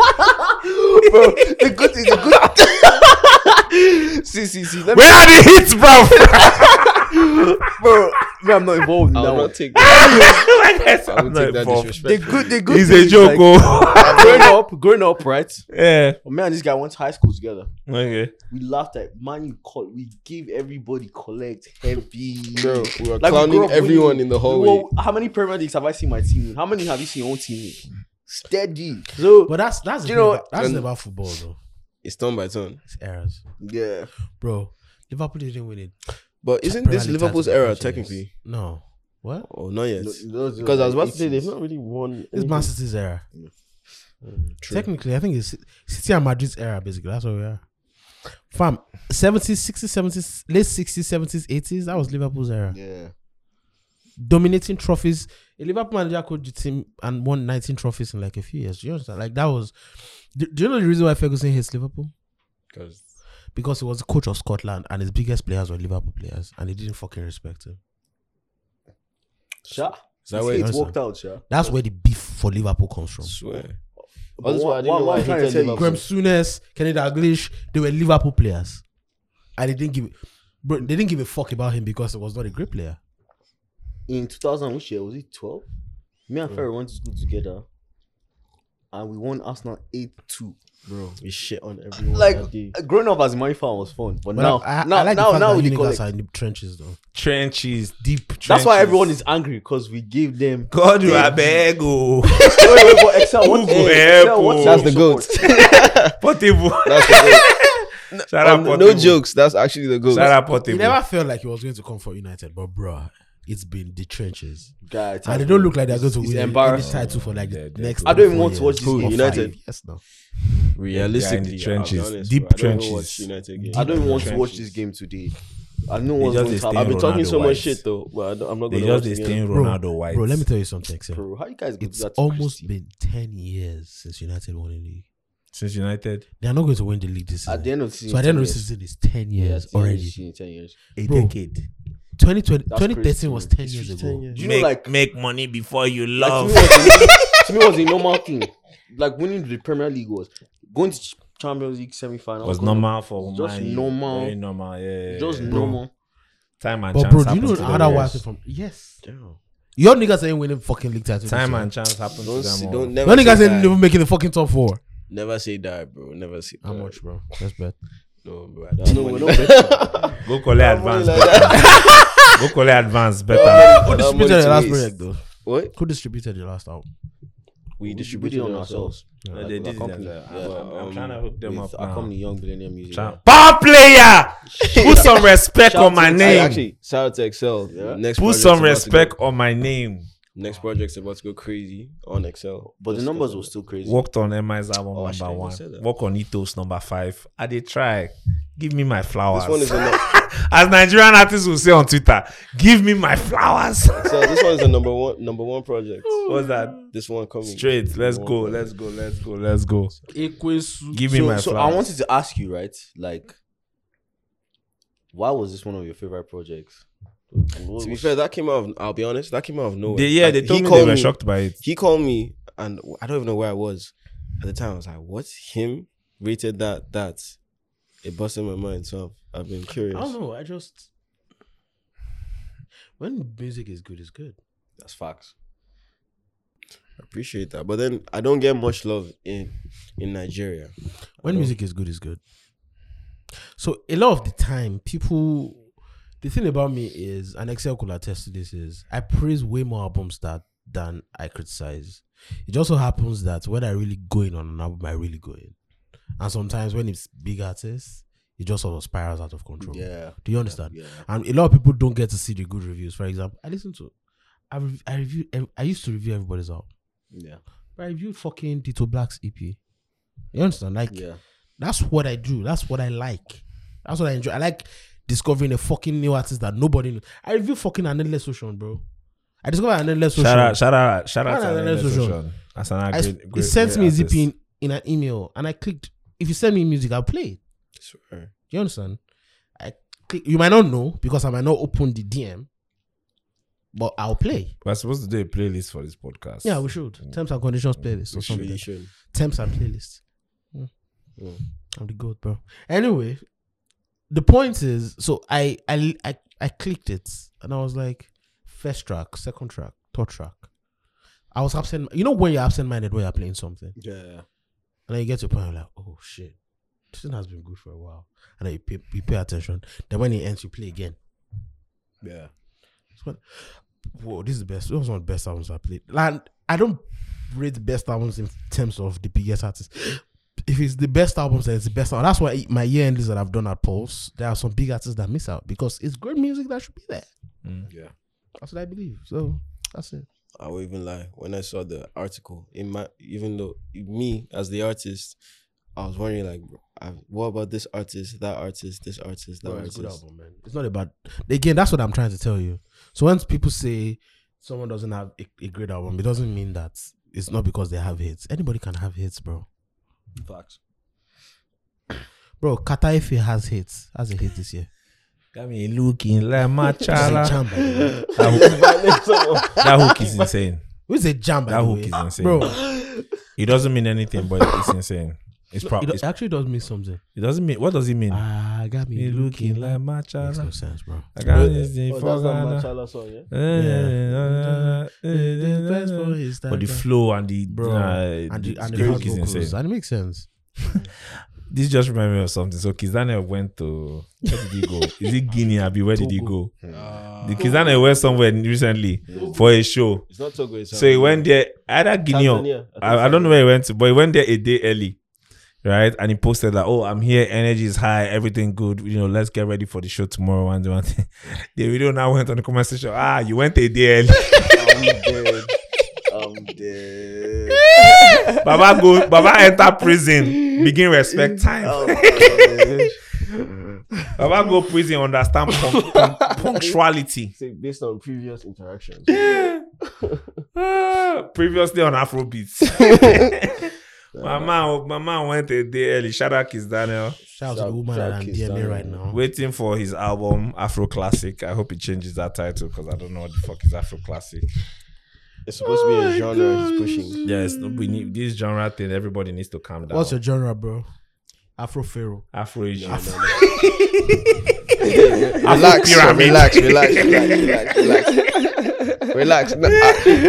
Speaker 3: bro. The good thing, the good. see, see, see. Let me,
Speaker 9: Where are the hits, bro?
Speaker 3: bro, me, I'm not involved in
Speaker 4: I'll
Speaker 3: that one.
Speaker 4: not take that.
Speaker 1: Yes,
Speaker 4: I
Speaker 1: I'm
Speaker 4: will
Speaker 1: not
Speaker 4: take that
Speaker 1: involved.
Speaker 3: The
Speaker 4: disrespect.
Speaker 3: good, the good.
Speaker 9: It's
Speaker 3: thing
Speaker 9: a
Speaker 3: is,
Speaker 9: joke,
Speaker 3: like,
Speaker 9: oh.
Speaker 3: growing up, growing up, right?
Speaker 1: Yeah.
Speaker 3: Me and this guy went to high school together.
Speaker 1: Okay.
Speaker 3: We laughed at man, you call. We give everybody collect heavy.
Speaker 4: Bro, we were
Speaker 3: Like, we
Speaker 4: clowning
Speaker 3: grew up
Speaker 4: everyone
Speaker 3: winning.
Speaker 4: in the
Speaker 3: We
Speaker 4: hallway.
Speaker 3: were- how many Premier Leagues have I seen my team? win? How many have you seen your own team? win? Steady. So
Speaker 2: But that's that's the
Speaker 3: You
Speaker 2: thing
Speaker 3: know,
Speaker 2: about- that's
Speaker 4: and-
Speaker 2: the thing about football though.
Speaker 4: It's turn by turn.
Speaker 2: It's errors,
Speaker 3: yeah,
Speaker 2: bro. Liverpool didn't win it.
Speaker 4: But isn't this
Speaker 2: Apparently
Speaker 4: Liverpool's
Speaker 2: title
Speaker 4: era
Speaker 2: contention is-
Speaker 4: technically?
Speaker 2: No, what?
Speaker 4: Oh, not yet.
Speaker 3: because
Speaker 4: Because I was about to say they've not really won.
Speaker 2: It's Man City's era.
Speaker 4: Mm,
Speaker 2: Technically, I think it's City and Madrid's era. Basically, that's what we are. Fam, 70s, 60s, 70s, late 60s, 70s, 80s. That was Liverpool's era.
Speaker 3: Yeah.
Speaker 2: dominating trophies. A Liverpool manager coached the team and won 19 trophies in like a few years. Do you understand? Like that was. Do, do you know the reason why Ferguson hates Liverpool?
Speaker 1: Because
Speaker 2: Because he was the coach of Scotland and his biggest players were Liverpool players, and he didn't fucking respect him.
Speaker 3: Sha.
Speaker 4: Is that
Speaker 3: See,
Speaker 4: where
Speaker 2: it
Speaker 3: it
Speaker 2: is,
Speaker 3: worked out, Sha.
Speaker 2: That's where the beef for Liverpool comes from.
Speaker 4: swear.
Speaker 3: But
Speaker 4: that's why I
Speaker 3: what-
Speaker 4: didn't know
Speaker 3: what
Speaker 4: I
Speaker 3: I'm trying to
Speaker 4: hated
Speaker 3: tell you-
Speaker 4: Liverpool.
Speaker 2: Graham Souness, Kenny Dalglish, they were Liverpool players, and they didn't give. Bro, they didn't give a fuck about him because he was not a great player.
Speaker 3: in 2000 which year was it 12 me and Ferry went to school together and we won Arsenal 8-2
Speaker 4: Bro, we shit on everyone.
Speaker 3: like
Speaker 4: that day.
Speaker 3: uh, growing up as my fan was fun but,
Speaker 2: But
Speaker 3: now
Speaker 2: I, I,
Speaker 3: now
Speaker 2: I like
Speaker 3: now,
Speaker 2: the fact
Speaker 3: now
Speaker 2: that
Speaker 3: we
Speaker 2: you
Speaker 3: collect.
Speaker 2: niggas are in the trenches though.
Speaker 1: trenches, deep trenches.
Speaker 3: that's why everyone is angry because we give them
Speaker 1: God, you are beg, oh.
Speaker 3: wait, wait, but Excel, what,
Speaker 1: Google
Speaker 3: eh, Excel,
Speaker 1: Apple.
Speaker 3: what
Speaker 4: That's the
Speaker 3: support?
Speaker 4: goat.
Speaker 1: Portable.
Speaker 4: Oh, That's the
Speaker 1: Shout out
Speaker 4: goat.
Speaker 1: Portable.
Speaker 4: Um, no jokes. That's actually the goat.
Speaker 1: Shout out
Speaker 2: He
Speaker 1: Portable.
Speaker 2: never felt like he was going to come for United, but bruh, it's been the trenches.
Speaker 3: Guy,
Speaker 2: And they don't look like they're going to
Speaker 3: it's
Speaker 2: win any
Speaker 3: embarrassing.
Speaker 2: title for like the
Speaker 1: They're- they're
Speaker 2: next.
Speaker 1: good.
Speaker 3: I don't even
Speaker 2: four
Speaker 3: want to watch
Speaker 2: years.
Speaker 3: this
Speaker 2: Or
Speaker 3: game.
Speaker 2: five.
Speaker 4: United.
Speaker 2: Yes, no.
Speaker 1: They're
Speaker 4: Realistically,
Speaker 1: in the
Speaker 4: I'll be
Speaker 1: trenches,
Speaker 4: honest,
Speaker 1: deep
Speaker 4: bro, I don't even
Speaker 1: trenches.
Speaker 4: watch United games.
Speaker 3: I don't even want to
Speaker 1: Trenches.
Speaker 3: watch this game today I know one's
Speaker 1: just
Speaker 3: going to
Speaker 1: stay
Speaker 3: happen
Speaker 4: I've been talking
Speaker 1: Ronaldo
Speaker 4: so much
Speaker 1: wise.
Speaker 4: shit though, but I don't, I'm not
Speaker 1: They just
Speaker 4: gonna watch
Speaker 1: they
Speaker 4: it
Speaker 1: staying
Speaker 4: again.
Speaker 2: Bro,
Speaker 1: Ronaldo White.
Speaker 2: Bro, let me tell you something, sir.
Speaker 3: bro how you guys go do
Speaker 2: It's
Speaker 3: that to
Speaker 2: almost
Speaker 3: Christie?
Speaker 2: been ten years since United won the league.
Speaker 1: Since United,
Speaker 2: They are not going to win the league this season.
Speaker 3: at the end of the season
Speaker 2: so at the end of the
Speaker 3: 10 years.
Speaker 2: season, it's ten
Speaker 3: Yeah,
Speaker 2: years
Speaker 3: at the end of the
Speaker 2: already.
Speaker 3: season, 10 years
Speaker 1: a
Speaker 2: Bro,
Speaker 1: decade.
Speaker 2: 2020,
Speaker 3: That's
Speaker 2: 2013 was
Speaker 3: crazy.
Speaker 2: ten years ago.
Speaker 4: 10 years.
Speaker 3: Do you know,
Speaker 1: make,
Speaker 3: like-
Speaker 1: make money before you
Speaker 3: Like,
Speaker 1: love.
Speaker 3: to, me it was a, to me, it was a normal thing. Like winning the Premier League was going to Ch- Champions League semi final
Speaker 1: was normal for
Speaker 3: It's just
Speaker 1: Man U.
Speaker 3: normal.
Speaker 1: Very normal. Yeah.
Speaker 3: Just
Speaker 1: yeah, yeah.
Speaker 3: normal.
Speaker 1: Time and
Speaker 2: But
Speaker 1: chance.
Speaker 2: bro, do you
Speaker 1: happens
Speaker 2: know
Speaker 1: to
Speaker 2: how
Speaker 1: them
Speaker 2: that
Speaker 1: all.
Speaker 2: was from? Yes, your niggas ain't winning fucking league titles.
Speaker 1: Time
Speaker 2: this year.
Speaker 1: and chance happen to
Speaker 4: Don't, say,
Speaker 1: them.
Speaker 4: don't
Speaker 1: all.
Speaker 2: your
Speaker 4: never
Speaker 2: niggas
Speaker 4: say
Speaker 2: ain't
Speaker 4: that.
Speaker 2: even making the fucking top four.
Speaker 4: Never say that, bro. Never say
Speaker 2: How
Speaker 4: that.
Speaker 2: much, bro? That's bad.
Speaker 4: No, bro. I don't
Speaker 3: No,
Speaker 4: want
Speaker 3: we're
Speaker 4: it.
Speaker 3: not better.
Speaker 1: Go collect advance. Go collect advance better.
Speaker 2: Who
Speaker 4: Without
Speaker 2: distributed
Speaker 4: money
Speaker 2: the
Speaker 4: to
Speaker 2: last
Speaker 4: waste.
Speaker 2: project though?
Speaker 4: What?
Speaker 2: Who distributed the last album?
Speaker 3: We
Speaker 4: We
Speaker 3: distributed
Speaker 4: distributed
Speaker 3: it on
Speaker 4: on
Speaker 3: ourselves.
Speaker 1: No,
Speaker 3: Like,
Speaker 1: they
Speaker 3: with our
Speaker 1: did it
Speaker 3: company.
Speaker 1: themselves. I'm- I'm
Speaker 3: um,
Speaker 1: trying to hook them
Speaker 3: with
Speaker 1: up
Speaker 3: Our
Speaker 1: now.
Speaker 3: company, Young Millennium Music.
Speaker 1: Try-
Speaker 3: Yeah.
Speaker 9: Power player. Put some respect
Speaker 3: Shout
Speaker 9: on
Speaker 3: to-
Speaker 9: my
Speaker 3: I
Speaker 4: Hey,
Speaker 9: name.
Speaker 4: actually, shout out to Excel.
Speaker 3: Yeah.
Speaker 4: Next
Speaker 9: Put
Speaker 4: project's
Speaker 9: some
Speaker 4: about to
Speaker 9: respect
Speaker 4: go-
Speaker 9: on my name.
Speaker 4: Next project's about to go crazy
Speaker 1: uh,
Speaker 4: on Excel.
Speaker 3: But the
Speaker 4: Just
Speaker 3: numbers
Speaker 4: because
Speaker 3: were
Speaker 4: of-
Speaker 3: still crazy.
Speaker 1: Worked on MI's album
Speaker 4: Oh, I
Speaker 1: number
Speaker 4: shouldn't
Speaker 1: one.
Speaker 4: have said that.
Speaker 1: Work on Ethos number five. I did try. Give me my flowers.
Speaker 4: This one is a nu-
Speaker 1: As Nigerian artists will say on Twitter, give me my flowers.
Speaker 4: Excel, this one is the number one number one project.
Speaker 1: What's that?
Speaker 4: This one coming
Speaker 1: Straight. Let's
Speaker 4: Number
Speaker 1: go.
Speaker 4: one project.
Speaker 1: Let's go. Let's go. Let's go. Give me
Speaker 3: so,
Speaker 1: my
Speaker 3: so
Speaker 1: flowers.
Speaker 3: I wanted to ask you, right? Like, why was this one of your favorite projects? And what
Speaker 4: To be
Speaker 3: was-
Speaker 4: fair, that came out. Of, I'll be honest, that came out of nowhere.
Speaker 1: They- yeah,
Speaker 4: Like,
Speaker 1: Oh, they
Speaker 4: he
Speaker 1: told me they
Speaker 4: called
Speaker 1: were shocked by it.
Speaker 4: He called me, and w- I don't even know where I was at the time. I was like, "What? Him rated that? That?" It busted my mind. So I've, I've been curious.
Speaker 2: I don't know. I just when music is good, it's good.
Speaker 3: that's facts.
Speaker 4: Appreciate that, but then I don't get much love in in Nigeria.
Speaker 2: When music is good, it's good. So a lot of the time, people. The thing about me is, and Excel could attest to this is, I praise way more albums that than I criticize. It just so happens that when I really go in on an album, I really go in, and sometimes when it's big artists, it just sort of spirals out of control.
Speaker 3: Yeah.
Speaker 2: Do you understand?
Speaker 3: Yeah.
Speaker 2: And a lot of people don't get to see the good reviews. For example, I listen to, I rev- I review, ev- I used to review everybody's album.
Speaker 3: Yeah.
Speaker 2: But I reviewed fucking Tito Black's EP. You understand? Like
Speaker 3: Yeah.
Speaker 2: that's what I do. That's what I like. That's what I enjoy. I like discovering a fucking new artist that nobody knows. I review fucking Anele Ocean, bro. I discovered Anele Ocean.
Speaker 1: Shout out, shout out, shout out
Speaker 2: Shout
Speaker 1: to
Speaker 2: out to
Speaker 1: Anele
Speaker 2: Anele Soshon.
Speaker 1: Soshon. That's another
Speaker 2: I,
Speaker 1: great, great,
Speaker 2: he sent
Speaker 1: great
Speaker 2: me his EP
Speaker 1: artist.
Speaker 2: in, in an email, and I clicked. If you send me music, I'll play it.
Speaker 3: Swear.
Speaker 2: Do you understand? I click. You might not know because I might not open the DM, but I'll play.
Speaker 1: We're supposed to do a playlist for this podcast.
Speaker 2: Yeah, we should.
Speaker 1: Mm.
Speaker 2: Terms and conditions playlist or something. Temps and playlist. Mm.
Speaker 3: Mm.
Speaker 2: I'm the goat, bro. Anyway, the point is, so I I I, I clicked it and I was like, first track, second track, third track. I was absent. You know when you're absent-minded when you're playing something,
Speaker 3: Yeah.
Speaker 2: and then you get to a point you're like, oh shit, this thing has been good for a while, and then you pay, you pay attention. Then when it ends, you play again.
Speaker 3: Yeah.
Speaker 2: Whoa, this is the best. This was one of the best albums I played. Like I don't rate the best albums in terms of the biggest artists. If it's the best albums, then it's the best album. That's why my year end list that I've done at Pulse, there are some big artists that miss out because it's great music that should be there.
Speaker 3: Yeah.
Speaker 2: That's what I believe. So that's it.
Speaker 4: I won't even lie. When I saw the article, in my even though me as the artist, I was wondering like, I, what about this artist, that artist, this artist, that artist?
Speaker 2: man. It's not about again. That's what I'm trying to tell you. So when people say someone doesn't have a, a great album, it doesn't mean that it's not because they have hits. Anybody can have hits, bro.
Speaker 3: Facts.
Speaker 2: Bro, Kataife has hits. Has a hit this year.
Speaker 1: Got me looking like my
Speaker 2: It's a
Speaker 1: child.
Speaker 2: jam, by the way.
Speaker 1: That hook- that hook is insane.
Speaker 2: It's a jam, by
Speaker 1: That
Speaker 2: the
Speaker 1: hook
Speaker 2: way.
Speaker 1: is insane.
Speaker 2: Bro,
Speaker 1: It doesn't mean anything, but it's insane. It's
Speaker 2: it,
Speaker 1: probably
Speaker 2: it actually does mean something.
Speaker 1: it doesn't mean. What does it mean?
Speaker 2: Ah, got me
Speaker 1: Me looking like my
Speaker 2: Makes no
Speaker 1: child.
Speaker 2: sense, bro.
Speaker 1: I got this thing
Speaker 4: Oh,
Speaker 1: for
Speaker 4: that's not
Speaker 1: Ghana.
Speaker 4: Machala song, yeah.
Speaker 1: Eh,
Speaker 2: Mm-hmm.
Speaker 1: eh, eh, eh, eh. But the flow and the
Speaker 2: Bro,
Speaker 1: nah,
Speaker 2: and the, and the,
Speaker 1: hook
Speaker 2: hard
Speaker 1: is
Speaker 2: vocals,
Speaker 1: insane.
Speaker 2: and it makes sense.
Speaker 1: This just reminded me of something. So Kizane went to where did he go? Is it Guinea? Abi? Where did he go? The Kizane went somewhere somewhere for a show.
Speaker 4: Ah. It's not Togo. It's
Speaker 1: So he
Speaker 4: um,
Speaker 1: went there either Guinea or
Speaker 4: Tanzania.
Speaker 1: I, I don't know where he went to, but he went there a day early, right? And he posted that, oh, I'm here, energy is high, everything good, you know, let's get ready for the show tomorrow. And the one thing, the video now went on the comment section, ah, you went a day early.
Speaker 3: I'm dead. I'm dead.
Speaker 1: Baba go, Baba enter prison, begin respect time.
Speaker 3: I'm dead.
Speaker 1: Baba go prison, understand punc- punc- punctuality.
Speaker 4: Say, based on previous interactions.
Speaker 1: Ah, previously on Afrobeats. my man, my man went a day early. Shout out Kiss Daniel.
Speaker 2: Shout out to the
Speaker 3: Shout-
Speaker 2: woman
Speaker 3: shout
Speaker 2: that I'm
Speaker 3: Kiss
Speaker 2: DMing
Speaker 3: Daniel.
Speaker 2: right now.
Speaker 1: waiting for his album Afro Classic. I hope he changes that title because I don't know what the fuck is Afro Classic.
Speaker 4: It's supposed to
Speaker 2: Oh
Speaker 4: be a genre he's pushing.
Speaker 1: Yes, no, we need this genre thing. Everybody needs to calm down.
Speaker 2: What's your genre, bro? Afro Pharaoh.
Speaker 1: Afro Asian?
Speaker 3: relax,
Speaker 1: pyramid.
Speaker 3: relax, relax, relax, relax, relax, relax. No, I,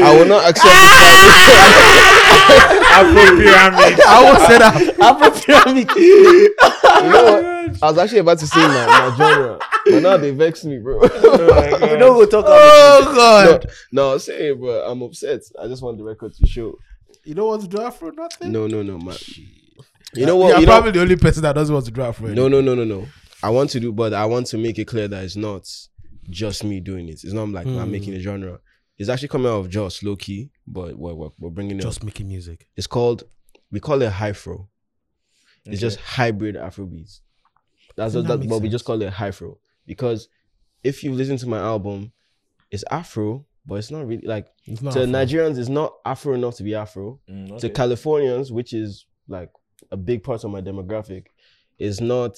Speaker 3: I will not accept.
Speaker 2: Ah!
Speaker 1: Afro pyramid.
Speaker 2: I will say that.
Speaker 3: Afro pyramid. you know what? I was actually about to say my, my genre, but now they vex me, bro. we don't go talk about.
Speaker 2: Oh God!
Speaker 4: No, I'm saying, bro, I'm upset. I just want the record to show.
Speaker 2: You don't want to do Afro nothing.
Speaker 4: No, no, no, man. You know what?
Speaker 2: You're
Speaker 4: you know,
Speaker 2: probably the only person that doesn't want to do Afro.
Speaker 4: no, no, no, no, no. I want to do, but I want to make it clear that it's not just me doing it. It's not like I'm
Speaker 2: Hmm.
Speaker 4: making a genre. It's actually coming out of just low key, but we're, we're, we're bringing it. up.
Speaker 2: Just making music.
Speaker 4: It's called, we call it hyfro. It's just hybrid Afrobeats. That's
Speaker 2: Think
Speaker 4: what
Speaker 2: that
Speaker 4: that,
Speaker 2: makes
Speaker 4: but we
Speaker 2: sense.
Speaker 4: just call it hyfro because if you listen to my album, it's Afro, but it's not really like
Speaker 2: It's not
Speaker 4: to
Speaker 2: Afro.
Speaker 4: Nigerians, it's not Afro enough to be Afro. To Californians, which is like a big part of my demographic, is not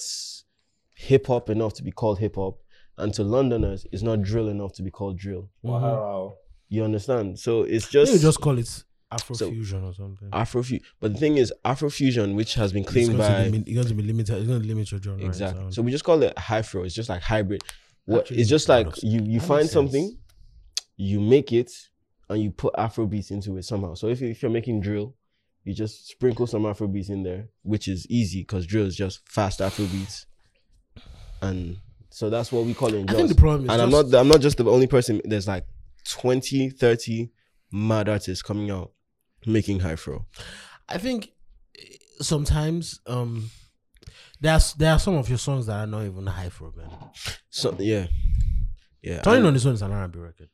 Speaker 4: hip hop enough to be called hip hop, and to Londoners, it's not drill enough to be called drill.
Speaker 1: Wow.
Speaker 4: You understand? So it's
Speaker 2: They
Speaker 4: just,
Speaker 2: would Mm-hmm. just call it Afro
Speaker 4: So-
Speaker 2: fusion or something.
Speaker 4: Afrofu- But the thing is, Afrofusion, which has been
Speaker 2: It's
Speaker 4: claimed
Speaker 2: going,
Speaker 4: by
Speaker 2: to be, it's going to be limited. It's going to limit your genre. and
Speaker 4: Exactly.
Speaker 2: sound.
Speaker 4: So we just call it hyfro. It's just like hybrid. What
Speaker 2: Actually
Speaker 4: it's just
Speaker 2: makes a
Speaker 4: like
Speaker 2: lot of
Speaker 4: you you
Speaker 2: That
Speaker 4: find
Speaker 2: makes
Speaker 4: something,
Speaker 2: sense.
Speaker 4: you make it, and you put Afro beats into it somehow. So if you- if you're making drill, you just sprinkle some Afro beats in there, which is easy because drill is just fast Afro beats, and so that's what we call it. In
Speaker 2: I think
Speaker 4: jazz.
Speaker 2: the problem is
Speaker 4: and I'm
Speaker 2: just-
Speaker 4: not the- I'm not just the only person. There's like 20, 30 mad artists coming out making hyfro.
Speaker 2: I think eh, sometimes um, There's there are some of your songs that are not even high for man.
Speaker 4: So yeah, yeah.
Speaker 2: Turning on this one is an R&B record.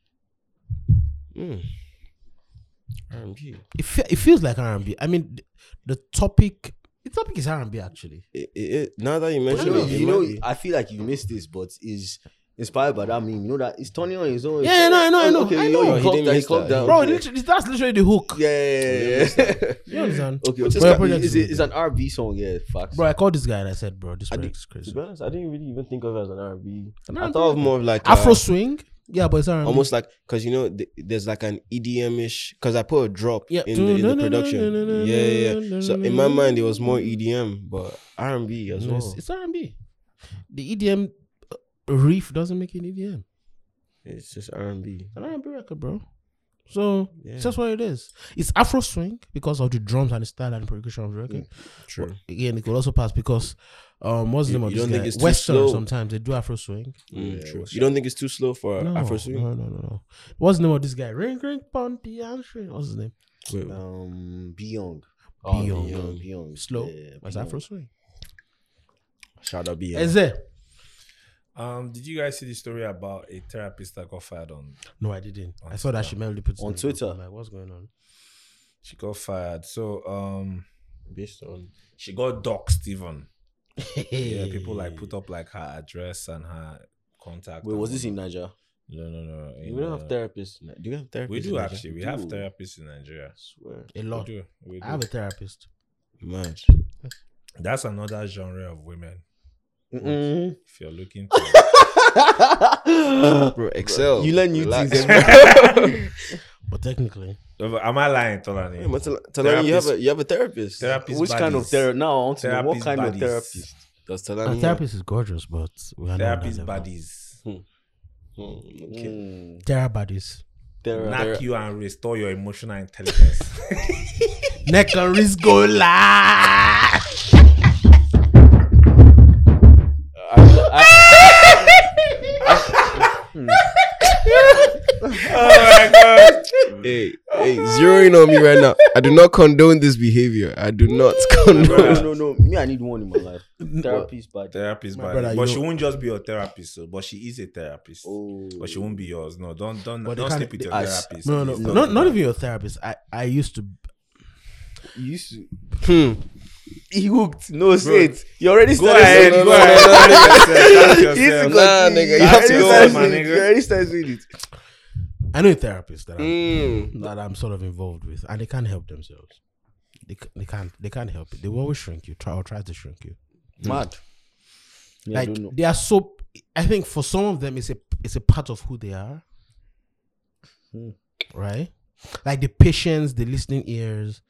Speaker 4: R&B.
Speaker 2: It, fe- it feels like R&B. I mean, the, the topic the topic is R&B actually.
Speaker 4: It, it, it, now that you
Speaker 3: But
Speaker 4: mention
Speaker 3: you know,
Speaker 4: it, it
Speaker 3: you know,
Speaker 4: might be.
Speaker 3: I feel like you missed this, but is inspired by that meme. You know that it's turning on his own.
Speaker 2: Yeah, yeah, no, I know, I know,
Speaker 3: Okay,
Speaker 2: I
Speaker 3: you know,
Speaker 2: know.
Speaker 4: He
Speaker 3: you clocked
Speaker 4: didn't
Speaker 3: that. You
Speaker 4: miss
Speaker 3: clocked
Speaker 4: that.
Speaker 3: that.
Speaker 2: Bro,
Speaker 3: okay.
Speaker 2: literally, that's literally the hook.
Speaker 3: Yeah, yeah, yeah, yeah.
Speaker 2: You understand?
Speaker 3: Okay,
Speaker 2: Which
Speaker 3: which
Speaker 2: is
Speaker 3: is,
Speaker 2: my
Speaker 3: like, is
Speaker 2: project is
Speaker 3: it, it's an R&B song, yeah. Facts.
Speaker 2: Bro, I called this guy and I said, bro, this project
Speaker 4: did-
Speaker 2: is
Speaker 4: To
Speaker 2: crazy.
Speaker 4: be honest, I didn't really even think of it as an R&B.
Speaker 2: An
Speaker 4: I
Speaker 2: R&B
Speaker 4: thought of more of like a-
Speaker 2: Afro swing? Yeah, but it's R&B.
Speaker 4: almost like because you know th- there's like an E EDM-ish because I put a drop
Speaker 2: Yeah.
Speaker 4: in, the, in the production. Yeah, yeah, yeah. So in my mind it was more EDM, but R&B as
Speaker 2: No, it's,
Speaker 4: well.
Speaker 2: it's R&B. The EDM uh, riff doesn't make it EDM.
Speaker 4: It's just R&B.
Speaker 2: It's an R&B record, bro. So
Speaker 4: Yeah.
Speaker 2: that's what it is. It's Afro swing because of the drums and the style and progression of the record.
Speaker 4: True.
Speaker 2: Again, it could also pass because um, what's the
Speaker 4: You-
Speaker 2: name of
Speaker 4: you
Speaker 2: this
Speaker 4: don't
Speaker 2: guy?
Speaker 4: think it's too
Speaker 2: Western
Speaker 4: slow?
Speaker 2: sometimes they do Afro swing.
Speaker 4: Mm,
Speaker 3: Yeah,
Speaker 4: true.
Speaker 3: what's
Speaker 4: You don't think it's too slow for
Speaker 2: No, Uh-huh.
Speaker 4: Afro swing?
Speaker 2: no, no, no, no. What's the name of this guy? Ring, ring, Ponty, and string. What's his name?
Speaker 4: Wait,
Speaker 3: Um, Beyond.
Speaker 2: Oh, Beyond.
Speaker 3: Beyond. Beyond.
Speaker 2: Slow.
Speaker 3: Yeah,
Speaker 2: That's
Speaker 3: Beyond.
Speaker 2: Afro swing.
Speaker 3: Shout out Beyond.
Speaker 2: Is there?
Speaker 1: Um, did you guys see the story about a therapist that got fired on?
Speaker 2: No, I didn't. I
Speaker 1: On
Speaker 2: saw that she merely put it
Speaker 3: On
Speaker 2: in the group.
Speaker 3: Twitter.
Speaker 2: I'm Like, what's going on?
Speaker 1: She got fired. So um,
Speaker 4: Based on
Speaker 1: she got doxed even. Yeah, people like
Speaker 2: put.
Speaker 1: put up like her address and her contact.
Speaker 3: Wait,
Speaker 1: and
Speaker 3: was this in
Speaker 1: whatnot.
Speaker 3: Nigeria?
Speaker 1: No, no, no. in,
Speaker 4: we don't have
Speaker 1: uh,
Speaker 4: therapists. in Ni- Do you have therapists?
Speaker 1: We
Speaker 4: in
Speaker 1: do
Speaker 4: Nigeria?
Speaker 1: actually. We
Speaker 4: Do.
Speaker 1: have therapists in Nigeria.
Speaker 4: I swear.
Speaker 2: A
Speaker 1: We
Speaker 2: lot.
Speaker 1: do. We do.
Speaker 2: I have a therapist.
Speaker 4: Man.
Speaker 1: That's another genre of women.
Speaker 3: Mm-mm.
Speaker 1: If you're looking, to,
Speaker 4: Bro, Excel.
Speaker 3: You learn new
Speaker 4: Relax.
Speaker 3: things.
Speaker 2: But technically,
Speaker 1: am I lying, Tolani?
Speaker 4: Hey, but Tal- Talani, you have
Speaker 1: Therapist-
Speaker 4: a you have a therapist.
Speaker 1: Therapist
Speaker 3: Which kind of
Speaker 1: buddies.
Speaker 3: therapy? Now, I want to know what
Speaker 1: Therapist
Speaker 3: kind
Speaker 1: buddies.
Speaker 3: of therapist?
Speaker 4: Does
Speaker 2: my
Speaker 4: Talani?
Speaker 2: therapist is gorgeous, but we are not on that
Speaker 1: Therapist
Speaker 2: level.
Speaker 1: buddies.
Speaker 4: Hmm, okay.
Speaker 3: Mm.
Speaker 2: Thera buddies.
Speaker 4: Thera-
Speaker 1: Knock
Speaker 4: thera-
Speaker 1: you and restore your emotional intelligence.
Speaker 2: Neck and wrist go live.
Speaker 4: Hey, hey, zero in on me right now. I do not condone this behavior. I do not
Speaker 3: No,
Speaker 4: condone.
Speaker 3: no, no. Me, I need one in my life. Therapist buddy.
Speaker 1: therapist
Speaker 2: My
Speaker 1: buddies.
Speaker 2: brother,
Speaker 1: but
Speaker 2: you
Speaker 1: she
Speaker 2: know-
Speaker 1: won't just be your therapist, so, but she is a therapist.
Speaker 3: Oh.
Speaker 1: But she won't be yours. No, don't don't
Speaker 2: But they
Speaker 1: don't
Speaker 2: can't-
Speaker 1: sleep with your
Speaker 3: I s-
Speaker 1: therapist.
Speaker 2: No, no,
Speaker 1: please.
Speaker 2: no, not, not even your therapist. I, I used to.
Speaker 3: You used to.
Speaker 4: Hmm.
Speaker 3: He hooked. No, say it. You already
Speaker 1: Go
Speaker 3: started.
Speaker 1: ahead,
Speaker 3: saying
Speaker 1: go
Speaker 3: it.
Speaker 1: ahead. That's yourself.
Speaker 3: You used to
Speaker 1: That's
Speaker 3: go-
Speaker 1: yourself.
Speaker 4: Nah, nigga, you
Speaker 3: You
Speaker 4: have to
Speaker 3: already
Speaker 4: go
Speaker 3: started
Speaker 1: my
Speaker 3: saying it.
Speaker 1: nigga.
Speaker 3: You already started saying it.
Speaker 2: I know a therapist that I'm,
Speaker 4: Mm.
Speaker 2: that I'm sort of involved with, and they can't help themselves. They, c- they can't they can't help it. They will always shrink you. Try or try to shrink you.
Speaker 3: Mad. Me, I
Speaker 2: like
Speaker 3: don't know.
Speaker 2: they are so. I think for some of them, it's a it's a part of who they are,
Speaker 3: Hmm.
Speaker 2: right? Like the patience, the listening ears.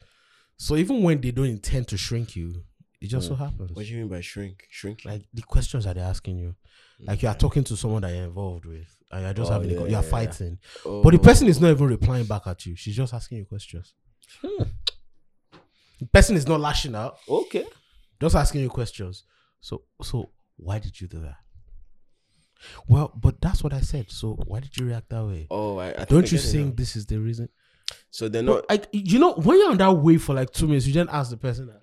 Speaker 2: So even when they don't intend to shrink you, it just
Speaker 3: Hmm.
Speaker 2: so happens.
Speaker 4: What do you mean by shrink? Shrink?
Speaker 2: Like the questions that they're asking you, like you are talking to someone that you're involved with, and you're just
Speaker 3: Oh,
Speaker 2: having a
Speaker 3: yeah,
Speaker 2: co-
Speaker 3: yeah,
Speaker 2: you're
Speaker 3: yeah.
Speaker 2: fighting,
Speaker 4: Oh.
Speaker 2: but the person is not even replying back at you. She's just asking you questions. The person is not lashing out,
Speaker 3: Okay.
Speaker 2: just asking you questions. So so why did you do that? Well, but that's what I said. So why did you react that way?
Speaker 4: Oh, I, I think I
Speaker 2: Don't you
Speaker 4: get it
Speaker 2: think
Speaker 4: now.
Speaker 2: this is the reason?
Speaker 4: So they're
Speaker 2: No,
Speaker 4: not.
Speaker 2: I, you know when you're on that wave for like two minutes, you just ask the person, that,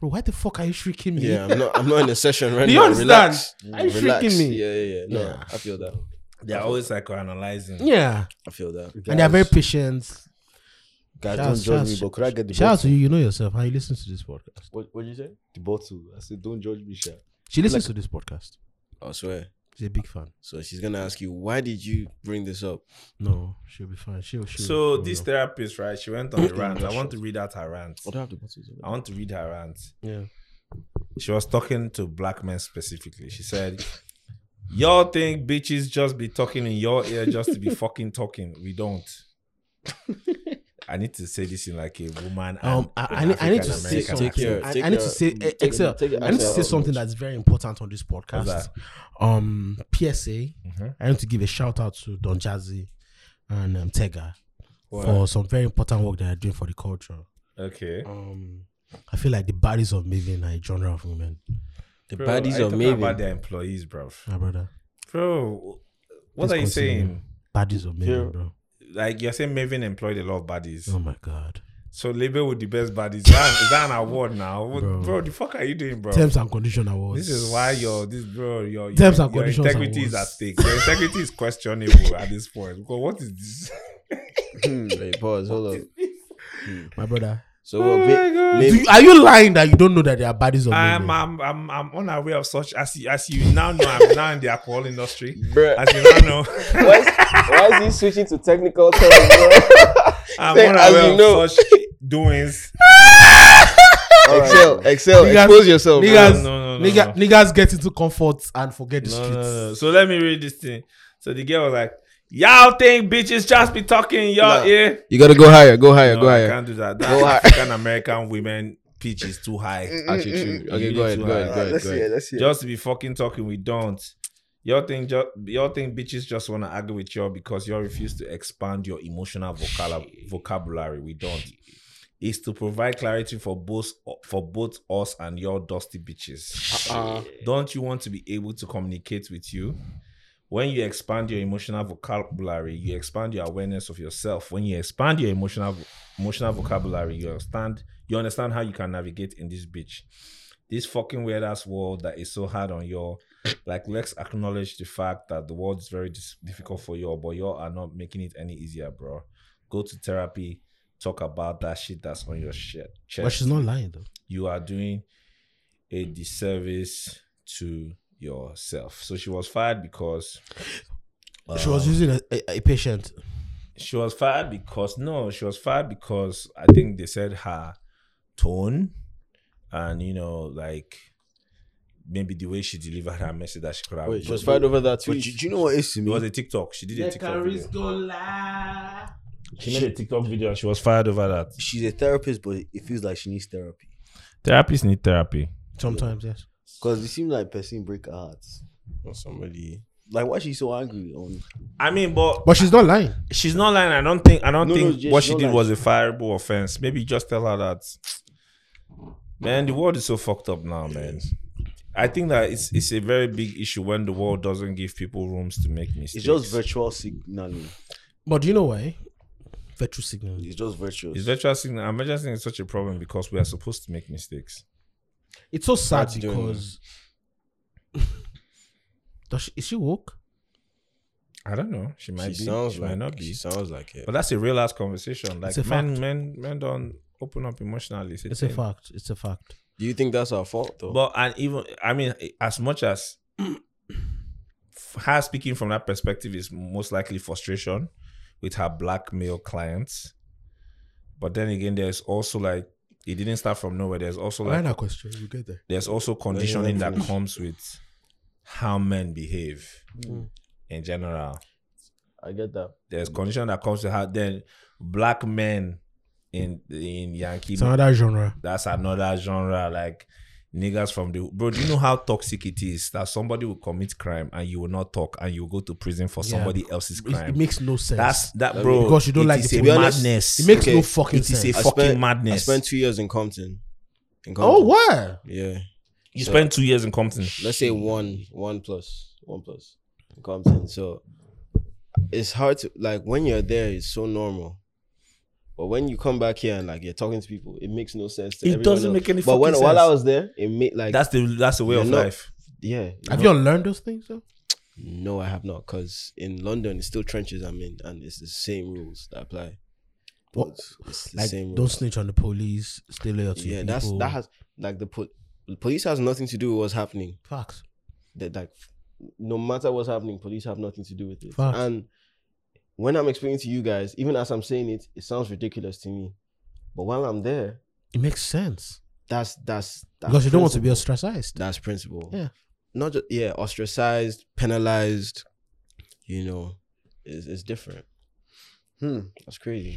Speaker 2: "Bro, why the fuck are you shrieking me?
Speaker 4: Yeah, I'm not. I'm not in a session right
Speaker 2: Do you
Speaker 4: now.
Speaker 2: understand?
Speaker 4: Relax.
Speaker 2: Are you
Speaker 4: Relax.
Speaker 2: freaking me?
Speaker 4: Yeah, yeah, yeah. No,
Speaker 2: Yeah.
Speaker 4: I feel that.
Speaker 1: They're always psychoanalyzing.
Speaker 2: Yeah.
Speaker 4: I feel that.
Speaker 2: and they're very patient.
Speaker 3: Guys,
Speaker 2: Shout
Speaker 3: don't
Speaker 2: out-
Speaker 3: judge me,
Speaker 2: shout-
Speaker 3: but could I get the
Speaker 2: Shout out
Speaker 3: bottle?
Speaker 2: to you. You know yourself. How you listen to this podcast?
Speaker 3: What did you say? The bottle. I said, don't judge me, Sha.
Speaker 2: She listens to this podcast.
Speaker 4: I swear.
Speaker 2: She's a big fan.
Speaker 4: So she's gonna ask you, why did you bring this up?
Speaker 2: No, she'll be fine. She'll. she'll
Speaker 1: So
Speaker 2: she'll
Speaker 1: this
Speaker 2: know.
Speaker 1: therapist, right? She went on a rant. I want to read out her rant.
Speaker 4: I don't have the bottles.
Speaker 1: I want to read her rant.
Speaker 2: yeah.
Speaker 1: She was talking to black men specifically. She said, Y'all think bitches just be talking in your ear just to be fucking talking. We don't. I need to say this in like a woman.
Speaker 2: Um, I, I, need, I need to say
Speaker 1: African-American
Speaker 2: something.
Speaker 4: Take your-
Speaker 2: I,
Speaker 4: take
Speaker 2: I need
Speaker 4: your-
Speaker 2: to say, eh,
Speaker 4: take your-
Speaker 2: Excel.
Speaker 4: take your
Speaker 2: I need to
Speaker 4: Excel
Speaker 2: say
Speaker 4: out.
Speaker 2: something that's very important on this
Speaker 1: What's
Speaker 2: podcast.
Speaker 1: that?
Speaker 2: Um, PSA.
Speaker 4: Mm-hmm.
Speaker 1: Mhm.
Speaker 2: I need to give a shout out to Don Jazzy and um, Tega
Speaker 1: Why?
Speaker 2: for some very important work that they're doing for the culture.
Speaker 1: Okay.
Speaker 2: Um, I feel like the bodies of Maven are a genre of women,
Speaker 4: The
Speaker 1: Bro,
Speaker 4: bodies
Speaker 1: are you
Speaker 4: of
Speaker 1: talking about
Speaker 4: Maven.
Speaker 1: their employees, bro.
Speaker 2: my brother.
Speaker 1: Bro, what
Speaker 2: Please
Speaker 1: are you
Speaker 2: Mm. continue.
Speaker 1: saying?
Speaker 2: Bodies of Maven,
Speaker 4: Yeah.
Speaker 2: bro.
Speaker 1: Like you're saying Maven employed a lot of baddies.
Speaker 2: Oh my god.
Speaker 1: So label with the best bad is that, is that an award now? What-
Speaker 2: Bro.
Speaker 1: bro. the fuck are you doing, bro?
Speaker 2: Terms and condition awards.
Speaker 1: this is why your this bro your your,
Speaker 2: Terms and
Speaker 1: your
Speaker 2: conditions
Speaker 1: integrity is at
Speaker 2: awards.
Speaker 1: stake. Your integrity is questionable at this point. Because what is this?
Speaker 4: Hmm, Wait, pause. Hold up.
Speaker 2: my brother.
Speaker 4: So what, may-
Speaker 2: Do
Speaker 3: Oh
Speaker 4: maybe
Speaker 2: you- are you lying that you don't know that there are bodies on
Speaker 1: I'm,
Speaker 2: label?
Speaker 1: I'm I'm I'm unaware of such as you, as you now know. I'm now in the alcohol industry.
Speaker 4: Bruh.
Speaker 1: As you now know,
Speaker 4: why, is, why is he switching to technical terms, bro?
Speaker 1: I'm
Speaker 4: Say, as
Speaker 1: unaware
Speaker 4: you know.
Speaker 1: of such doings.
Speaker 4: Excel, Excel,
Speaker 2: Niggas-
Speaker 4: expose yourself. bro.
Speaker 1: no,
Speaker 2: niggas,
Speaker 1: no, no,
Speaker 2: nigga, niggas get into comfort and forget the
Speaker 1: No,
Speaker 2: streets.
Speaker 1: no, no, no. So let me read this thing. So the girl was like, "Y'all think bitches just be talking in y'all
Speaker 4: Nah.
Speaker 1: ear?
Speaker 4: You gotta go higher, go higher,
Speaker 1: No,
Speaker 4: go
Speaker 1: I
Speaker 4: higher.
Speaker 1: can't do that.
Speaker 4: Go higher.
Speaker 1: That African American women pitch is too high.
Speaker 4: Actually, true.
Speaker 1: You
Speaker 4: Okay,
Speaker 1: need
Speaker 4: go ahead,
Speaker 1: to higher.
Speaker 4: go ahead, go ahead, go ahead.
Speaker 3: Ah, let's hear.
Speaker 1: Just to be fucking talking, we don't. Y'all think ju- y'all think bitches just wanna argue with y'all because y'all refuse to expand your emotional vocal- vocabulary. We don't. It's to provide clarity for both for both us and your dusty bitches. Don't you want to be able to communicate with you? When you expand your emotional vocabulary, you expand your awareness of yourself. When you expand your emotional emotional vocabulary, you understand you understand how you can navigate in this bitch. This fucking weird ass world that is so hard on y'all. Like let's acknowledge the fact that the world is very dis- difficult for y'all, but y'all are not making it any easier, bro. Go to therapy, talk about that shit that's on your shit.
Speaker 2: But she's not lying though.
Speaker 1: You are doing a disservice to yourself. So she was fired because
Speaker 2: she was
Speaker 1: um,
Speaker 2: using a, a, a patient.
Speaker 1: she was fired because no, she was fired because I think they said her tone and you know like maybe the way she delivered her message that she could have.
Speaker 4: Wait, she was
Speaker 1: done.
Speaker 4: fired over that
Speaker 3: But do,
Speaker 4: tweet.
Speaker 3: do you know what is to
Speaker 1: It was
Speaker 3: me?
Speaker 1: a TikTok. She did a TikTok. Video.
Speaker 2: lie.
Speaker 1: She made a TikTok video and she was fired over that.
Speaker 3: She's a therapist, but it feels like she needs therapy.
Speaker 1: Therapists need therapy.
Speaker 2: Sometimes, yes.
Speaker 3: Cause it seems like person break her heart.
Speaker 4: Somebody.
Speaker 3: Like why she so angry on?
Speaker 1: I mean, but
Speaker 2: But she's not lying.
Speaker 1: she's not lying. I don't think. I don't
Speaker 3: No, no,
Speaker 1: think
Speaker 3: yeah,
Speaker 1: what
Speaker 3: she's
Speaker 1: she
Speaker 3: not
Speaker 1: did
Speaker 3: lying.
Speaker 1: was a fireable offense. Maybe just tell her that. Man, the world is so fucked up now, man. I think that it's it's a very big issue when the world doesn't give people rooms to make mistakes.
Speaker 3: It's just virtual signaling.
Speaker 2: But do you know why? Virtue signal.
Speaker 3: It's just virtual.
Speaker 1: It's virtual signal. I'm just saying it's such a problem because we are supposed to make mistakes.
Speaker 2: It's so sad
Speaker 4: That's doing
Speaker 2: because. Does she, is she woke?
Speaker 1: I don't know. She might be.
Speaker 4: She sounds
Speaker 1: she
Speaker 4: like.
Speaker 1: might not be.
Speaker 4: She sounds like it.
Speaker 1: But that's a real ass conversation. Like
Speaker 2: It's a
Speaker 1: men,
Speaker 2: fact.
Speaker 1: men, men don't open up emotionally. It's a,
Speaker 2: It's a
Speaker 1: thing.
Speaker 2: fact. It's a fact.
Speaker 4: Do you think that's our fault though?
Speaker 1: But and even I mean, as much as her speaking from that perspective is most likely frustration with her black male clients. But then again, there's also like it didn't start from nowhere. There's also like
Speaker 2: that question. You get there.
Speaker 1: there's also conditioning that comes with how men behave
Speaker 2: Mm.
Speaker 1: in general.
Speaker 4: I get that.
Speaker 1: There's condition that comes to how then black men in in Yankee
Speaker 2: It's another genre.
Speaker 1: that's another genre like niggas from the bro do you know how toxic it is that somebody will commit crime and you will not talk and you will go to prison for
Speaker 2: Yeah.
Speaker 1: somebody else's
Speaker 2: It, it
Speaker 1: crime
Speaker 2: makes no sense.
Speaker 1: that's that
Speaker 4: Like,
Speaker 1: bro
Speaker 2: because you don't
Speaker 1: it
Speaker 2: like
Speaker 1: is
Speaker 2: the
Speaker 1: a
Speaker 2: police. To be
Speaker 4: honest,
Speaker 1: madness
Speaker 2: it makes
Speaker 4: okay,
Speaker 2: no fucking
Speaker 1: it is a
Speaker 2: sense.
Speaker 1: fucking
Speaker 4: spent- I
Speaker 1: madness
Speaker 4: spent two years in Compton. In
Speaker 2: oh, what?
Speaker 4: Yeah.
Speaker 1: you spent two years in compton
Speaker 4: let's say one one plus one plus in Compton. So it's hard to like when you're there, it's so normal. But when you come back here and like you're talking to people, it makes no sense. To
Speaker 1: It
Speaker 4: everyone
Speaker 1: doesn't
Speaker 4: else.
Speaker 1: make any
Speaker 4: But when
Speaker 1: fucking
Speaker 4: while I
Speaker 1: sense.
Speaker 4: was there, it made like
Speaker 1: that's the that's the way
Speaker 4: you're
Speaker 1: of
Speaker 4: not-
Speaker 1: life
Speaker 4: yeah.
Speaker 2: Have you unlearned those things though?
Speaker 4: No, I have not, because in London it's still trenches I'm in, and it's the same rules that apply.
Speaker 2: What?
Speaker 4: It's- It's the
Speaker 2: Like,
Speaker 4: same
Speaker 2: don't
Speaker 4: rules.
Speaker 2: snitch on the police. Stay loyal to
Speaker 4: Yeah,
Speaker 2: your people.
Speaker 4: that's that has like the pol- the police has nothing to do with what's happening.
Speaker 2: facts.
Speaker 4: that like no matter what's happening, police have nothing to do with it.
Speaker 2: Facts.
Speaker 4: And when I'm explaining to you guys, even as I'm saying it, it sounds ridiculous to me. But while I'm there,
Speaker 2: It makes sense
Speaker 4: that's that's that's
Speaker 2: because you don't want to be
Speaker 4: principle.
Speaker 2: ostracized.
Speaker 4: that's principle.
Speaker 2: Yeah.
Speaker 4: Not just yeah, ostracized, penalized, you know, is is different.
Speaker 3: Hmm.
Speaker 4: That's crazy.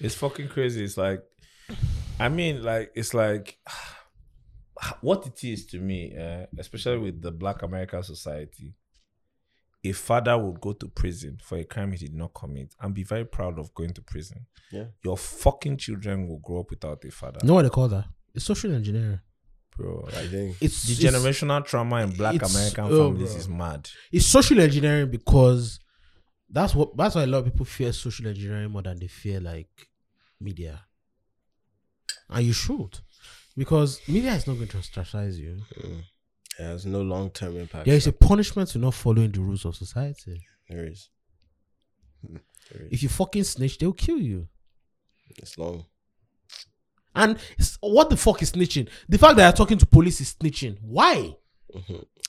Speaker 1: It's fucking crazy. It's like, I mean, like it's like what it is to me, eh, especially with the Black American society. A father would go to prison for a crime he did not commit and be very proud of going to prison.
Speaker 4: Yeah.
Speaker 1: Your fucking children will grow up without a father,
Speaker 2: You know what they call that? It's social engineering.
Speaker 1: bro.
Speaker 4: I
Speaker 1: Like,
Speaker 4: think
Speaker 2: It's
Speaker 1: the
Speaker 2: it's-
Speaker 1: generational trauma in Black
Speaker 2: it's-
Speaker 1: American
Speaker 2: oh,
Speaker 1: families
Speaker 2: bro.
Speaker 1: is mad.
Speaker 2: it's social engineering because that's what that's why a lot of people fear social engineering more than they fear like media. and you should, because media is not going to ostracize you.
Speaker 4: Yeah, there's no long term impact.
Speaker 2: There is a punishment to not following the rules of society.
Speaker 4: There is.
Speaker 2: If you fucking snitch, they'll kill you.
Speaker 4: It's long.
Speaker 2: And it's- what the fuck is snitching? The fact that you're talking to police is snitching. Why?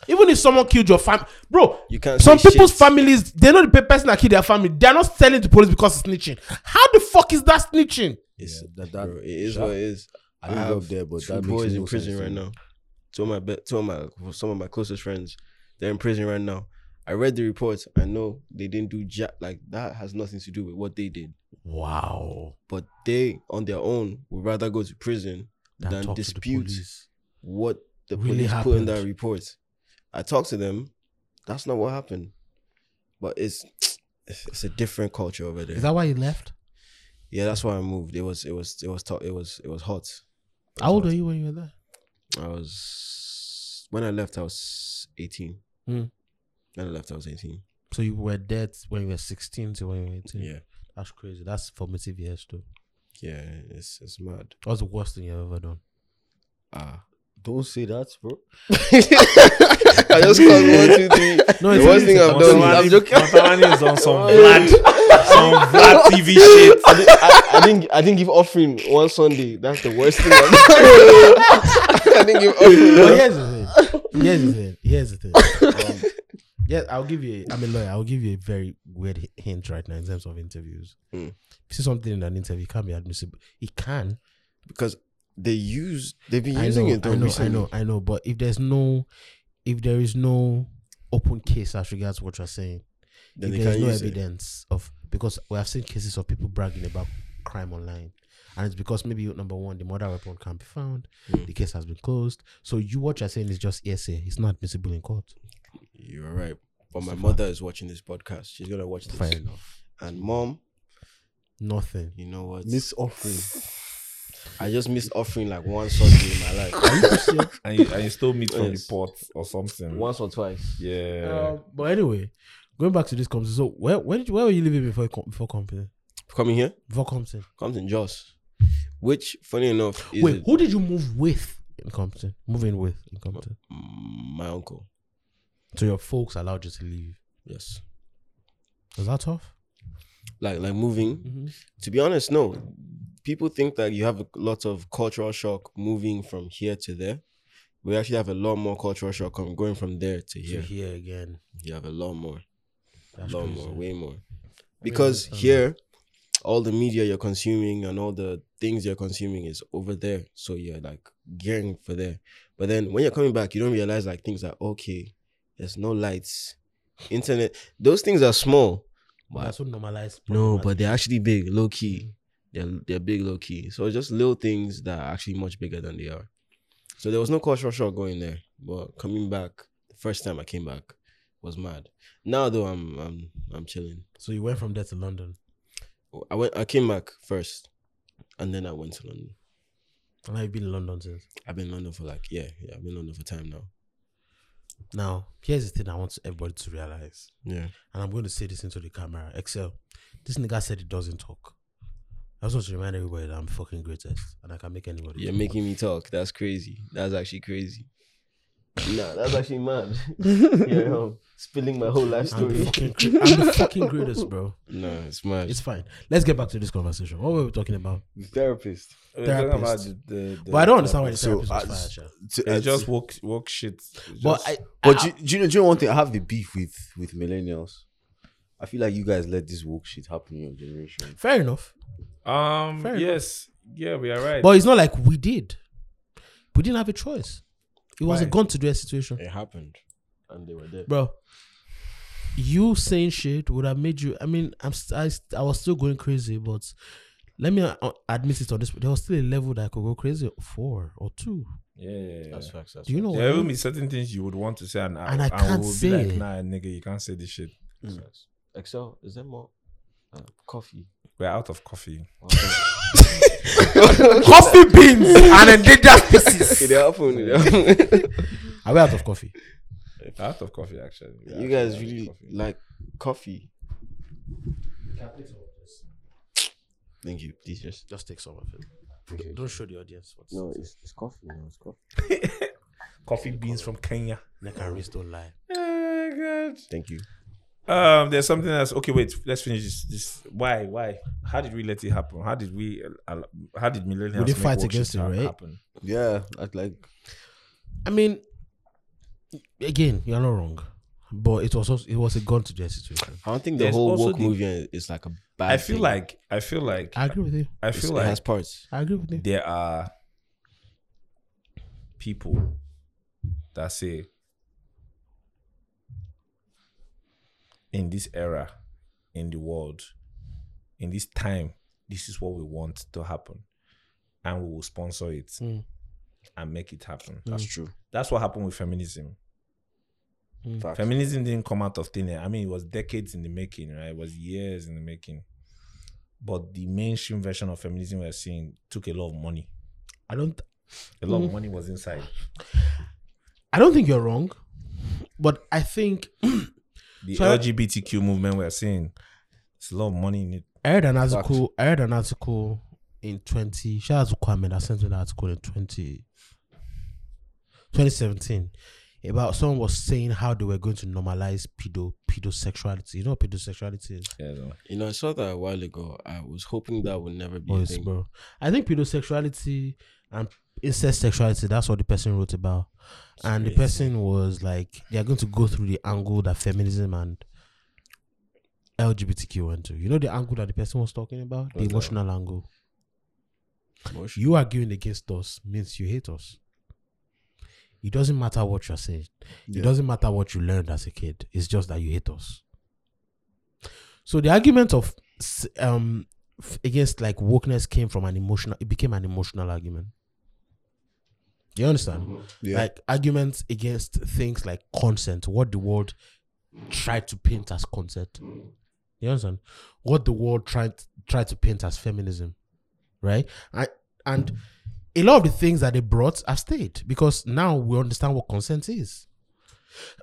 Speaker 2: Even if someone killed your family, bro,
Speaker 4: You can't.
Speaker 2: some
Speaker 4: say
Speaker 2: people's
Speaker 4: Mm-hmm. shit.
Speaker 2: families they know the pe- person that killed their family. They're not selling to police because it's snitching. How the fuck is that snitching?
Speaker 4: It's,
Speaker 3: that- that-
Speaker 4: bro, it is
Speaker 3: sure.
Speaker 4: what it is.
Speaker 3: I didn't go up there, but
Speaker 4: two
Speaker 3: that makes
Speaker 4: boys
Speaker 3: no
Speaker 4: in prison
Speaker 3: sense to
Speaker 4: right
Speaker 3: me.
Speaker 4: now. Two of my be- two of my some of my closest friends, they're in prison right now. I read the reports. I know they didn't do jack. Like that has nothing to do with what they did.
Speaker 2: Wow.
Speaker 4: But they on their own would rather go to prison than dispute what the
Speaker 2: Really
Speaker 4: police put in that
Speaker 2: happened.
Speaker 4: report. I talked to them. That's not what happened. But it's it's it's a different culture over there.
Speaker 2: Is that why you left?
Speaker 4: yeah, that's why I moved. It was it was it was tou- it was it was hot.
Speaker 2: How old were you when you were there?
Speaker 4: I was when I left, I was eighteen.
Speaker 2: Hmm.
Speaker 4: When I left, I was eighteen.
Speaker 2: So you were dead when you were 16 to when you were 18. That's crazy. That's formative years too.
Speaker 4: yeah, it's it's mad.
Speaker 2: What's the worst thing you've ever done?
Speaker 4: Ah,
Speaker 3: Don't say that, bro.
Speaker 4: I just called one, two, three.
Speaker 2: No,
Speaker 4: The worst thing I've
Speaker 1: Montawani-
Speaker 4: done. I'm joking.
Speaker 1: Montawani is on some Vlad, some Vlad TV shit.
Speaker 4: I, didn't- I, I didn't. I didn't give offering one Sunday. That's the worst thing. I've done. I didn't give offering.
Speaker 2: But here's the thing. Here's the thing. Here's the thing. Um, yeah, I'll give you. A, I'm a lawyer. I'll give you a very weird hi- hint right now in terms of interviews.
Speaker 4: Mm.
Speaker 2: If you see something in an interview, it can be admissible. It can.
Speaker 4: because they use they've been
Speaker 2: I
Speaker 4: using
Speaker 2: know,
Speaker 4: it though
Speaker 2: I know,
Speaker 4: recently.
Speaker 2: I know, I know. But if there's no, if there is no open case as regards what you're saying,
Speaker 4: Then
Speaker 2: if
Speaker 4: they
Speaker 2: there's
Speaker 4: can't
Speaker 2: no
Speaker 4: use it.
Speaker 2: evidence of because we have seen cases of people bragging about crime online. And it's because maybe number one, the murder weapon can't be found,
Speaker 4: Hmm.
Speaker 2: the case has been closed. So you what you're saying is just hearsay. It's not admissible in court.
Speaker 4: You're right. But my mother is watching this podcast. She's gonna watch this.
Speaker 2: Fair enough.
Speaker 4: And mom,
Speaker 2: Nothing.
Speaker 4: you know what?
Speaker 3: Miss offering.
Speaker 4: I just missed offering like one Sunday in my life,
Speaker 1: And you, and you stole meat from the
Speaker 4: Yes.
Speaker 1: pot or something.
Speaker 4: once or twice.
Speaker 1: Yeah.
Speaker 2: Um, but anyway, going back to this company. So where where did you, where were you living before com- before company?
Speaker 4: Coming here.
Speaker 2: Before Compton.
Speaker 4: Compton Joss, which funny enough is
Speaker 2: Wait,
Speaker 4: a-
Speaker 2: who did you move with in Compton? Moving with in Compton.
Speaker 4: mm, my uncle.
Speaker 2: So your folks allowed you to leave.
Speaker 4: Yes,
Speaker 2: Was that tough?
Speaker 4: like like moving.
Speaker 2: Mm-hmm.
Speaker 4: To be honest, no. People think that you have a lot of cultural shock moving from here to there. We actually have a lot more cultural shock from going from there to
Speaker 2: Yeah.
Speaker 4: here.
Speaker 2: To here again.
Speaker 4: You have a lot more, a
Speaker 2: That's
Speaker 4: lot
Speaker 2: crazy. Oh,
Speaker 4: more, way more. Because
Speaker 2: understand
Speaker 4: here, all the media you're consuming and all the things you're consuming is over there. So you're like gearing for there. But then when you're coming back, you don't realize like things are okay. There's no lights, internet. Those things are small. But
Speaker 2: That's what normalized.
Speaker 4: no, but they're actually big, low key. They're they're big, low key. So it's just little things that are actually much bigger than they are. So there was no cultural shock going there, but coming back the first time I came back was mad. Now though, I'm I'm I'm chilling.
Speaker 2: So you went from there to London.
Speaker 4: I went I came back first, and then I went to London.
Speaker 2: And I've been in London since.
Speaker 4: I've been in London for like yeah yeah I've been in London for time now.
Speaker 2: Now, here's the thing I want everybody to realize.
Speaker 4: Yeah,
Speaker 2: And I'm going to say this into the camera. Excel. This nigga said he doesn't talk. I just want to remind everybody that I'm fucking greatest. And I can make anybody.
Speaker 4: you're
Speaker 2: talk.
Speaker 4: making me talk. That's crazy. That's actually crazy. Nah, that's actually mad. yeah, I'm spilling my whole life
Speaker 2: I'm the, fucking, gre- I'm the fucking greatest, bro.
Speaker 4: No, it's mad.
Speaker 2: It's fine. Let's get back to this conversation. What were we talking about?
Speaker 3: Therapist.
Speaker 1: We're talking about
Speaker 2: therapist.
Speaker 1: the- the- the-
Speaker 2: But I don't understand why the
Speaker 3: So,
Speaker 2: therapist
Speaker 3: uh,
Speaker 2: was fired. Sha.
Speaker 3: To-
Speaker 1: It's
Speaker 3: uh,
Speaker 1: just work, work shit. It's
Speaker 2: But
Speaker 1: just-
Speaker 2: I,
Speaker 3: But do, do you know? Do you know one thing? I have the beef with with millennials. I feel like you guys let this woke shit happen in your generation.
Speaker 2: fair enough.
Speaker 1: Um.
Speaker 2: Fair
Speaker 1: yes. Yeah, we are right.
Speaker 2: But it's not like we did. We didn't have a choice. It was a
Speaker 1: Why?
Speaker 2: gun to their situation.
Speaker 4: It happened, and they were there.
Speaker 2: Bro, you saying shit would have made you. I mean, I'm st- I, st- I was still going crazy, but let me uh, admit it on this. There was still a level that I could go crazy for or two.
Speaker 1: yeah, yeah, yeah.
Speaker 4: That's facts. That's
Speaker 2: Do you know?
Speaker 1: There
Speaker 2: what I
Speaker 1: will
Speaker 2: mean?
Speaker 1: be certain things you would want to say, and,
Speaker 2: Oh, And I can't
Speaker 1: will
Speaker 2: say
Speaker 1: be like,
Speaker 2: it.
Speaker 1: "Nah, nigga, you can't say this shit.
Speaker 4: facts, facts. Hmm. Excel, is there more uh, coffee?
Speaker 1: We're out of coffee."
Speaker 2: Coffee beans and endangered species.
Speaker 4: it happened. It happened.
Speaker 2: Are we out of coffee?
Speaker 1: We're out of coffee, actually. We're
Speaker 4: you
Speaker 1: actually out
Speaker 4: guys
Speaker 1: of
Speaker 4: really
Speaker 1: coffee.
Speaker 4: like coffee. Thank you, please just.
Speaker 2: Just take some of it. Don't show the audience. What's
Speaker 4: No, it's, it's coffee. No, it's coffee.
Speaker 1: Coffee beans from Kenya.
Speaker 2: neck and wrist don't lie.
Speaker 1: Oh my God.
Speaker 4: Thank you.
Speaker 1: Um, there's something else. Okay, wait. Let's finish this. This why? Why? How did we let it happen? How did we? Uh, how did millennials
Speaker 2: We
Speaker 1: make
Speaker 2: did fight
Speaker 1: workshops
Speaker 2: against it,
Speaker 1: ha-
Speaker 2: right?
Speaker 1: Happen?
Speaker 3: Yeah, I'd like
Speaker 2: I mean, again, you're not wrong, but it was also, it was a gun to their situation.
Speaker 4: I don't think the
Speaker 1: There's
Speaker 4: whole
Speaker 1: also
Speaker 4: woke
Speaker 1: the-
Speaker 4: movement is like a bad.
Speaker 1: I feel
Speaker 4: thing.
Speaker 1: like I feel like
Speaker 2: I agree with you.
Speaker 1: I
Speaker 4: It's-
Speaker 1: feel
Speaker 4: it
Speaker 1: like
Speaker 4: has parts.
Speaker 2: I agree with you.
Speaker 1: there are people that say in this era in the world in this time this is what we want to happen and we will sponsor it
Speaker 2: Mm.
Speaker 1: and make it happen
Speaker 4: That's true.
Speaker 1: that's what happened with feminism Hmm.
Speaker 2: Mm.
Speaker 3: Facts.
Speaker 1: feminism didn't come out of thin air i mean it was decades in the making right it was years in the making but the mainstream version of feminism we're seeing took a lot of money
Speaker 2: I don't
Speaker 1: a lot of money was inside
Speaker 2: I don't think you're wrong, but I think
Speaker 1: the
Speaker 2: So I-
Speaker 1: LGBTQ movement we're seeing. It's a lot of money in it.
Speaker 2: I read an article. I read an article in twenty. Shout out to Kwame that sent me an article in 20, 2017 about someone was saying how they were going to normalize pedo pedosexuality. You know what pedosexuality is?
Speaker 4: You know, I saw that a while ago. I was hoping that would never be a
Speaker 2: Boys,
Speaker 4: thing.
Speaker 2: Oh, bro. I think pedosexuality and incest sexuality. That's what the person wrote about, and the person was like, they are going to go through the angle that feminism and LGBTQ went to. You know the angle that the person was talking about, the emotional angle.
Speaker 4: Emotion.
Speaker 2: you arguing against us means you hate us. It doesn't matter what you're saying. It doesn't matter what you learned as a kid. It's just that you hate us. So the argument of s- um f- against like wokeness came from an emotional. It became an emotional argument. Do you understand?
Speaker 3: Yeah.
Speaker 2: Like arguments against things like consent, what the world tried to paint as consent. You understand? What the world tried tried to paint as feminism, right? I, and a lot of the things that they brought have stayed because now we understand what consent is.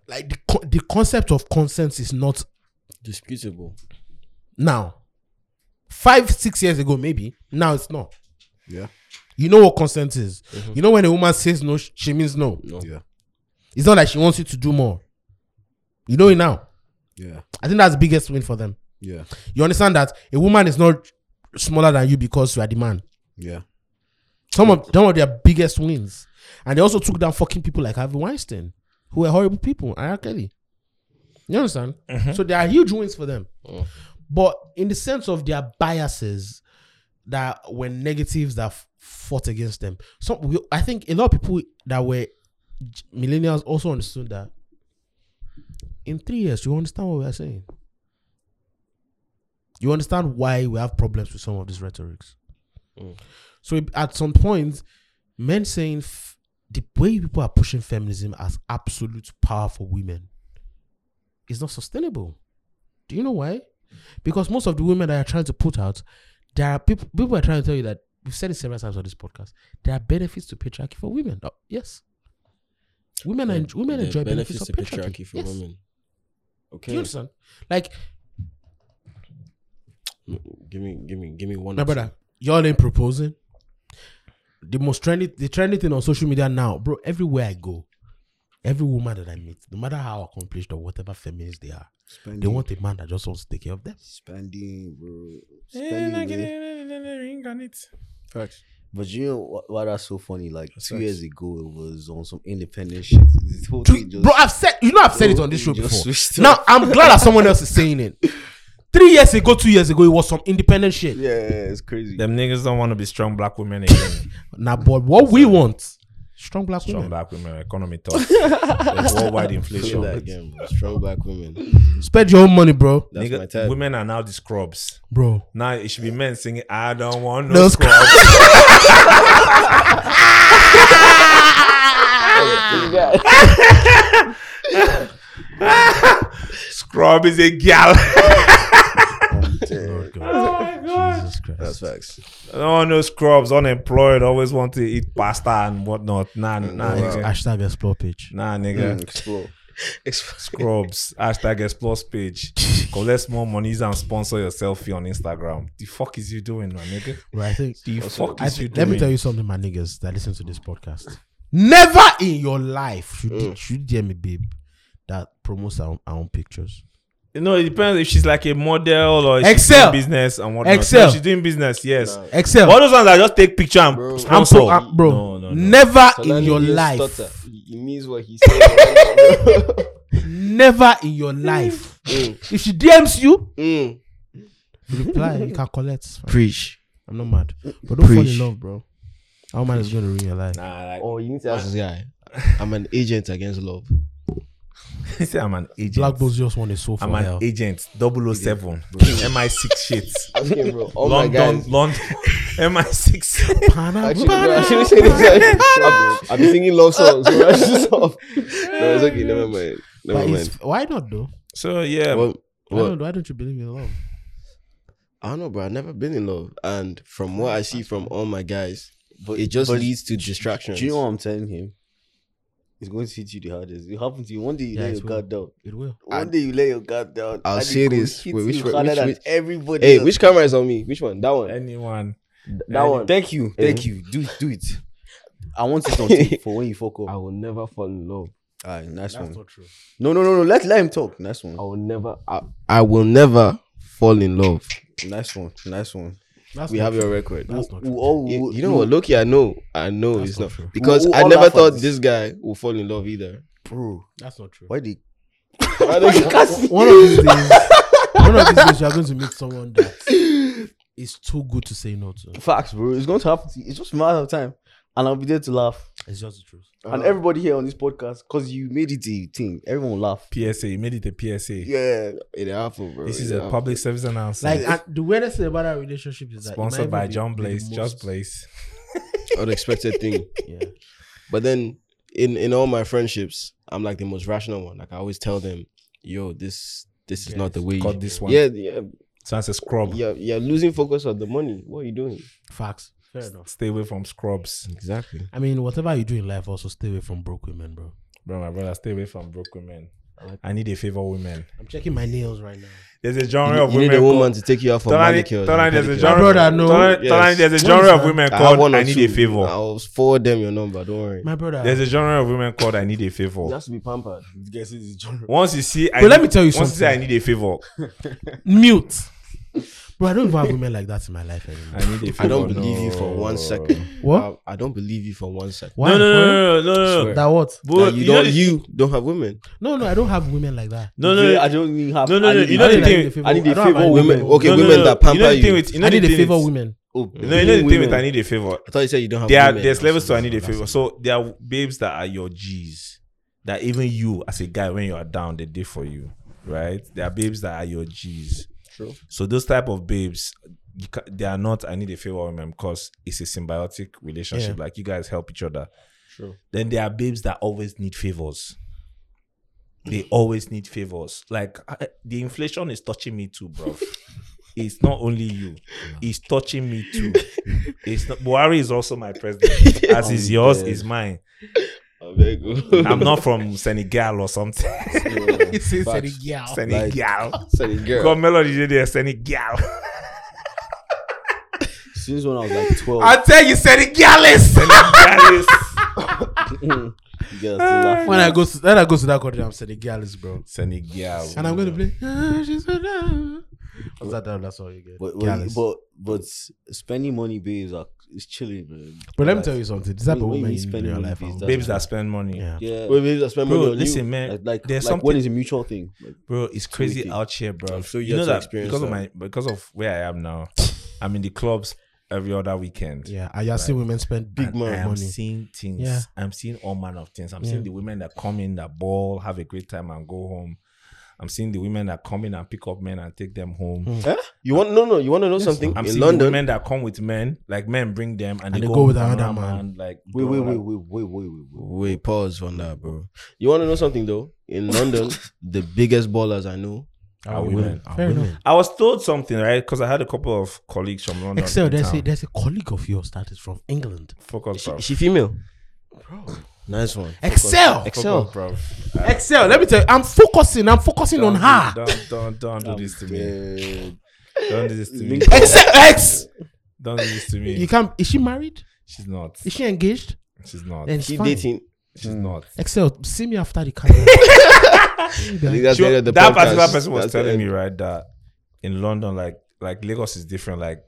Speaker 2: Like the co- the concept of consent is not
Speaker 4: Disputable.
Speaker 2: now. Five six years ago, maybe now it's not.
Speaker 3: Yeah. Mm-hmm.
Speaker 2: You know what consent is. You know when a woman says no, sh- she means no.
Speaker 4: No.
Speaker 3: Yeah.
Speaker 2: It's not like she wants you to do more. You know it now.
Speaker 3: Yeah.
Speaker 2: I think that's the biggest win for them.
Speaker 3: Yeah.
Speaker 2: You understand that a woman is not smaller than you because you are the man.
Speaker 3: Yeah.
Speaker 2: Some of some of their biggest wins, and they also took down fucking people like Harvey Weinstein, who were horrible people. and R. Kelly. You understand? So there are huge wins for them, but in the sense of their biases that were negatives that f- fought against them. So we, I think a lot of people that were j- millennials also understood that. In three years, you understand what we are saying. You understand why we have problems with some of these rhetorics.
Speaker 4: Mm.
Speaker 2: So it- at some point, men saying f- the way people are pushing feminism as absolute power for women is not sustainable. Do you know why? Because most of the women that are trying to put out, there are people. People are trying to tell you that we've said it several times on this podcast. There are benefits to patriarchy for women. Oh, yes, women and women
Speaker 4: The
Speaker 2: enjoy benefits,
Speaker 4: benefits
Speaker 2: of patriarchy.
Speaker 4: for
Speaker 2: Yes.
Speaker 4: women.
Speaker 2: Do you
Speaker 4: Okay.
Speaker 2: understand? Like
Speaker 4: Give me, give me, give me one.
Speaker 2: My brother, y'all ain't proposing. The most trendy, the trendy thing on social media now, bro. Everywhere I go, every woman that I meet, no matter how accomplished or whatever feminist they are,
Speaker 3: Spending.
Speaker 2: they want a man that just wants to take care of them.
Speaker 3: spending, bro.
Speaker 1: Eh,
Speaker 3: Spending. man.
Speaker 4: Facts.
Speaker 3: But you know what, why that's so funny? Like two years ago, it was on some independent shit. This whole
Speaker 2: To-
Speaker 3: thing just,
Speaker 2: bro, I've said, you know, I've said it on this show
Speaker 3: Just
Speaker 2: before.
Speaker 3: switched
Speaker 2: Now I'm glad that someone else is saying it. Three years ago, two years ago, it was some independent shit.
Speaker 3: yeah, yeah, it's crazy.
Speaker 1: Them niggas don't want to be strong black women again.
Speaker 2: Now, but what we want, strong black
Speaker 1: strong
Speaker 2: women,
Speaker 1: black women, economy tough. There's worldwide
Speaker 4: Play
Speaker 1: inflation.
Speaker 4: that again, bro. Strong black women.
Speaker 2: spend your own money, bro,
Speaker 4: That's
Speaker 1: Nigga-
Speaker 4: my type.
Speaker 1: women are now the scrubs.
Speaker 2: bro.
Speaker 1: Now it should be men singing, I don't want no,
Speaker 2: No
Speaker 1: scrubs. Scrub is a gal.
Speaker 2: Lord Oh, God. Jesus Christ.
Speaker 3: That's facts.
Speaker 1: I don't want no scrubs, unemployed, always want to eat pasta and whatnot. Nah, nah,
Speaker 2: Next
Speaker 1: nigga.
Speaker 2: hashtag explore page.
Speaker 1: Nah,
Speaker 3: Mm,
Speaker 1: nigga.
Speaker 3: explore.
Speaker 1: Scrubs. Hashtag explores page. Collect more monies and sponsor your selfie on Instagram. The fuck is you doing, my nigga?
Speaker 2: Right, I think.
Speaker 1: The fuck
Speaker 2: I
Speaker 1: is you
Speaker 2: think
Speaker 1: doing?
Speaker 2: let me tell you something, my niggas that listen to this podcast. Mm. Never in your life should you, should you hear me, babe, that promotes our, our own pictures.
Speaker 9: You know, it depends if she's like a model or if she's
Speaker 2: Excel.
Speaker 9: doing business and whatnot.
Speaker 2: Excel.
Speaker 9: No, she's doing business, yes.
Speaker 4: Nah.
Speaker 2: Excel.
Speaker 9: All those ones that just take picture and
Speaker 4: Bro.
Speaker 2: I'm
Speaker 9: sponsor.
Speaker 2: pro, I'm- bro.
Speaker 1: No, no, no.
Speaker 2: Never in
Speaker 4: Solani
Speaker 2: your
Speaker 4: didn't
Speaker 2: life.
Speaker 4: stutter. He he means what he said.
Speaker 2: Never in your life.
Speaker 4: Mm.
Speaker 2: if she DMs you,
Speaker 4: Mm.
Speaker 2: you reply. You can collect.
Speaker 3: Preach.
Speaker 2: I'm not mad, but don't fall
Speaker 3: Preach.
Speaker 2: in love, bro. Our man is gonna ruin your life.
Speaker 1: Nah, like,
Speaker 4: Oh, you need to ask this guy. I'm an agent against love.
Speaker 1: he said I'm an agent.
Speaker 2: Black Bulls just won a soul for
Speaker 1: I'm an
Speaker 2: hell.
Speaker 1: agent. 007. MI6 shit.
Speaker 4: Okay, bro. All Oh my
Speaker 1: London,
Speaker 4: guys.
Speaker 1: London. MI6.
Speaker 2: Pana-
Speaker 4: Actually,
Speaker 2: pana-
Speaker 4: bro, I shouldn't say this. I've, I've been singing love songs. Bro. I should stop. No, it's okay. Never mind. Never
Speaker 2: But
Speaker 4: mind.
Speaker 2: it's- why not though?
Speaker 1: So, yeah.
Speaker 4: Well,
Speaker 2: Why
Speaker 4: well,
Speaker 2: don't, why don't you believe in love?
Speaker 4: I don't know, bro. I've never been in love, and from what I see from all my guys,
Speaker 3: But
Speaker 4: it just
Speaker 3: but
Speaker 4: leads to distractions.
Speaker 3: Do you know what I'm telling him? It's going to hit you the hardest. It happens to you. One day you
Speaker 2: Yeah,
Speaker 3: lay
Speaker 2: it's
Speaker 3: your guard down.
Speaker 2: It will.
Speaker 3: One day you lay your guard down.
Speaker 4: I'll
Speaker 3: and
Speaker 4: say
Speaker 3: it will
Speaker 4: this.
Speaker 3: hit
Speaker 4: Wait, which
Speaker 3: you
Speaker 4: one-
Speaker 3: harder
Speaker 4: which-
Speaker 3: than
Speaker 4: which-
Speaker 3: everybody
Speaker 4: Hey,
Speaker 3: else.
Speaker 4: which camera is on me? Which one? That one.
Speaker 1: Anyone.
Speaker 4: That one.
Speaker 3: Thank you.
Speaker 4: Yeah.
Speaker 3: Thank you. Do do it. I want it on tape for when you fuck up.
Speaker 4: I will never fall in love.
Speaker 3: Alright, nice one.
Speaker 2: true.
Speaker 3: No, no, no, no. Let let him talk. Nice one.
Speaker 4: I will never. I, I will never fall in love.
Speaker 3: Nice one. Nice one.
Speaker 2: That's
Speaker 4: We
Speaker 2: not
Speaker 4: have your
Speaker 2: true.
Speaker 4: record.
Speaker 2: That's not
Speaker 3: We
Speaker 2: true.
Speaker 3: all-
Speaker 4: You,
Speaker 3: we-
Speaker 4: you know what? Loki, I know. I know
Speaker 2: That's
Speaker 4: it's
Speaker 2: not
Speaker 4: not
Speaker 2: true.
Speaker 4: because
Speaker 3: Who- who
Speaker 4: I
Speaker 3: all
Speaker 4: never
Speaker 3: laugh at
Speaker 4: thought
Speaker 3: this?
Speaker 4: this guy will fall in love either.
Speaker 3: bro?
Speaker 2: That's not true.
Speaker 3: Why they
Speaker 4: Why don't you-
Speaker 2: One of these days, one of these days, you are going to meet someone that is too good to say no to.
Speaker 3: facts, bro? It's going to happen. To you. It's just a matter of time, and I'll be there to laugh.
Speaker 2: It's just the truth.
Speaker 3: and
Speaker 1: Uh-huh.
Speaker 3: everybody here on this podcast, cause you made it the thing. Everyone will laugh.
Speaker 1: PSA. You made it a PSA.
Speaker 3: Yeah.
Speaker 4: It happened, bro.
Speaker 1: This
Speaker 4: It
Speaker 1: is a
Speaker 4: happened.
Speaker 1: public service announcement.
Speaker 2: Like and the weirdest thing about that relationship is that it might
Speaker 1: sponsored by
Speaker 2: even be
Speaker 1: John
Speaker 2: the
Speaker 1: Blaze.
Speaker 2: most-
Speaker 1: Just Blaze.
Speaker 4: unexpected thing.
Speaker 2: Yeah.
Speaker 4: But then in in all my friendships, I'm like the most rational one. Like I always tell them, "Yo, this this is
Speaker 2: Yeah,
Speaker 4: not the way."
Speaker 1: Got
Speaker 4: You,
Speaker 1: this one.
Speaker 4: yeah, yeah,
Speaker 1: So it's a scrub.
Speaker 4: yeah. You're losing focus on the money. What are you doing?
Speaker 2: Facts. Fair enough.
Speaker 1: Stay away from scrubs.
Speaker 4: Exactly.
Speaker 2: I mean, whatever you do in life, also stay away from broke women, bro.
Speaker 1: Bro, my brother, stay away from broke women. I need a favor women.
Speaker 2: I'm checking my nails right now.
Speaker 1: There's a
Speaker 4: You,
Speaker 1: genre
Speaker 4: need-
Speaker 1: of
Speaker 4: you
Speaker 1: women.
Speaker 4: need a woman
Speaker 1: called-
Speaker 4: to take you out for
Speaker 1: Tolani,
Speaker 4: manicures.
Speaker 1: Tolani,
Speaker 4: and
Speaker 1: there's a
Speaker 4: pedicures.
Speaker 1: genre.
Speaker 2: brother, no.
Speaker 1: Tolani,
Speaker 4: Yes.
Speaker 1: Tolani, there's a
Speaker 2: What is
Speaker 1: genre of
Speaker 2: that?
Speaker 1: women
Speaker 4: I have
Speaker 1: called
Speaker 4: one or
Speaker 1: I need
Speaker 4: two.
Speaker 1: a favor.
Speaker 4: I'll forward them your number. Don't worry.
Speaker 2: My brother.
Speaker 1: There's a genre of women called I need a favor.
Speaker 4: It has to be pampered.
Speaker 1: Once you see, I
Speaker 2: But let
Speaker 1: need-
Speaker 2: me tell you
Speaker 1: Once you say I
Speaker 2: something.
Speaker 1: need a favor,
Speaker 2: Mute. Bro, I don't even have women like that in my life anymore.
Speaker 1: I need a favor.
Speaker 4: I don't believe you for
Speaker 1: No.
Speaker 4: one second.
Speaker 2: What?
Speaker 4: I, I don't believe you for one second.
Speaker 2: Why?
Speaker 1: No, no, no, no, no, no, no.
Speaker 4: Swear.
Speaker 2: That what?
Speaker 1: But
Speaker 4: That you
Speaker 1: know
Speaker 4: don't.
Speaker 1: the-
Speaker 4: you don't have women.
Speaker 2: No, no, I don't have women like that.
Speaker 1: no, no, no,
Speaker 3: I don't even have.
Speaker 1: no, no,
Speaker 3: I
Speaker 1: no.
Speaker 3: need-
Speaker 1: You know
Speaker 2: I
Speaker 1: the
Speaker 2: need like
Speaker 1: thing.
Speaker 2: the favor-
Speaker 3: I need
Speaker 2: I
Speaker 3: a
Speaker 2: don't have
Speaker 3: favor.
Speaker 2: any
Speaker 3: Women.
Speaker 2: women.
Speaker 4: Okay,
Speaker 1: no, no,
Speaker 4: women
Speaker 1: no.
Speaker 4: that
Speaker 1: You know
Speaker 4: pamper
Speaker 1: the
Speaker 4: you.
Speaker 1: thing with. You know
Speaker 2: I need
Speaker 1: the
Speaker 2: a
Speaker 1: thing
Speaker 2: favor
Speaker 1: with-
Speaker 2: women.
Speaker 3: Oh,
Speaker 1: No, you know the thing with
Speaker 3: women.
Speaker 1: I need a favor.
Speaker 4: Mm. I thought you said you don't have
Speaker 1: There are
Speaker 4: women.
Speaker 1: there's levels to I need a
Speaker 2: That's
Speaker 1: favor.
Speaker 2: it.
Speaker 1: So there are babes that are your G's that even you as a guy when you are down they did for you, right? There are babes that are your G's.
Speaker 4: True.
Speaker 1: So those type of babes, you ca- they are not I need a favor women because it's a symbiotic relationship.
Speaker 2: Yeah.
Speaker 1: Like you guys help each other.
Speaker 4: True.
Speaker 1: Then there are babes that always need favors.
Speaker 4: Mm.
Speaker 1: They always need favors. Like I, the inflation is touching me too, bro. it's not only you. It's touching me too. It's not Buhari is also my president. As is yours, is mine.
Speaker 4: Oh, very good.
Speaker 1: I'm not from Senegal or something.
Speaker 2: It's in
Speaker 4: Facts.
Speaker 2: Senegal.
Speaker 1: Senegal.
Speaker 4: Sorry, girl.
Speaker 1: God, Melody did there, Senegal.
Speaker 3: Since when I was like twelve,
Speaker 1: I tell you, Senegalese. Senegalese.
Speaker 3: you guys still laugh.
Speaker 2: When I go to when I go to that country, I'm Senegalese, bro.
Speaker 1: Senegal.
Speaker 2: And I'm gonna play. "Ah, she's so down." What's that? That's all you get.
Speaker 3: But
Speaker 2: Gallus.
Speaker 3: but, but but spending money, babes, are it's chilling, man.
Speaker 2: But let me tell you something. This type of
Speaker 3: When- when
Speaker 2: woman
Speaker 3: you
Speaker 2: you need
Speaker 3: spend
Speaker 2: in your
Speaker 3: money
Speaker 2: life.
Speaker 3: these
Speaker 2: I
Speaker 3: days,
Speaker 1: Babes that spend money.
Speaker 2: Yeah.
Speaker 3: Yeah,
Speaker 4: Wait, maybe I spend money
Speaker 1: Bro,
Speaker 4: on
Speaker 1: listen,
Speaker 4: you.
Speaker 1: man.
Speaker 3: like like,
Speaker 1: there's
Speaker 3: like
Speaker 1: something-
Speaker 3: what is a mutual thing? Like,
Speaker 1: bro it's crazy
Speaker 3: wicked.
Speaker 1: out here bro
Speaker 4: I'm so
Speaker 1: you
Speaker 4: yet
Speaker 1: know
Speaker 4: to
Speaker 1: that
Speaker 4: experience
Speaker 1: because of my
Speaker 4: that.
Speaker 1: because of where i am now i'm in the clubs every other weekend
Speaker 2: Yeah. And you're seeing women spend big
Speaker 1: And I am
Speaker 2: money.
Speaker 1: seeing things.
Speaker 2: Yeah.
Speaker 1: I'm seeing all manner of things. I'm
Speaker 2: Yeah.
Speaker 1: seeing the women that come in, that ball, have a great time, and go home. I'm seeing the women that come in and pick up men and take them home.
Speaker 2: Hmm.
Speaker 4: You want no, no. You want to know something?
Speaker 1: Mm. I'm
Speaker 4: in
Speaker 1: seeing
Speaker 4: London,
Speaker 1: the women that come with men, like men bring them and,
Speaker 2: And they go with
Speaker 1: home with
Speaker 2: another
Speaker 1: Like,
Speaker 3: wait,
Speaker 1: bro,
Speaker 3: wait,
Speaker 1: like-
Speaker 3: wait, wait, wait, wait, wait, wait.
Speaker 4: Wait, pause on that, bro. You want to know something though? In London, the biggest ballers I know
Speaker 1: Are
Speaker 2: Are
Speaker 1: women.
Speaker 2: women.
Speaker 1: Are
Speaker 2: Fair enough.
Speaker 1: I was told something right because I had a couple of colleagues from London.
Speaker 2: Excel,
Speaker 1: in
Speaker 2: there's a
Speaker 1: town.
Speaker 2: there's a colleague of yours that is from England.
Speaker 1: Focus
Speaker 4: She,
Speaker 1: up.
Speaker 4: she female.
Speaker 2: Bro.
Speaker 4: Nice one.
Speaker 2: Excel.
Speaker 4: Excel.
Speaker 1: bro.
Speaker 2: Excel. Let me tell you, I'm focusing. I'm focusing on her.
Speaker 1: Don't don't don't do this to me.
Speaker 3: Dude.
Speaker 1: Don't do this to me.
Speaker 3: Link up.
Speaker 2: Excel. X.
Speaker 1: Don't do this to
Speaker 2: You
Speaker 1: me.
Speaker 2: can't. Is she married?
Speaker 1: She's not.
Speaker 2: Is she engaged?
Speaker 1: She's not.
Speaker 2: Then it's
Speaker 4: Keep
Speaker 2: fine.
Speaker 4: dating.
Speaker 1: She's not.
Speaker 2: Excel. See me after the camera.
Speaker 4: I think that's
Speaker 1: She
Speaker 4: the end
Speaker 1: wa-
Speaker 4: of the
Speaker 1: that
Speaker 4: podcast.
Speaker 1: particular person was
Speaker 4: That's the
Speaker 1: telling
Speaker 4: end.
Speaker 1: me right that in London, like like Lagos is different. Like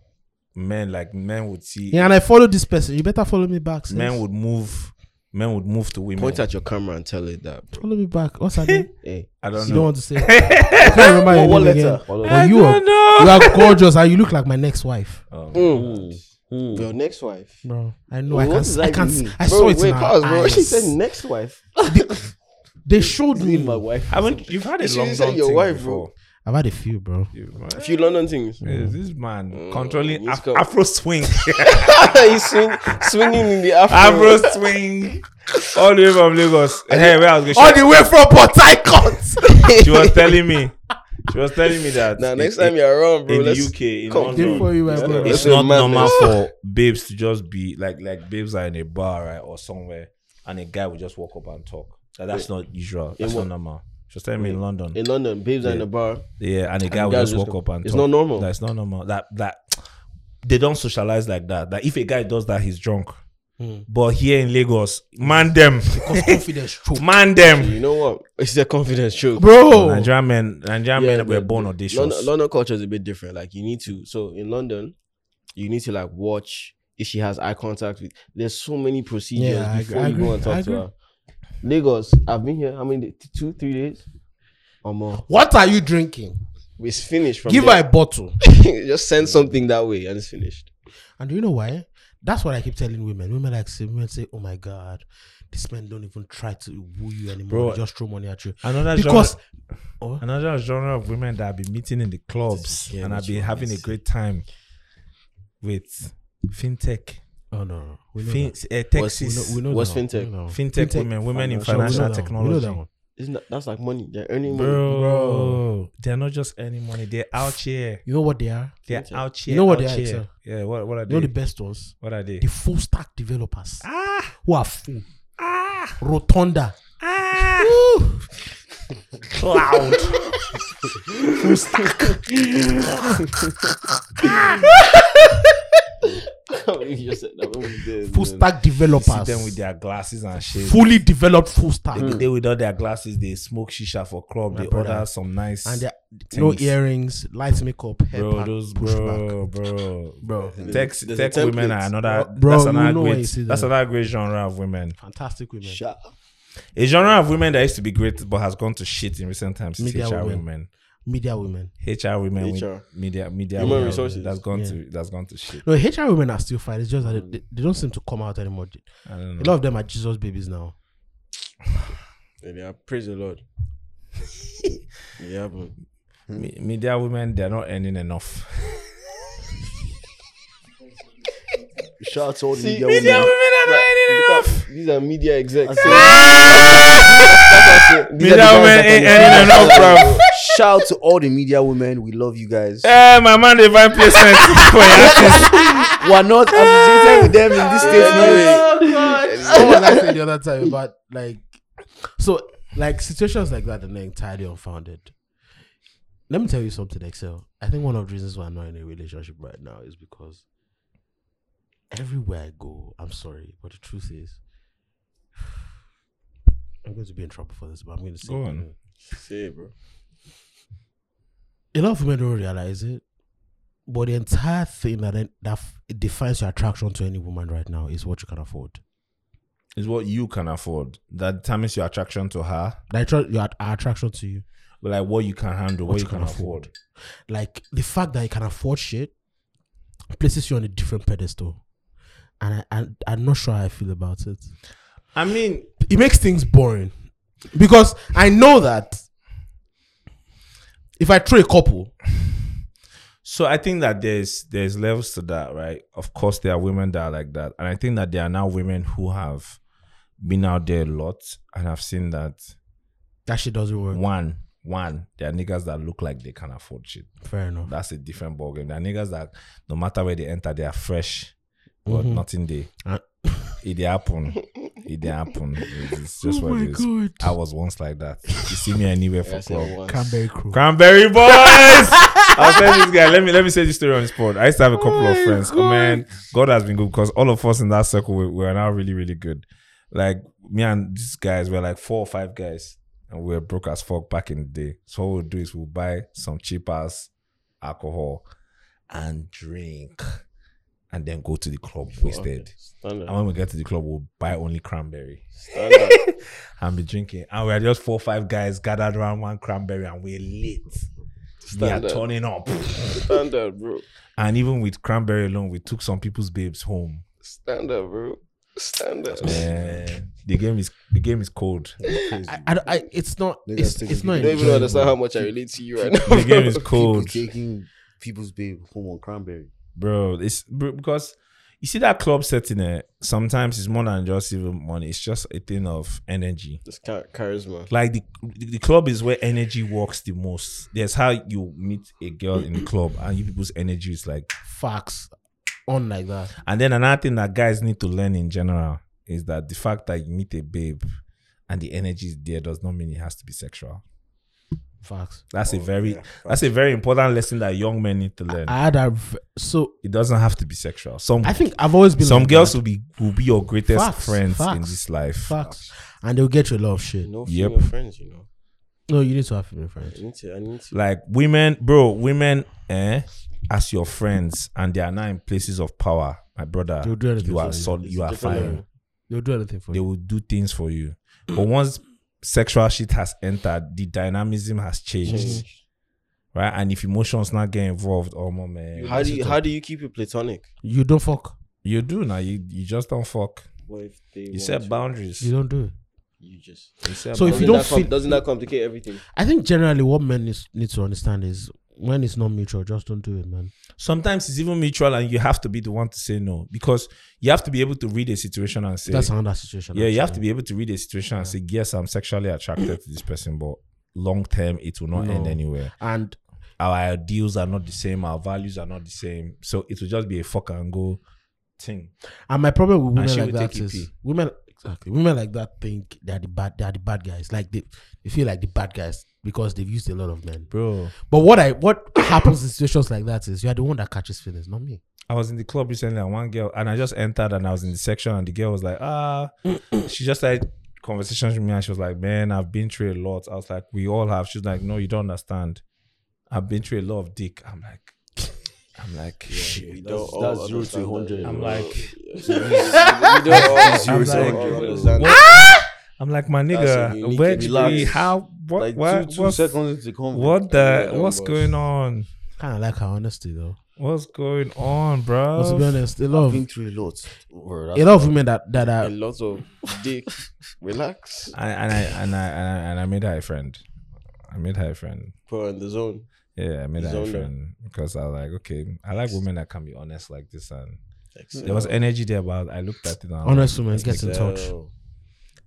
Speaker 1: men, like men would see
Speaker 2: yeah, and I follow this person. You better follow me back. sis.
Speaker 1: men would move men would move to women.
Speaker 4: Point at your camera and tell it that. Bro.
Speaker 2: follow me back. What's her name?
Speaker 4: Hey.
Speaker 1: I don't know.
Speaker 2: you don't want to say. I can't remember your
Speaker 4: What
Speaker 2: name
Speaker 4: letter?
Speaker 2: again.
Speaker 4: What
Speaker 2: But you are, you are gorgeous and you look like my next wife,
Speaker 1: Oh my
Speaker 4: Mm.
Speaker 1: God.
Speaker 4: Your next wife.
Speaker 2: bro. I know.
Speaker 4: What
Speaker 2: I can.
Speaker 4: does
Speaker 2: not I
Speaker 4: that
Speaker 2: can.
Speaker 4: mean?
Speaker 2: not I
Speaker 4: Bro,
Speaker 2: saw it
Speaker 4: wait,
Speaker 2: in her
Speaker 4: pause, bro. She
Speaker 2: eyes.
Speaker 4: said next wife.
Speaker 2: They showed me.
Speaker 4: Mean my wife.
Speaker 1: I mean, you've had a
Speaker 4: You should
Speaker 1: long
Speaker 4: say
Speaker 1: done
Speaker 4: your
Speaker 1: thing
Speaker 4: wife, bro.
Speaker 1: before.
Speaker 2: I've had a few, bro.
Speaker 1: You-
Speaker 4: A few London things.
Speaker 1: Yeah, This man
Speaker 4: Mm,
Speaker 1: controlling
Speaker 4: he's
Speaker 1: Af-
Speaker 4: got-
Speaker 1: Afro swing,
Speaker 4: He's swing, swinging in the afro.
Speaker 1: Afro swing, all the way from Lagos. Hey, where I was
Speaker 2: All
Speaker 1: going?
Speaker 2: the way from Port Harcourt.
Speaker 1: She, she was telling me, she was telling me that
Speaker 4: Now
Speaker 1: in-
Speaker 4: next
Speaker 1: in-
Speaker 4: time you're around, bro.
Speaker 1: in the
Speaker 4: let's
Speaker 1: UK, in
Speaker 4: come.
Speaker 1: London,
Speaker 2: for you, my brother.
Speaker 1: it's
Speaker 4: That's a
Speaker 1: not normal
Speaker 4: madness.
Speaker 1: for babes to just be like like babes are in a bar right, or somewhere, and a guy will just walk up and talk. That, that's not usual. That's
Speaker 4: what-
Speaker 1: not normal. She was telling me in London.
Speaker 4: in London, babes are in the bar.
Speaker 1: Yeah, and a guy will
Speaker 4: guys
Speaker 1: just
Speaker 4: just
Speaker 1: walk
Speaker 4: go-
Speaker 1: up and
Speaker 4: it's
Speaker 1: talk.
Speaker 4: not normal.
Speaker 1: That's not normal. That that they don't socialize like that. That if a guy does that, he's drunk. But here in Lagos, man them,
Speaker 2: Because confidence choke.
Speaker 1: man them.
Speaker 4: You know what? It's a confidence show.
Speaker 2: Bro.
Speaker 1: Nigerian men, Nigerian
Speaker 4: Yeah,
Speaker 1: men were
Speaker 4: but
Speaker 1: born audacious.
Speaker 4: London, London culture is a bit different. Like you need to. So in London, you need to like watch if she has eye contact with. There's so many procedures
Speaker 2: Yeah, I
Speaker 4: before
Speaker 2: agree-
Speaker 4: you go
Speaker 2: I
Speaker 4: and talk to
Speaker 2: agree.
Speaker 4: her. Lagos, I've been here. How many? days? Two, three days or more.
Speaker 2: What are you drinking?
Speaker 4: It's finished. From
Speaker 2: Give her
Speaker 4: there.
Speaker 2: a bottle.
Speaker 4: Just send something that way and it's finished.
Speaker 2: And do you know why? That's what I keep telling women. Women like say, women say, "Oh my God, these men don't even try to woo you anymore.
Speaker 1: Bro,
Speaker 2: they just throw money at you."
Speaker 1: another
Speaker 2: Because
Speaker 1: genre,
Speaker 2: oh,
Speaker 1: another genre of women that I've been meeting in the clubs
Speaker 2: Yeah,
Speaker 1: and I've
Speaker 2: which
Speaker 1: been
Speaker 2: one
Speaker 1: having a
Speaker 2: is it?
Speaker 1: great time with fintech,
Speaker 2: oh no, we know
Speaker 1: fin-
Speaker 2: that.
Speaker 1: uh,
Speaker 2: We know,
Speaker 1: Texas,
Speaker 2: we know
Speaker 4: What's
Speaker 2: that one.
Speaker 4: fintech?
Speaker 2: We know that one.
Speaker 1: fintech, women, women in financial
Speaker 2: we know that one. We know that
Speaker 1: technology.
Speaker 2: one.
Speaker 4: Isn't that, that's like money? They're earning money.
Speaker 1: Bro, they're not just earning money; they're out here.
Speaker 2: You know what they are?
Speaker 1: They're
Speaker 4: Fintech.
Speaker 1: out here.
Speaker 2: You know what
Speaker 1: out
Speaker 2: they are,
Speaker 1: here.
Speaker 2: Excel?
Speaker 1: Yeah, what what are
Speaker 2: You know
Speaker 1: they?
Speaker 2: the best ones?
Speaker 1: What are they?
Speaker 2: The full stack developers
Speaker 1: Ah,
Speaker 2: who are full.
Speaker 1: ah,
Speaker 2: Rotunda.
Speaker 1: ah.
Speaker 2: Cloud.
Speaker 4: you just said that when we did,
Speaker 2: full
Speaker 4: man.
Speaker 2: stack
Speaker 1: You see them
Speaker 2: developers.
Speaker 1: with their glasses and shit.
Speaker 2: Fully developed full stack.
Speaker 1: They, they with all their glasses, they smoke shisha for club.
Speaker 2: My
Speaker 1: they
Speaker 2: brother.
Speaker 1: order some nice.
Speaker 2: And they're no
Speaker 1: Things.
Speaker 2: earrings, light makeup, hair
Speaker 1: bro,
Speaker 2: pack,
Speaker 1: those
Speaker 2: push
Speaker 1: bro, bro,
Speaker 2: Bro.
Speaker 1: Tech,
Speaker 4: There's a
Speaker 1: tech women
Speaker 4: template.
Speaker 1: are another.
Speaker 2: Bro,
Speaker 1: that's
Speaker 2: you
Speaker 1: another
Speaker 2: know where you
Speaker 1: great.
Speaker 2: see
Speaker 1: That's
Speaker 2: that.
Speaker 1: another great genre of women.
Speaker 2: back. Fantastic women.
Speaker 3: Shut up.
Speaker 1: A genre of women that used to be great but has gone to shit in recent times. is
Speaker 2: Media
Speaker 1: HR
Speaker 2: women.
Speaker 1: women,
Speaker 2: Media women.
Speaker 1: HR women, with
Speaker 4: HR.
Speaker 1: media, media
Speaker 4: Human
Speaker 1: women
Speaker 4: resources.
Speaker 1: That's gone
Speaker 2: Yeah.
Speaker 1: to that's gone to shit.
Speaker 2: No, HR women are still fine. It's just that they, they don't seem to come out anymore.
Speaker 1: I don't
Speaker 2: A
Speaker 1: know.
Speaker 2: lot of them are Jesus babies now.
Speaker 4: Yeah, praise the Lord. yeah, but
Speaker 1: Me- media women, they're not earning enough.
Speaker 3: Shout out to all the
Speaker 4: See,
Speaker 3: media
Speaker 4: media
Speaker 3: women.
Speaker 4: These are media execs.
Speaker 3: I said-
Speaker 4: That's what I said. These
Speaker 1: Media
Speaker 4: are the guys
Speaker 1: women
Speaker 4: that
Speaker 1: ain't
Speaker 4: are-
Speaker 1: earning enough, bro.
Speaker 3: Shout out to all the media women. We love you guys.
Speaker 1: Eh, my man, they find placement for your
Speaker 3: We're not associated with them in this stage.
Speaker 2: Oh, Someone asked me the other time about like, so like situations like that are entirely unfounded. Let me tell you something, Excel. I think one of the reasons why I'm not in a relationship right now is because everywhere I go, I'm sorry, but the truth is, I'm going to be in trouble for this, but I'm going to say.
Speaker 1: Go
Speaker 2: it
Speaker 1: on.
Speaker 2: anyway.
Speaker 4: Say it, bro.
Speaker 2: a lot of women don't realize it, but the entire thing that that f- defines your attraction to any woman right now is what you can afford.
Speaker 1: Is what you can afford that determines your attraction to her,
Speaker 2: Like tr- your att- our attraction to you,
Speaker 1: but like what you can handle, what, you can, afford.
Speaker 2: like the fact that you can afford shit, places you on a different pedestal, and I, I I'm not sure how I feel about it.
Speaker 1: I mean,
Speaker 2: It makes things boring because I know that if I throw a couple,
Speaker 1: so I think that there's there's levels to that, right? Of course, there are women that are like that, and I think that there are now women who have been out there a lot and have seen that
Speaker 2: that shit doesn't work.
Speaker 1: one one there are niggas that look like they can afford shit.
Speaker 2: Fair enough.
Speaker 1: That's a different ballgame. There are niggas that no matter where they enter, they are fresh, but
Speaker 2: Mhm.
Speaker 1: nothing they.
Speaker 2: Ah.
Speaker 1: It they happen. It didn't happen. It's it's just
Speaker 2: Oh
Speaker 1: what
Speaker 2: my
Speaker 1: it is.
Speaker 2: God.
Speaker 1: I was once like that. You see me anywhere for
Speaker 4: I said
Speaker 1: club.
Speaker 4: once.
Speaker 2: Cranberry crew.
Speaker 1: Cranberry boys. I'll tell this guy. Let me let me say this story on this pod. I used to have a couple of friends. Oh man, God has been good because all of us in that circle we, we are now really really good. Like me and these guys were like four or five guys, and we were broke as fuck back in the day. So what we'll do is we'll buy some cheap ass alcohol and drink, and then go to the club wasted.
Speaker 4: Standard.
Speaker 1: And when we get to the club, we'll buy only cranberry
Speaker 4: Standard.
Speaker 1: and be drinking. And we are just four or five guys gathered around one cranberry and we're lit. We are
Speaker 4: Standard.
Speaker 1: turning up.
Speaker 4: Standard, bro.
Speaker 1: And even with cranberry alone, we took some people's babes home.
Speaker 4: Standard, bro. Standard.
Speaker 1: Man, the game is the game is cold.
Speaker 2: I, I, I, it's not.
Speaker 3: Niggas
Speaker 2: It's,
Speaker 3: take
Speaker 2: it's
Speaker 3: it.
Speaker 2: not.
Speaker 3: You
Speaker 4: You don't even
Speaker 2: enjoyable.
Speaker 4: understand how much I relate to you right now.
Speaker 1: The game is
Speaker 3: People
Speaker 1: cold,
Speaker 3: taking people's babe home on cranberry.
Speaker 1: bro. It's bro, because you see that club setting. Eh, sometimes it's more than just even money. It's just a thing of energy.
Speaker 4: This char- charisma.
Speaker 1: Like the the club is where energy works the most. There's how you meet a girl in the club, and you people's energy is like
Speaker 2: Facts. On like that.
Speaker 1: And then another thing that guys need to learn in general is that the fact that you meet a babe and the energy is there does not mean it has to be sexual.
Speaker 2: Facts.
Speaker 1: That's
Speaker 4: Oh,
Speaker 1: a very that's a very important lesson that young men need to learn.
Speaker 2: I had a. v- So
Speaker 1: it doesn't have to be sexual. Some
Speaker 2: I think I've always been
Speaker 1: some
Speaker 2: like
Speaker 1: girls
Speaker 2: that.
Speaker 1: will be will be your greatest
Speaker 2: Facts,
Speaker 1: friends in
Speaker 2: facts,
Speaker 1: this life.
Speaker 2: facts, and they'll get you a lot of shit.
Speaker 4: No
Speaker 1: Yep.
Speaker 4: female friends, you know.
Speaker 2: No, you need to have female
Speaker 4: I
Speaker 2: friends.
Speaker 4: need to. I need to.
Speaker 1: Like women, bro, women, eh, as your friends and they are now in places of power. My brother,
Speaker 2: They'll do anything
Speaker 1: you are
Speaker 2: for you.
Speaker 1: solid,
Speaker 4: It's
Speaker 1: you
Speaker 4: a
Speaker 1: are
Speaker 4: different
Speaker 1: fine.
Speaker 4: level.
Speaker 2: They'll do anything for
Speaker 1: they
Speaker 2: you.
Speaker 1: will do things for you. But
Speaker 2: Mm.
Speaker 1: once sexual shit has entered, the dynamism has changed,
Speaker 4: Change.
Speaker 1: right? And if emotions not get involved, oh my man,
Speaker 4: How do you how do you keep it platonic?
Speaker 2: You don't fuck.
Speaker 1: you do now? You you just don't fuck.
Speaker 4: What if they
Speaker 1: You
Speaker 4: want
Speaker 1: set
Speaker 4: to?
Speaker 1: boundaries.
Speaker 2: You don't do it.
Speaker 4: You just.
Speaker 1: You set
Speaker 2: So if
Speaker 1: boundaries.
Speaker 2: you
Speaker 4: Doesn't
Speaker 2: don't
Speaker 4: that com-
Speaker 2: feel-
Speaker 4: doesn't that complicate everything?
Speaker 2: I think generally what men is, need to understand is when it's not mutual, just don't do it, man.
Speaker 1: sometimes it's even mutual, and you have to be the one to say no because you have to be able to read a situation and say
Speaker 2: That's another situation.
Speaker 1: Yeah, you have to
Speaker 2: actually.
Speaker 1: be able to read a situation and say yes, I'm sexually attracted to this person, but long term it will not end
Speaker 2: No.
Speaker 1: anywhere.
Speaker 2: And
Speaker 1: our ideals are not the same, our values are not the same. So it will just be a fuck and go thing.
Speaker 2: and my problem with
Speaker 1: And
Speaker 2: women
Speaker 1: she
Speaker 2: like
Speaker 1: will
Speaker 2: that
Speaker 1: take
Speaker 2: is
Speaker 1: EP.
Speaker 2: women exactly women like that think they're the bad they're the bad guys. Like they, they feel like the bad guys because they've used a lot of men.
Speaker 1: Bro.
Speaker 2: But what I what happens in situations like that is you are the one that catches feelings, not me.
Speaker 1: I was in the club recently and one girl and I just entered and I was in the section and the girl was like, ah she just started conversations with me and she was like, Man, I've been through a lot. I was like, We all have. She's like, No, you don't understand. I've been through a lot of dick. I'm like I'm like
Speaker 3: We
Speaker 1: shit.
Speaker 3: don't
Speaker 4: all
Speaker 3: that's
Speaker 4: oh,
Speaker 3: zero
Speaker 4: understand
Speaker 3: to
Speaker 4: that.
Speaker 3: hundred.
Speaker 1: I'm
Speaker 3: bro.
Speaker 1: like
Speaker 4: We don't all
Speaker 1: I'm
Speaker 4: understand.
Speaker 1: like,
Speaker 4: We all understand.
Speaker 1: what? I'm like, my
Speaker 3: Ah! That's a
Speaker 1: nigga,
Speaker 3: unique
Speaker 1: where did we
Speaker 3: experience.
Speaker 1: how what
Speaker 3: like
Speaker 1: what
Speaker 3: two, two
Speaker 1: what's-
Speaker 3: seconds oh into the convo.
Speaker 1: what the
Speaker 4: Yeah, oh
Speaker 1: what's
Speaker 4: boss.
Speaker 1: going on?
Speaker 2: Kind of like her honesty though.
Speaker 1: What's going on, bro?
Speaker 2: But to be honest, a lot
Speaker 3: I've
Speaker 2: of
Speaker 3: been through a lot. Bro,
Speaker 2: a lot of women that that
Speaker 4: A
Speaker 2: are
Speaker 4: lot of dick. Relax.
Speaker 1: I, and I and I and I and I made her a friend. I made her a friend.
Speaker 4: Put in the zone.
Speaker 1: Yeah, I made her a
Speaker 4: Zonda.
Speaker 1: friend because I was like, okay, I like women that can be honest like this. And there was energy there, but I looked at it. And I was
Speaker 2: honest
Speaker 1: like,
Speaker 2: women
Speaker 1: let's
Speaker 2: get in
Speaker 1: make
Speaker 2: touch.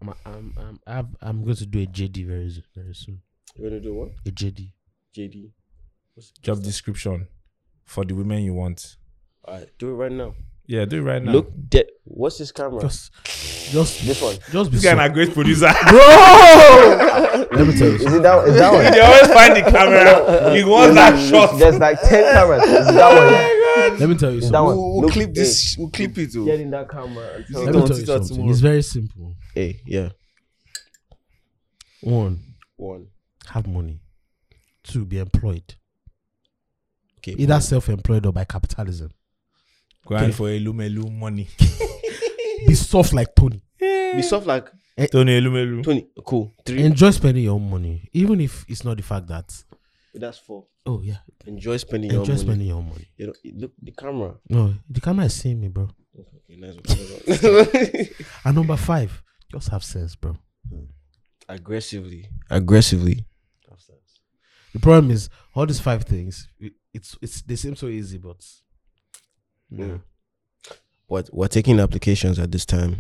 Speaker 2: I'm I'm I'm, I've- I'm going to do a JD very soon- very soon.
Speaker 4: You wanna do what?
Speaker 2: A JD.
Speaker 4: JD.
Speaker 1: a job description for the women you want.
Speaker 4: Alright, do it right now.
Speaker 1: Yeah, do it right now.
Speaker 4: Look dead. What's this camera?
Speaker 2: Just just
Speaker 4: This one.
Speaker 2: just be
Speaker 1: this guy
Speaker 2: so-
Speaker 1: a great producer.
Speaker 2: Let me tell you.
Speaker 10: Is it that? Is that one?
Speaker 1: they always find the camera. He wants that shot.
Speaker 10: There's like ten cameras. Is it that
Speaker 2: Let me tell you
Speaker 10: one? That
Speaker 2: something.
Speaker 10: one.
Speaker 3: We'll,
Speaker 10: Look,
Speaker 3: clip this. We'll clip it.
Speaker 4: oh.
Speaker 3: oh.
Speaker 10: Get in that camera. and tell
Speaker 2: Let
Speaker 10: me.
Speaker 3: Don't
Speaker 2: me tell
Speaker 3: do
Speaker 2: you
Speaker 3: that
Speaker 2: something.
Speaker 3: tomorrow.
Speaker 2: It's very simple.
Speaker 4: Hey, yeah.
Speaker 2: One,
Speaker 4: One.
Speaker 2: have money. Two, be employed.
Speaker 4: Okay.
Speaker 2: Either self-employed or by capitalism.
Speaker 1: Going for Elumelu money.
Speaker 2: Be soft like Tony.
Speaker 4: Be soft like
Speaker 1: Tony Elumelu.
Speaker 4: Tony. Cool. Three.
Speaker 2: Enjoy spending your own money, even if it's not the fact that.
Speaker 4: That's four.
Speaker 2: Oh yeah,
Speaker 4: Enjoy spending your
Speaker 2: enjoy
Speaker 4: money.
Speaker 2: spending your own money.
Speaker 4: You know, look the camera.
Speaker 2: No, the camera is seeing me, bro.
Speaker 4: Okay, nice one.
Speaker 2: And number five, just have sense, bro.
Speaker 4: Aggressively. Aggressively.
Speaker 2: The problem is all these five things. it- It's it's they seem so easy, but
Speaker 4: Yeah. What we're taking applications at this time.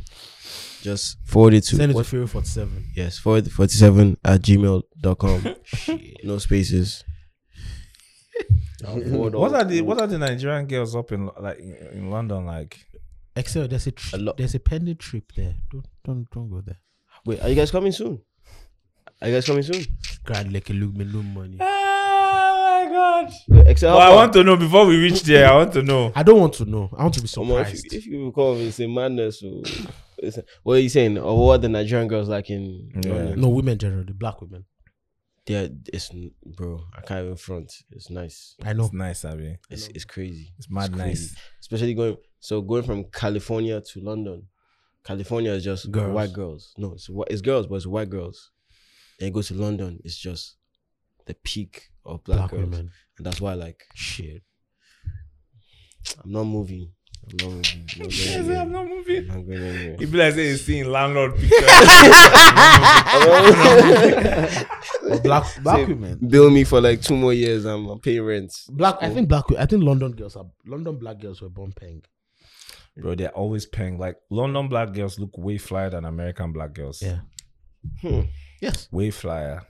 Speaker 4: Just forward it to
Speaker 2: send it
Speaker 4: what-
Speaker 2: to Fury Forty Seven.
Speaker 4: Yes, forward forty seven at gmail.com. no spaces.
Speaker 1: What are the What are the Nigerian girls up in like in, in London like?
Speaker 2: Excel, there's a tri-
Speaker 4: A lot.
Speaker 2: there's a pending trip there. Don't don't don't go there.
Speaker 4: Wait, are you guys coming soon? Are you guys coming soon?
Speaker 2: Grand Lake Illumi, no money.
Speaker 9: Oh my god.
Speaker 4: Wait, Excel,
Speaker 9: Well, I want to know before we reach there. I want to know.
Speaker 2: I don't want to know. I want to be
Speaker 4: Omo, if,
Speaker 2: surprised.
Speaker 4: you, if you come, it's a madness. oh. It's a- what are you saying? Or what the Nigerian girls like in?
Speaker 1: Yeah.
Speaker 2: No, women generally, black women.
Speaker 4: Yeah, it's n- bro. I can't even front. It's nice.
Speaker 2: I know.
Speaker 1: It's nice, Abby.
Speaker 4: It's it's crazy.
Speaker 1: It's mad nice.
Speaker 4: crazy. Especially going so going from California to London. California is just
Speaker 2: Girls.
Speaker 4: white girls. No, it's whi- it's girls, but it's white girls. Then you go to London, it's just the peak of black,
Speaker 2: Black
Speaker 4: girls,
Speaker 2: women.
Speaker 4: and that's why like
Speaker 2: Shit.
Speaker 4: I'm not moving. I'm not moving. I'm not going anywhere.
Speaker 9: I'm not moving.
Speaker 4: I'm not going anywhere.
Speaker 9: It'd be like saying he's seeing landlord pictures.
Speaker 2: But black black women.
Speaker 4: Bill me for like two more years. I'm, I'm paying rent.
Speaker 2: Black. I think black. I think London girls are London black girls were born paying.
Speaker 1: Bro, they're always paying. Like London black girls look way flyer than American black girls.
Speaker 2: Yeah.
Speaker 4: Hmm.
Speaker 2: Yes.
Speaker 1: Way flyer.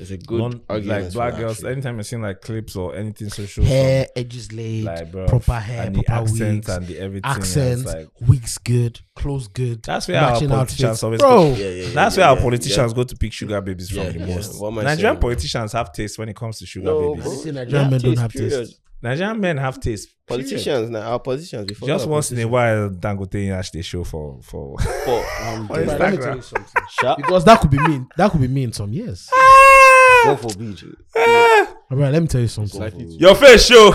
Speaker 4: It's a good
Speaker 1: Lon-
Speaker 4: argument.
Speaker 1: like
Speaker 4: for
Speaker 1: black
Speaker 4: that,
Speaker 1: girls,
Speaker 4: actually.
Speaker 1: anytime I seen like clips or anything social,
Speaker 2: Hair, edges laid,
Speaker 1: like bro,
Speaker 2: proper hair,
Speaker 1: and the
Speaker 2: proper
Speaker 1: accent
Speaker 2: wigs,
Speaker 1: and the everything. I was
Speaker 2: accents,
Speaker 1: like,
Speaker 2: wigs good, clothes good.
Speaker 1: That's where our
Speaker 2: matching
Speaker 1: politicians always
Speaker 2: outfits.
Speaker 4: Yeah,
Speaker 2: Bro,
Speaker 4: yeah, yeah,
Speaker 1: that's
Speaker 4: yeah,
Speaker 1: where
Speaker 4: yeah,
Speaker 1: our politicians go to pick sugar babies from
Speaker 4: Yeah,
Speaker 1: the
Speaker 4: yeah.
Speaker 1: most.
Speaker 4: What am I
Speaker 1: Nigerian
Speaker 4: saying?
Speaker 1: politicians have taste when it comes to sugar
Speaker 4: No,
Speaker 1: babies.
Speaker 4: bro.
Speaker 2: They say Nigerian men don't
Speaker 4: taste,
Speaker 2: have
Speaker 4: period.
Speaker 2: taste.
Speaker 1: Nigerian men have taste. period.
Speaker 4: Politicians, now our politicians. Before
Speaker 1: Just once in a while, Dangote Ash they show for for.
Speaker 4: For, um,
Speaker 2: Bro, let me tell
Speaker 1: Instagram.
Speaker 2: you something. Because that could be me. in- That could be me in some years.
Speaker 4: Ah!
Speaker 3: Go for BG.
Speaker 2: All right, let me tell you something.
Speaker 1: Your face show.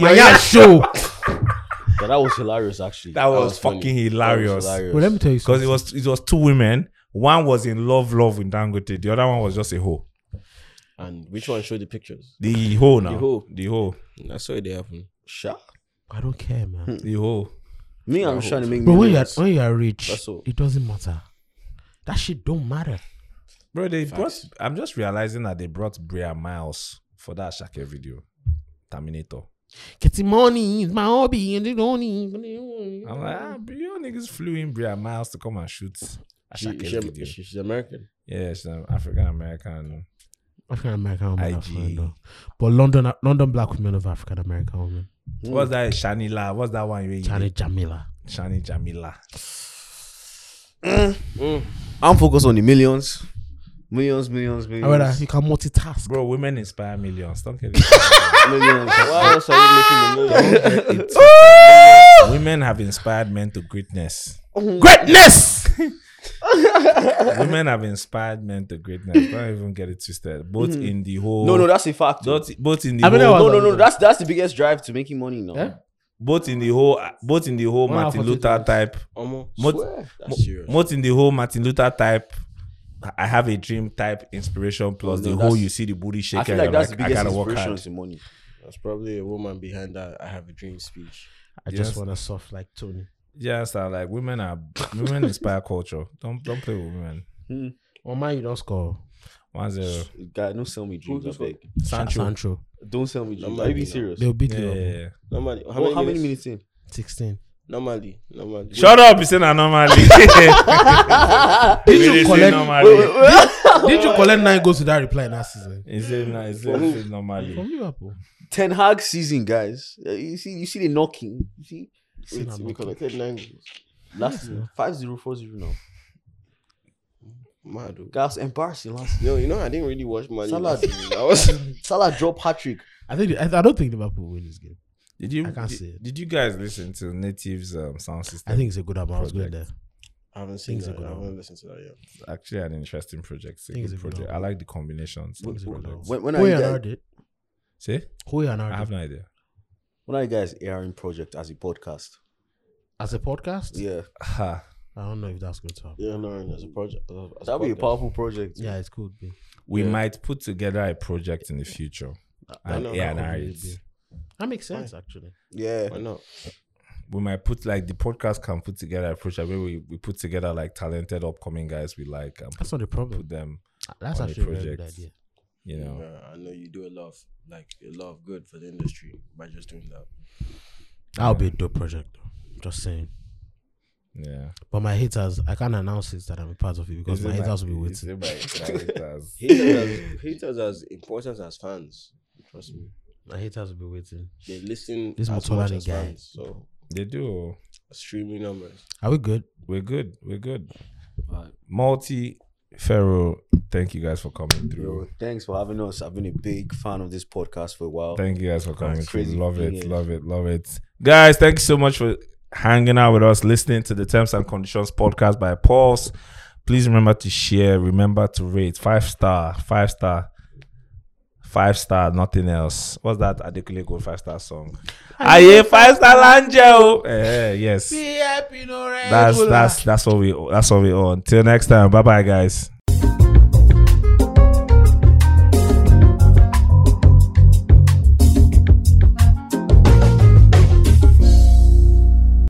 Speaker 2: My ass show.
Speaker 3: But that was hilarious, actually.
Speaker 1: That was,
Speaker 3: funny.
Speaker 1: fucking
Speaker 3: That was
Speaker 1: hilarious.
Speaker 3: hilarious.
Speaker 2: Well, let me tell you
Speaker 1: Because
Speaker 2: something.
Speaker 1: it was it was two women. One was in love, love with Dangote. The other one was just a hoe.
Speaker 4: and which one showed the pictures?
Speaker 1: The hoe now. The
Speaker 4: hoe.
Speaker 1: The hoe.
Speaker 4: That's why they happen.
Speaker 3: Sha.
Speaker 2: I don't care, man.
Speaker 1: The hoe.
Speaker 3: Me, I'm trying to make.
Speaker 2: But when you are
Speaker 3: millions.
Speaker 2: when you are rich,
Speaker 3: That's all.
Speaker 2: it doesn't matter. That shit don't matter.
Speaker 1: Bro, they brought. I'm just realizing that they brought Bria Miles for that Shaka video, Terminator.
Speaker 2: Getting money is my hobby, and it only.
Speaker 1: I'm like, ah, but you niggas flew in Bria Miles to come and shoot a
Speaker 4: She,
Speaker 1: Shaka
Speaker 4: she,
Speaker 1: video.
Speaker 4: she- she's American.
Speaker 1: yeah, she's an African American.
Speaker 2: African American woman,
Speaker 1: IG.
Speaker 2: that's fine though. But London, London black women of African American women.
Speaker 4: Hmm.
Speaker 1: What's that? Shanila. What's that one? you-
Speaker 2: Charlie Jamila.
Speaker 1: Shani Jamila.
Speaker 3: I'm focused on the millions, millions, millions,
Speaker 1: Ah,
Speaker 3: millions,
Speaker 2: However, you can multitask.
Speaker 1: Bro, women inspire millions. Don't get
Speaker 3: millions.
Speaker 4: Why else are you making the million?
Speaker 1: it. women have inspired men to greatness.
Speaker 2: Greatness.
Speaker 1: women have inspired men to greatness. Don't even get it twisted. Both in the whole.
Speaker 3: Hmm. Oh, No, no, that's a fact. No,
Speaker 1: Both, both in the
Speaker 2: I mean, that
Speaker 1: whole,
Speaker 2: was-
Speaker 3: no, no. That's that's the biggest drive to making money now.
Speaker 2: Yeah?
Speaker 1: both in the whole, both in the whole
Speaker 2: One hour
Speaker 1: Martin
Speaker 2: forty
Speaker 1: Luther
Speaker 2: minutes.
Speaker 1: type,
Speaker 4: Omo,
Speaker 1: Mot-
Speaker 4: swear.
Speaker 1: mo-
Speaker 4: That's serious.
Speaker 1: both in the whole Martin Luther type. I have a dream type inspiration plus
Speaker 3: Oh, No,
Speaker 1: the whole
Speaker 3: that's-
Speaker 1: you see the booty shaking.
Speaker 3: I feel like
Speaker 1: you're
Speaker 3: that's the
Speaker 1: I
Speaker 3: biggest
Speaker 1: gotta work
Speaker 3: inspiration
Speaker 1: hard.
Speaker 3: is the money.
Speaker 4: That's probably a woman behind that I have a dream speech.
Speaker 2: I
Speaker 1: Yes.
Speaker 2: just want to soft like Tony.
Speaker 1: Yes, I like women are women inspire culture. Don't don't play with women.
Speaker 2: Oh man, you don't score.
Speaker 1: One zero.
Speaker 3: God, don't sell me dreams. I
Speaker 4: Who's this
Speaker 3: beg.
Speaker 1: Sancho.
Speaker 2: Sancho.
Speaker 3: Don't sell me dreams.
Speaker 4: Number
Speaker 3: Are you being
Speaker 4: one.
Speaker 3: serious?
Speaker 2: They'll beat
Speaker 1: Yeah,
Speaker 2: you
Speaker 1: yeah,
Speaker 2: up.
Speaker 1: yeah.
Speaker 4: Normally, how,
Speaker 3: Well,
Speaker 4: many,
Speaker 3: how many
Speaker 4: minutes?
Speaker 3: minutes in?
Speaker 2: 16.
Speaker 4: Normally, normally.
Speaker 1: Shut up, you say that normally. Did
Speaker 2: you collect- Did you collect nine goals to that reply last season?
Speaker 1: He said no, he said- he said normally.
Speaker 2: From Liverpool.
Speaker 3: Ten Hag season, guys. Uh, You see, you see the knocking. You see,
Speaker 4: Wait,
Speaker 2: Seen
Speaker 4: we
Speaker 2: I'm not-
Speaker 4: collected nine goals.
Speaker 3: last year five zero four zero now.
Speaker 4: Mad, oh.
Speaker 3: Guys, embarrassing last.
Speaker 4: Yo, you know, I didn't really watch Man
Speaker 3: Salah.
Speaker 4: United. I was
Speaker 3: Salah drop hat trick.
Speaker 2: I think I, I don't think Liverpool will win this game.
Speaker 1: Did you
Speaker 2: I can't
Speaker 1: did,
Speaker 2: see it.
Speaker 1: did you guys listen to Native's um, sound system?
Speaker 2: I think it's a good album. I was going there.
Speaker 1: Project.
Speaker 4: I haven't seen
Speaker 2: Things are
Speaker 4: that.
Speaker 2: good
Speaker 4: I
Speaker 2: now.
Speaker 4: haven't listened to that yet.
Speaker 1: It's actually an interesting project. It's a
Speaker 2: Think
Speaker 1: good
Speaker 2: it's a good
Speaker 1: project. I
Speaker 2: album.
Speaker 1: like the combinations. of
Speaker 2: Think it's a
Speaker 1: the
Speaker 2: good
Speaker 1: projects.
Speaker 2: album.
Speaker 3: When, when are
Speaker 2: Hoy
Speaker 3: you
Speaker 2: and
Speaker 3: guys,
Speaker 2: Ardit.
Speaker 1: See?
Speaker 2: Hoy and
Speaker 1: I have
Speaker 2: Ardit.
Speaker 1: no idea.
Speaker 3: when are you guys airing project as a podcast?
Speaker 2: As a podcast?
Speaker 3: Yeah,
Speaker 1: Ha.
Speaker 2: I don't know if that's good to happen.
Speaker 4: Yeah, Lauren, as a project. as
Speaker 3: that'd be a
Speaker 4: podcast.
Speaker 3: powerful project.
Speaker 2: Yeah, it could be.
Speaker 1: We
Speaker 4: Yeah.
Speaker 1: might put together a project in the future. And
Speaker 4: know,
Speaker 1: yeah,
Speaker 4: I
Speaker 1: nah,
Speaker 2: Could really
Speaker 1: it's-
Speaker 2: be. That makes sense, actually.
Speaker 3: yeah.
Speaker 4: Why not?
Speaker 1: we might put like the podcast can put together a project where we, we put together like talented upcoming guys we like and
Speaker 2: That's not the problem.
Speaker 1: put them,
Speaker 2: That's
Speaker 1: on the
Speaker 2: actually a very good
Speaker 1: project.
Speaker 2: idea.
Speaker 1: you know.
Speaker 4: Yeah, I know you do a lot of like a lot of good for the industry by just doing that.
Speaker 2: That'll be a dope project, though. Just saying.
Speaker 1: Yeah.
Speaker 2: But my haters, I can't announce it that I'm a part of it because
Speaker 1: Is
Speaker 2: my
Speaker 1: it
Speaker 2: haters
Speaker 1: like-
Speaker 2: will be
Speaker 1: is it
Speaker 2: waiting.
Speaker 1: like characters?
Speaker 4: Haters, as, haters as important as fans. Trust me,
Speaker 2: My haters will be waiting.
Speaker 4: they listen
Speaker 2: This
Speaker 4: as
Speaker 2: Motolani
Speaker 4: much as
Speaker 2: guy.
Speaker 4: fans. So
Speaker 1: They do. oh.
Speaker 4: Streaming numbers.
Speaker 2: Are we good?
Speaker 1: We're good. We're good. Multi Ferro, thank you guys for coming through.
Speaker 3: Yo, thanks for having us. I've been a big fan of this podcast for a while.
Speaker 1: Thank you guys for coming.
Speaker 3: That's
Speaker 1: through.
Speaker 3: crazy.
Speaker 1: Love it,
Speaker 3: Yeah.
Speaker 1: love it, love it. Guys, thank you so much for hanging out with us, listening to the Terms and Conditions podcast by Pulse. Please remember to share, remember to rate. Five star, five star, five star, nothing else. What's that Adekunle Gold five star song? Aye, five star Lanjo. Eh, yes. That's that's that's what we that's what we own. Till next time. Bye bye guys.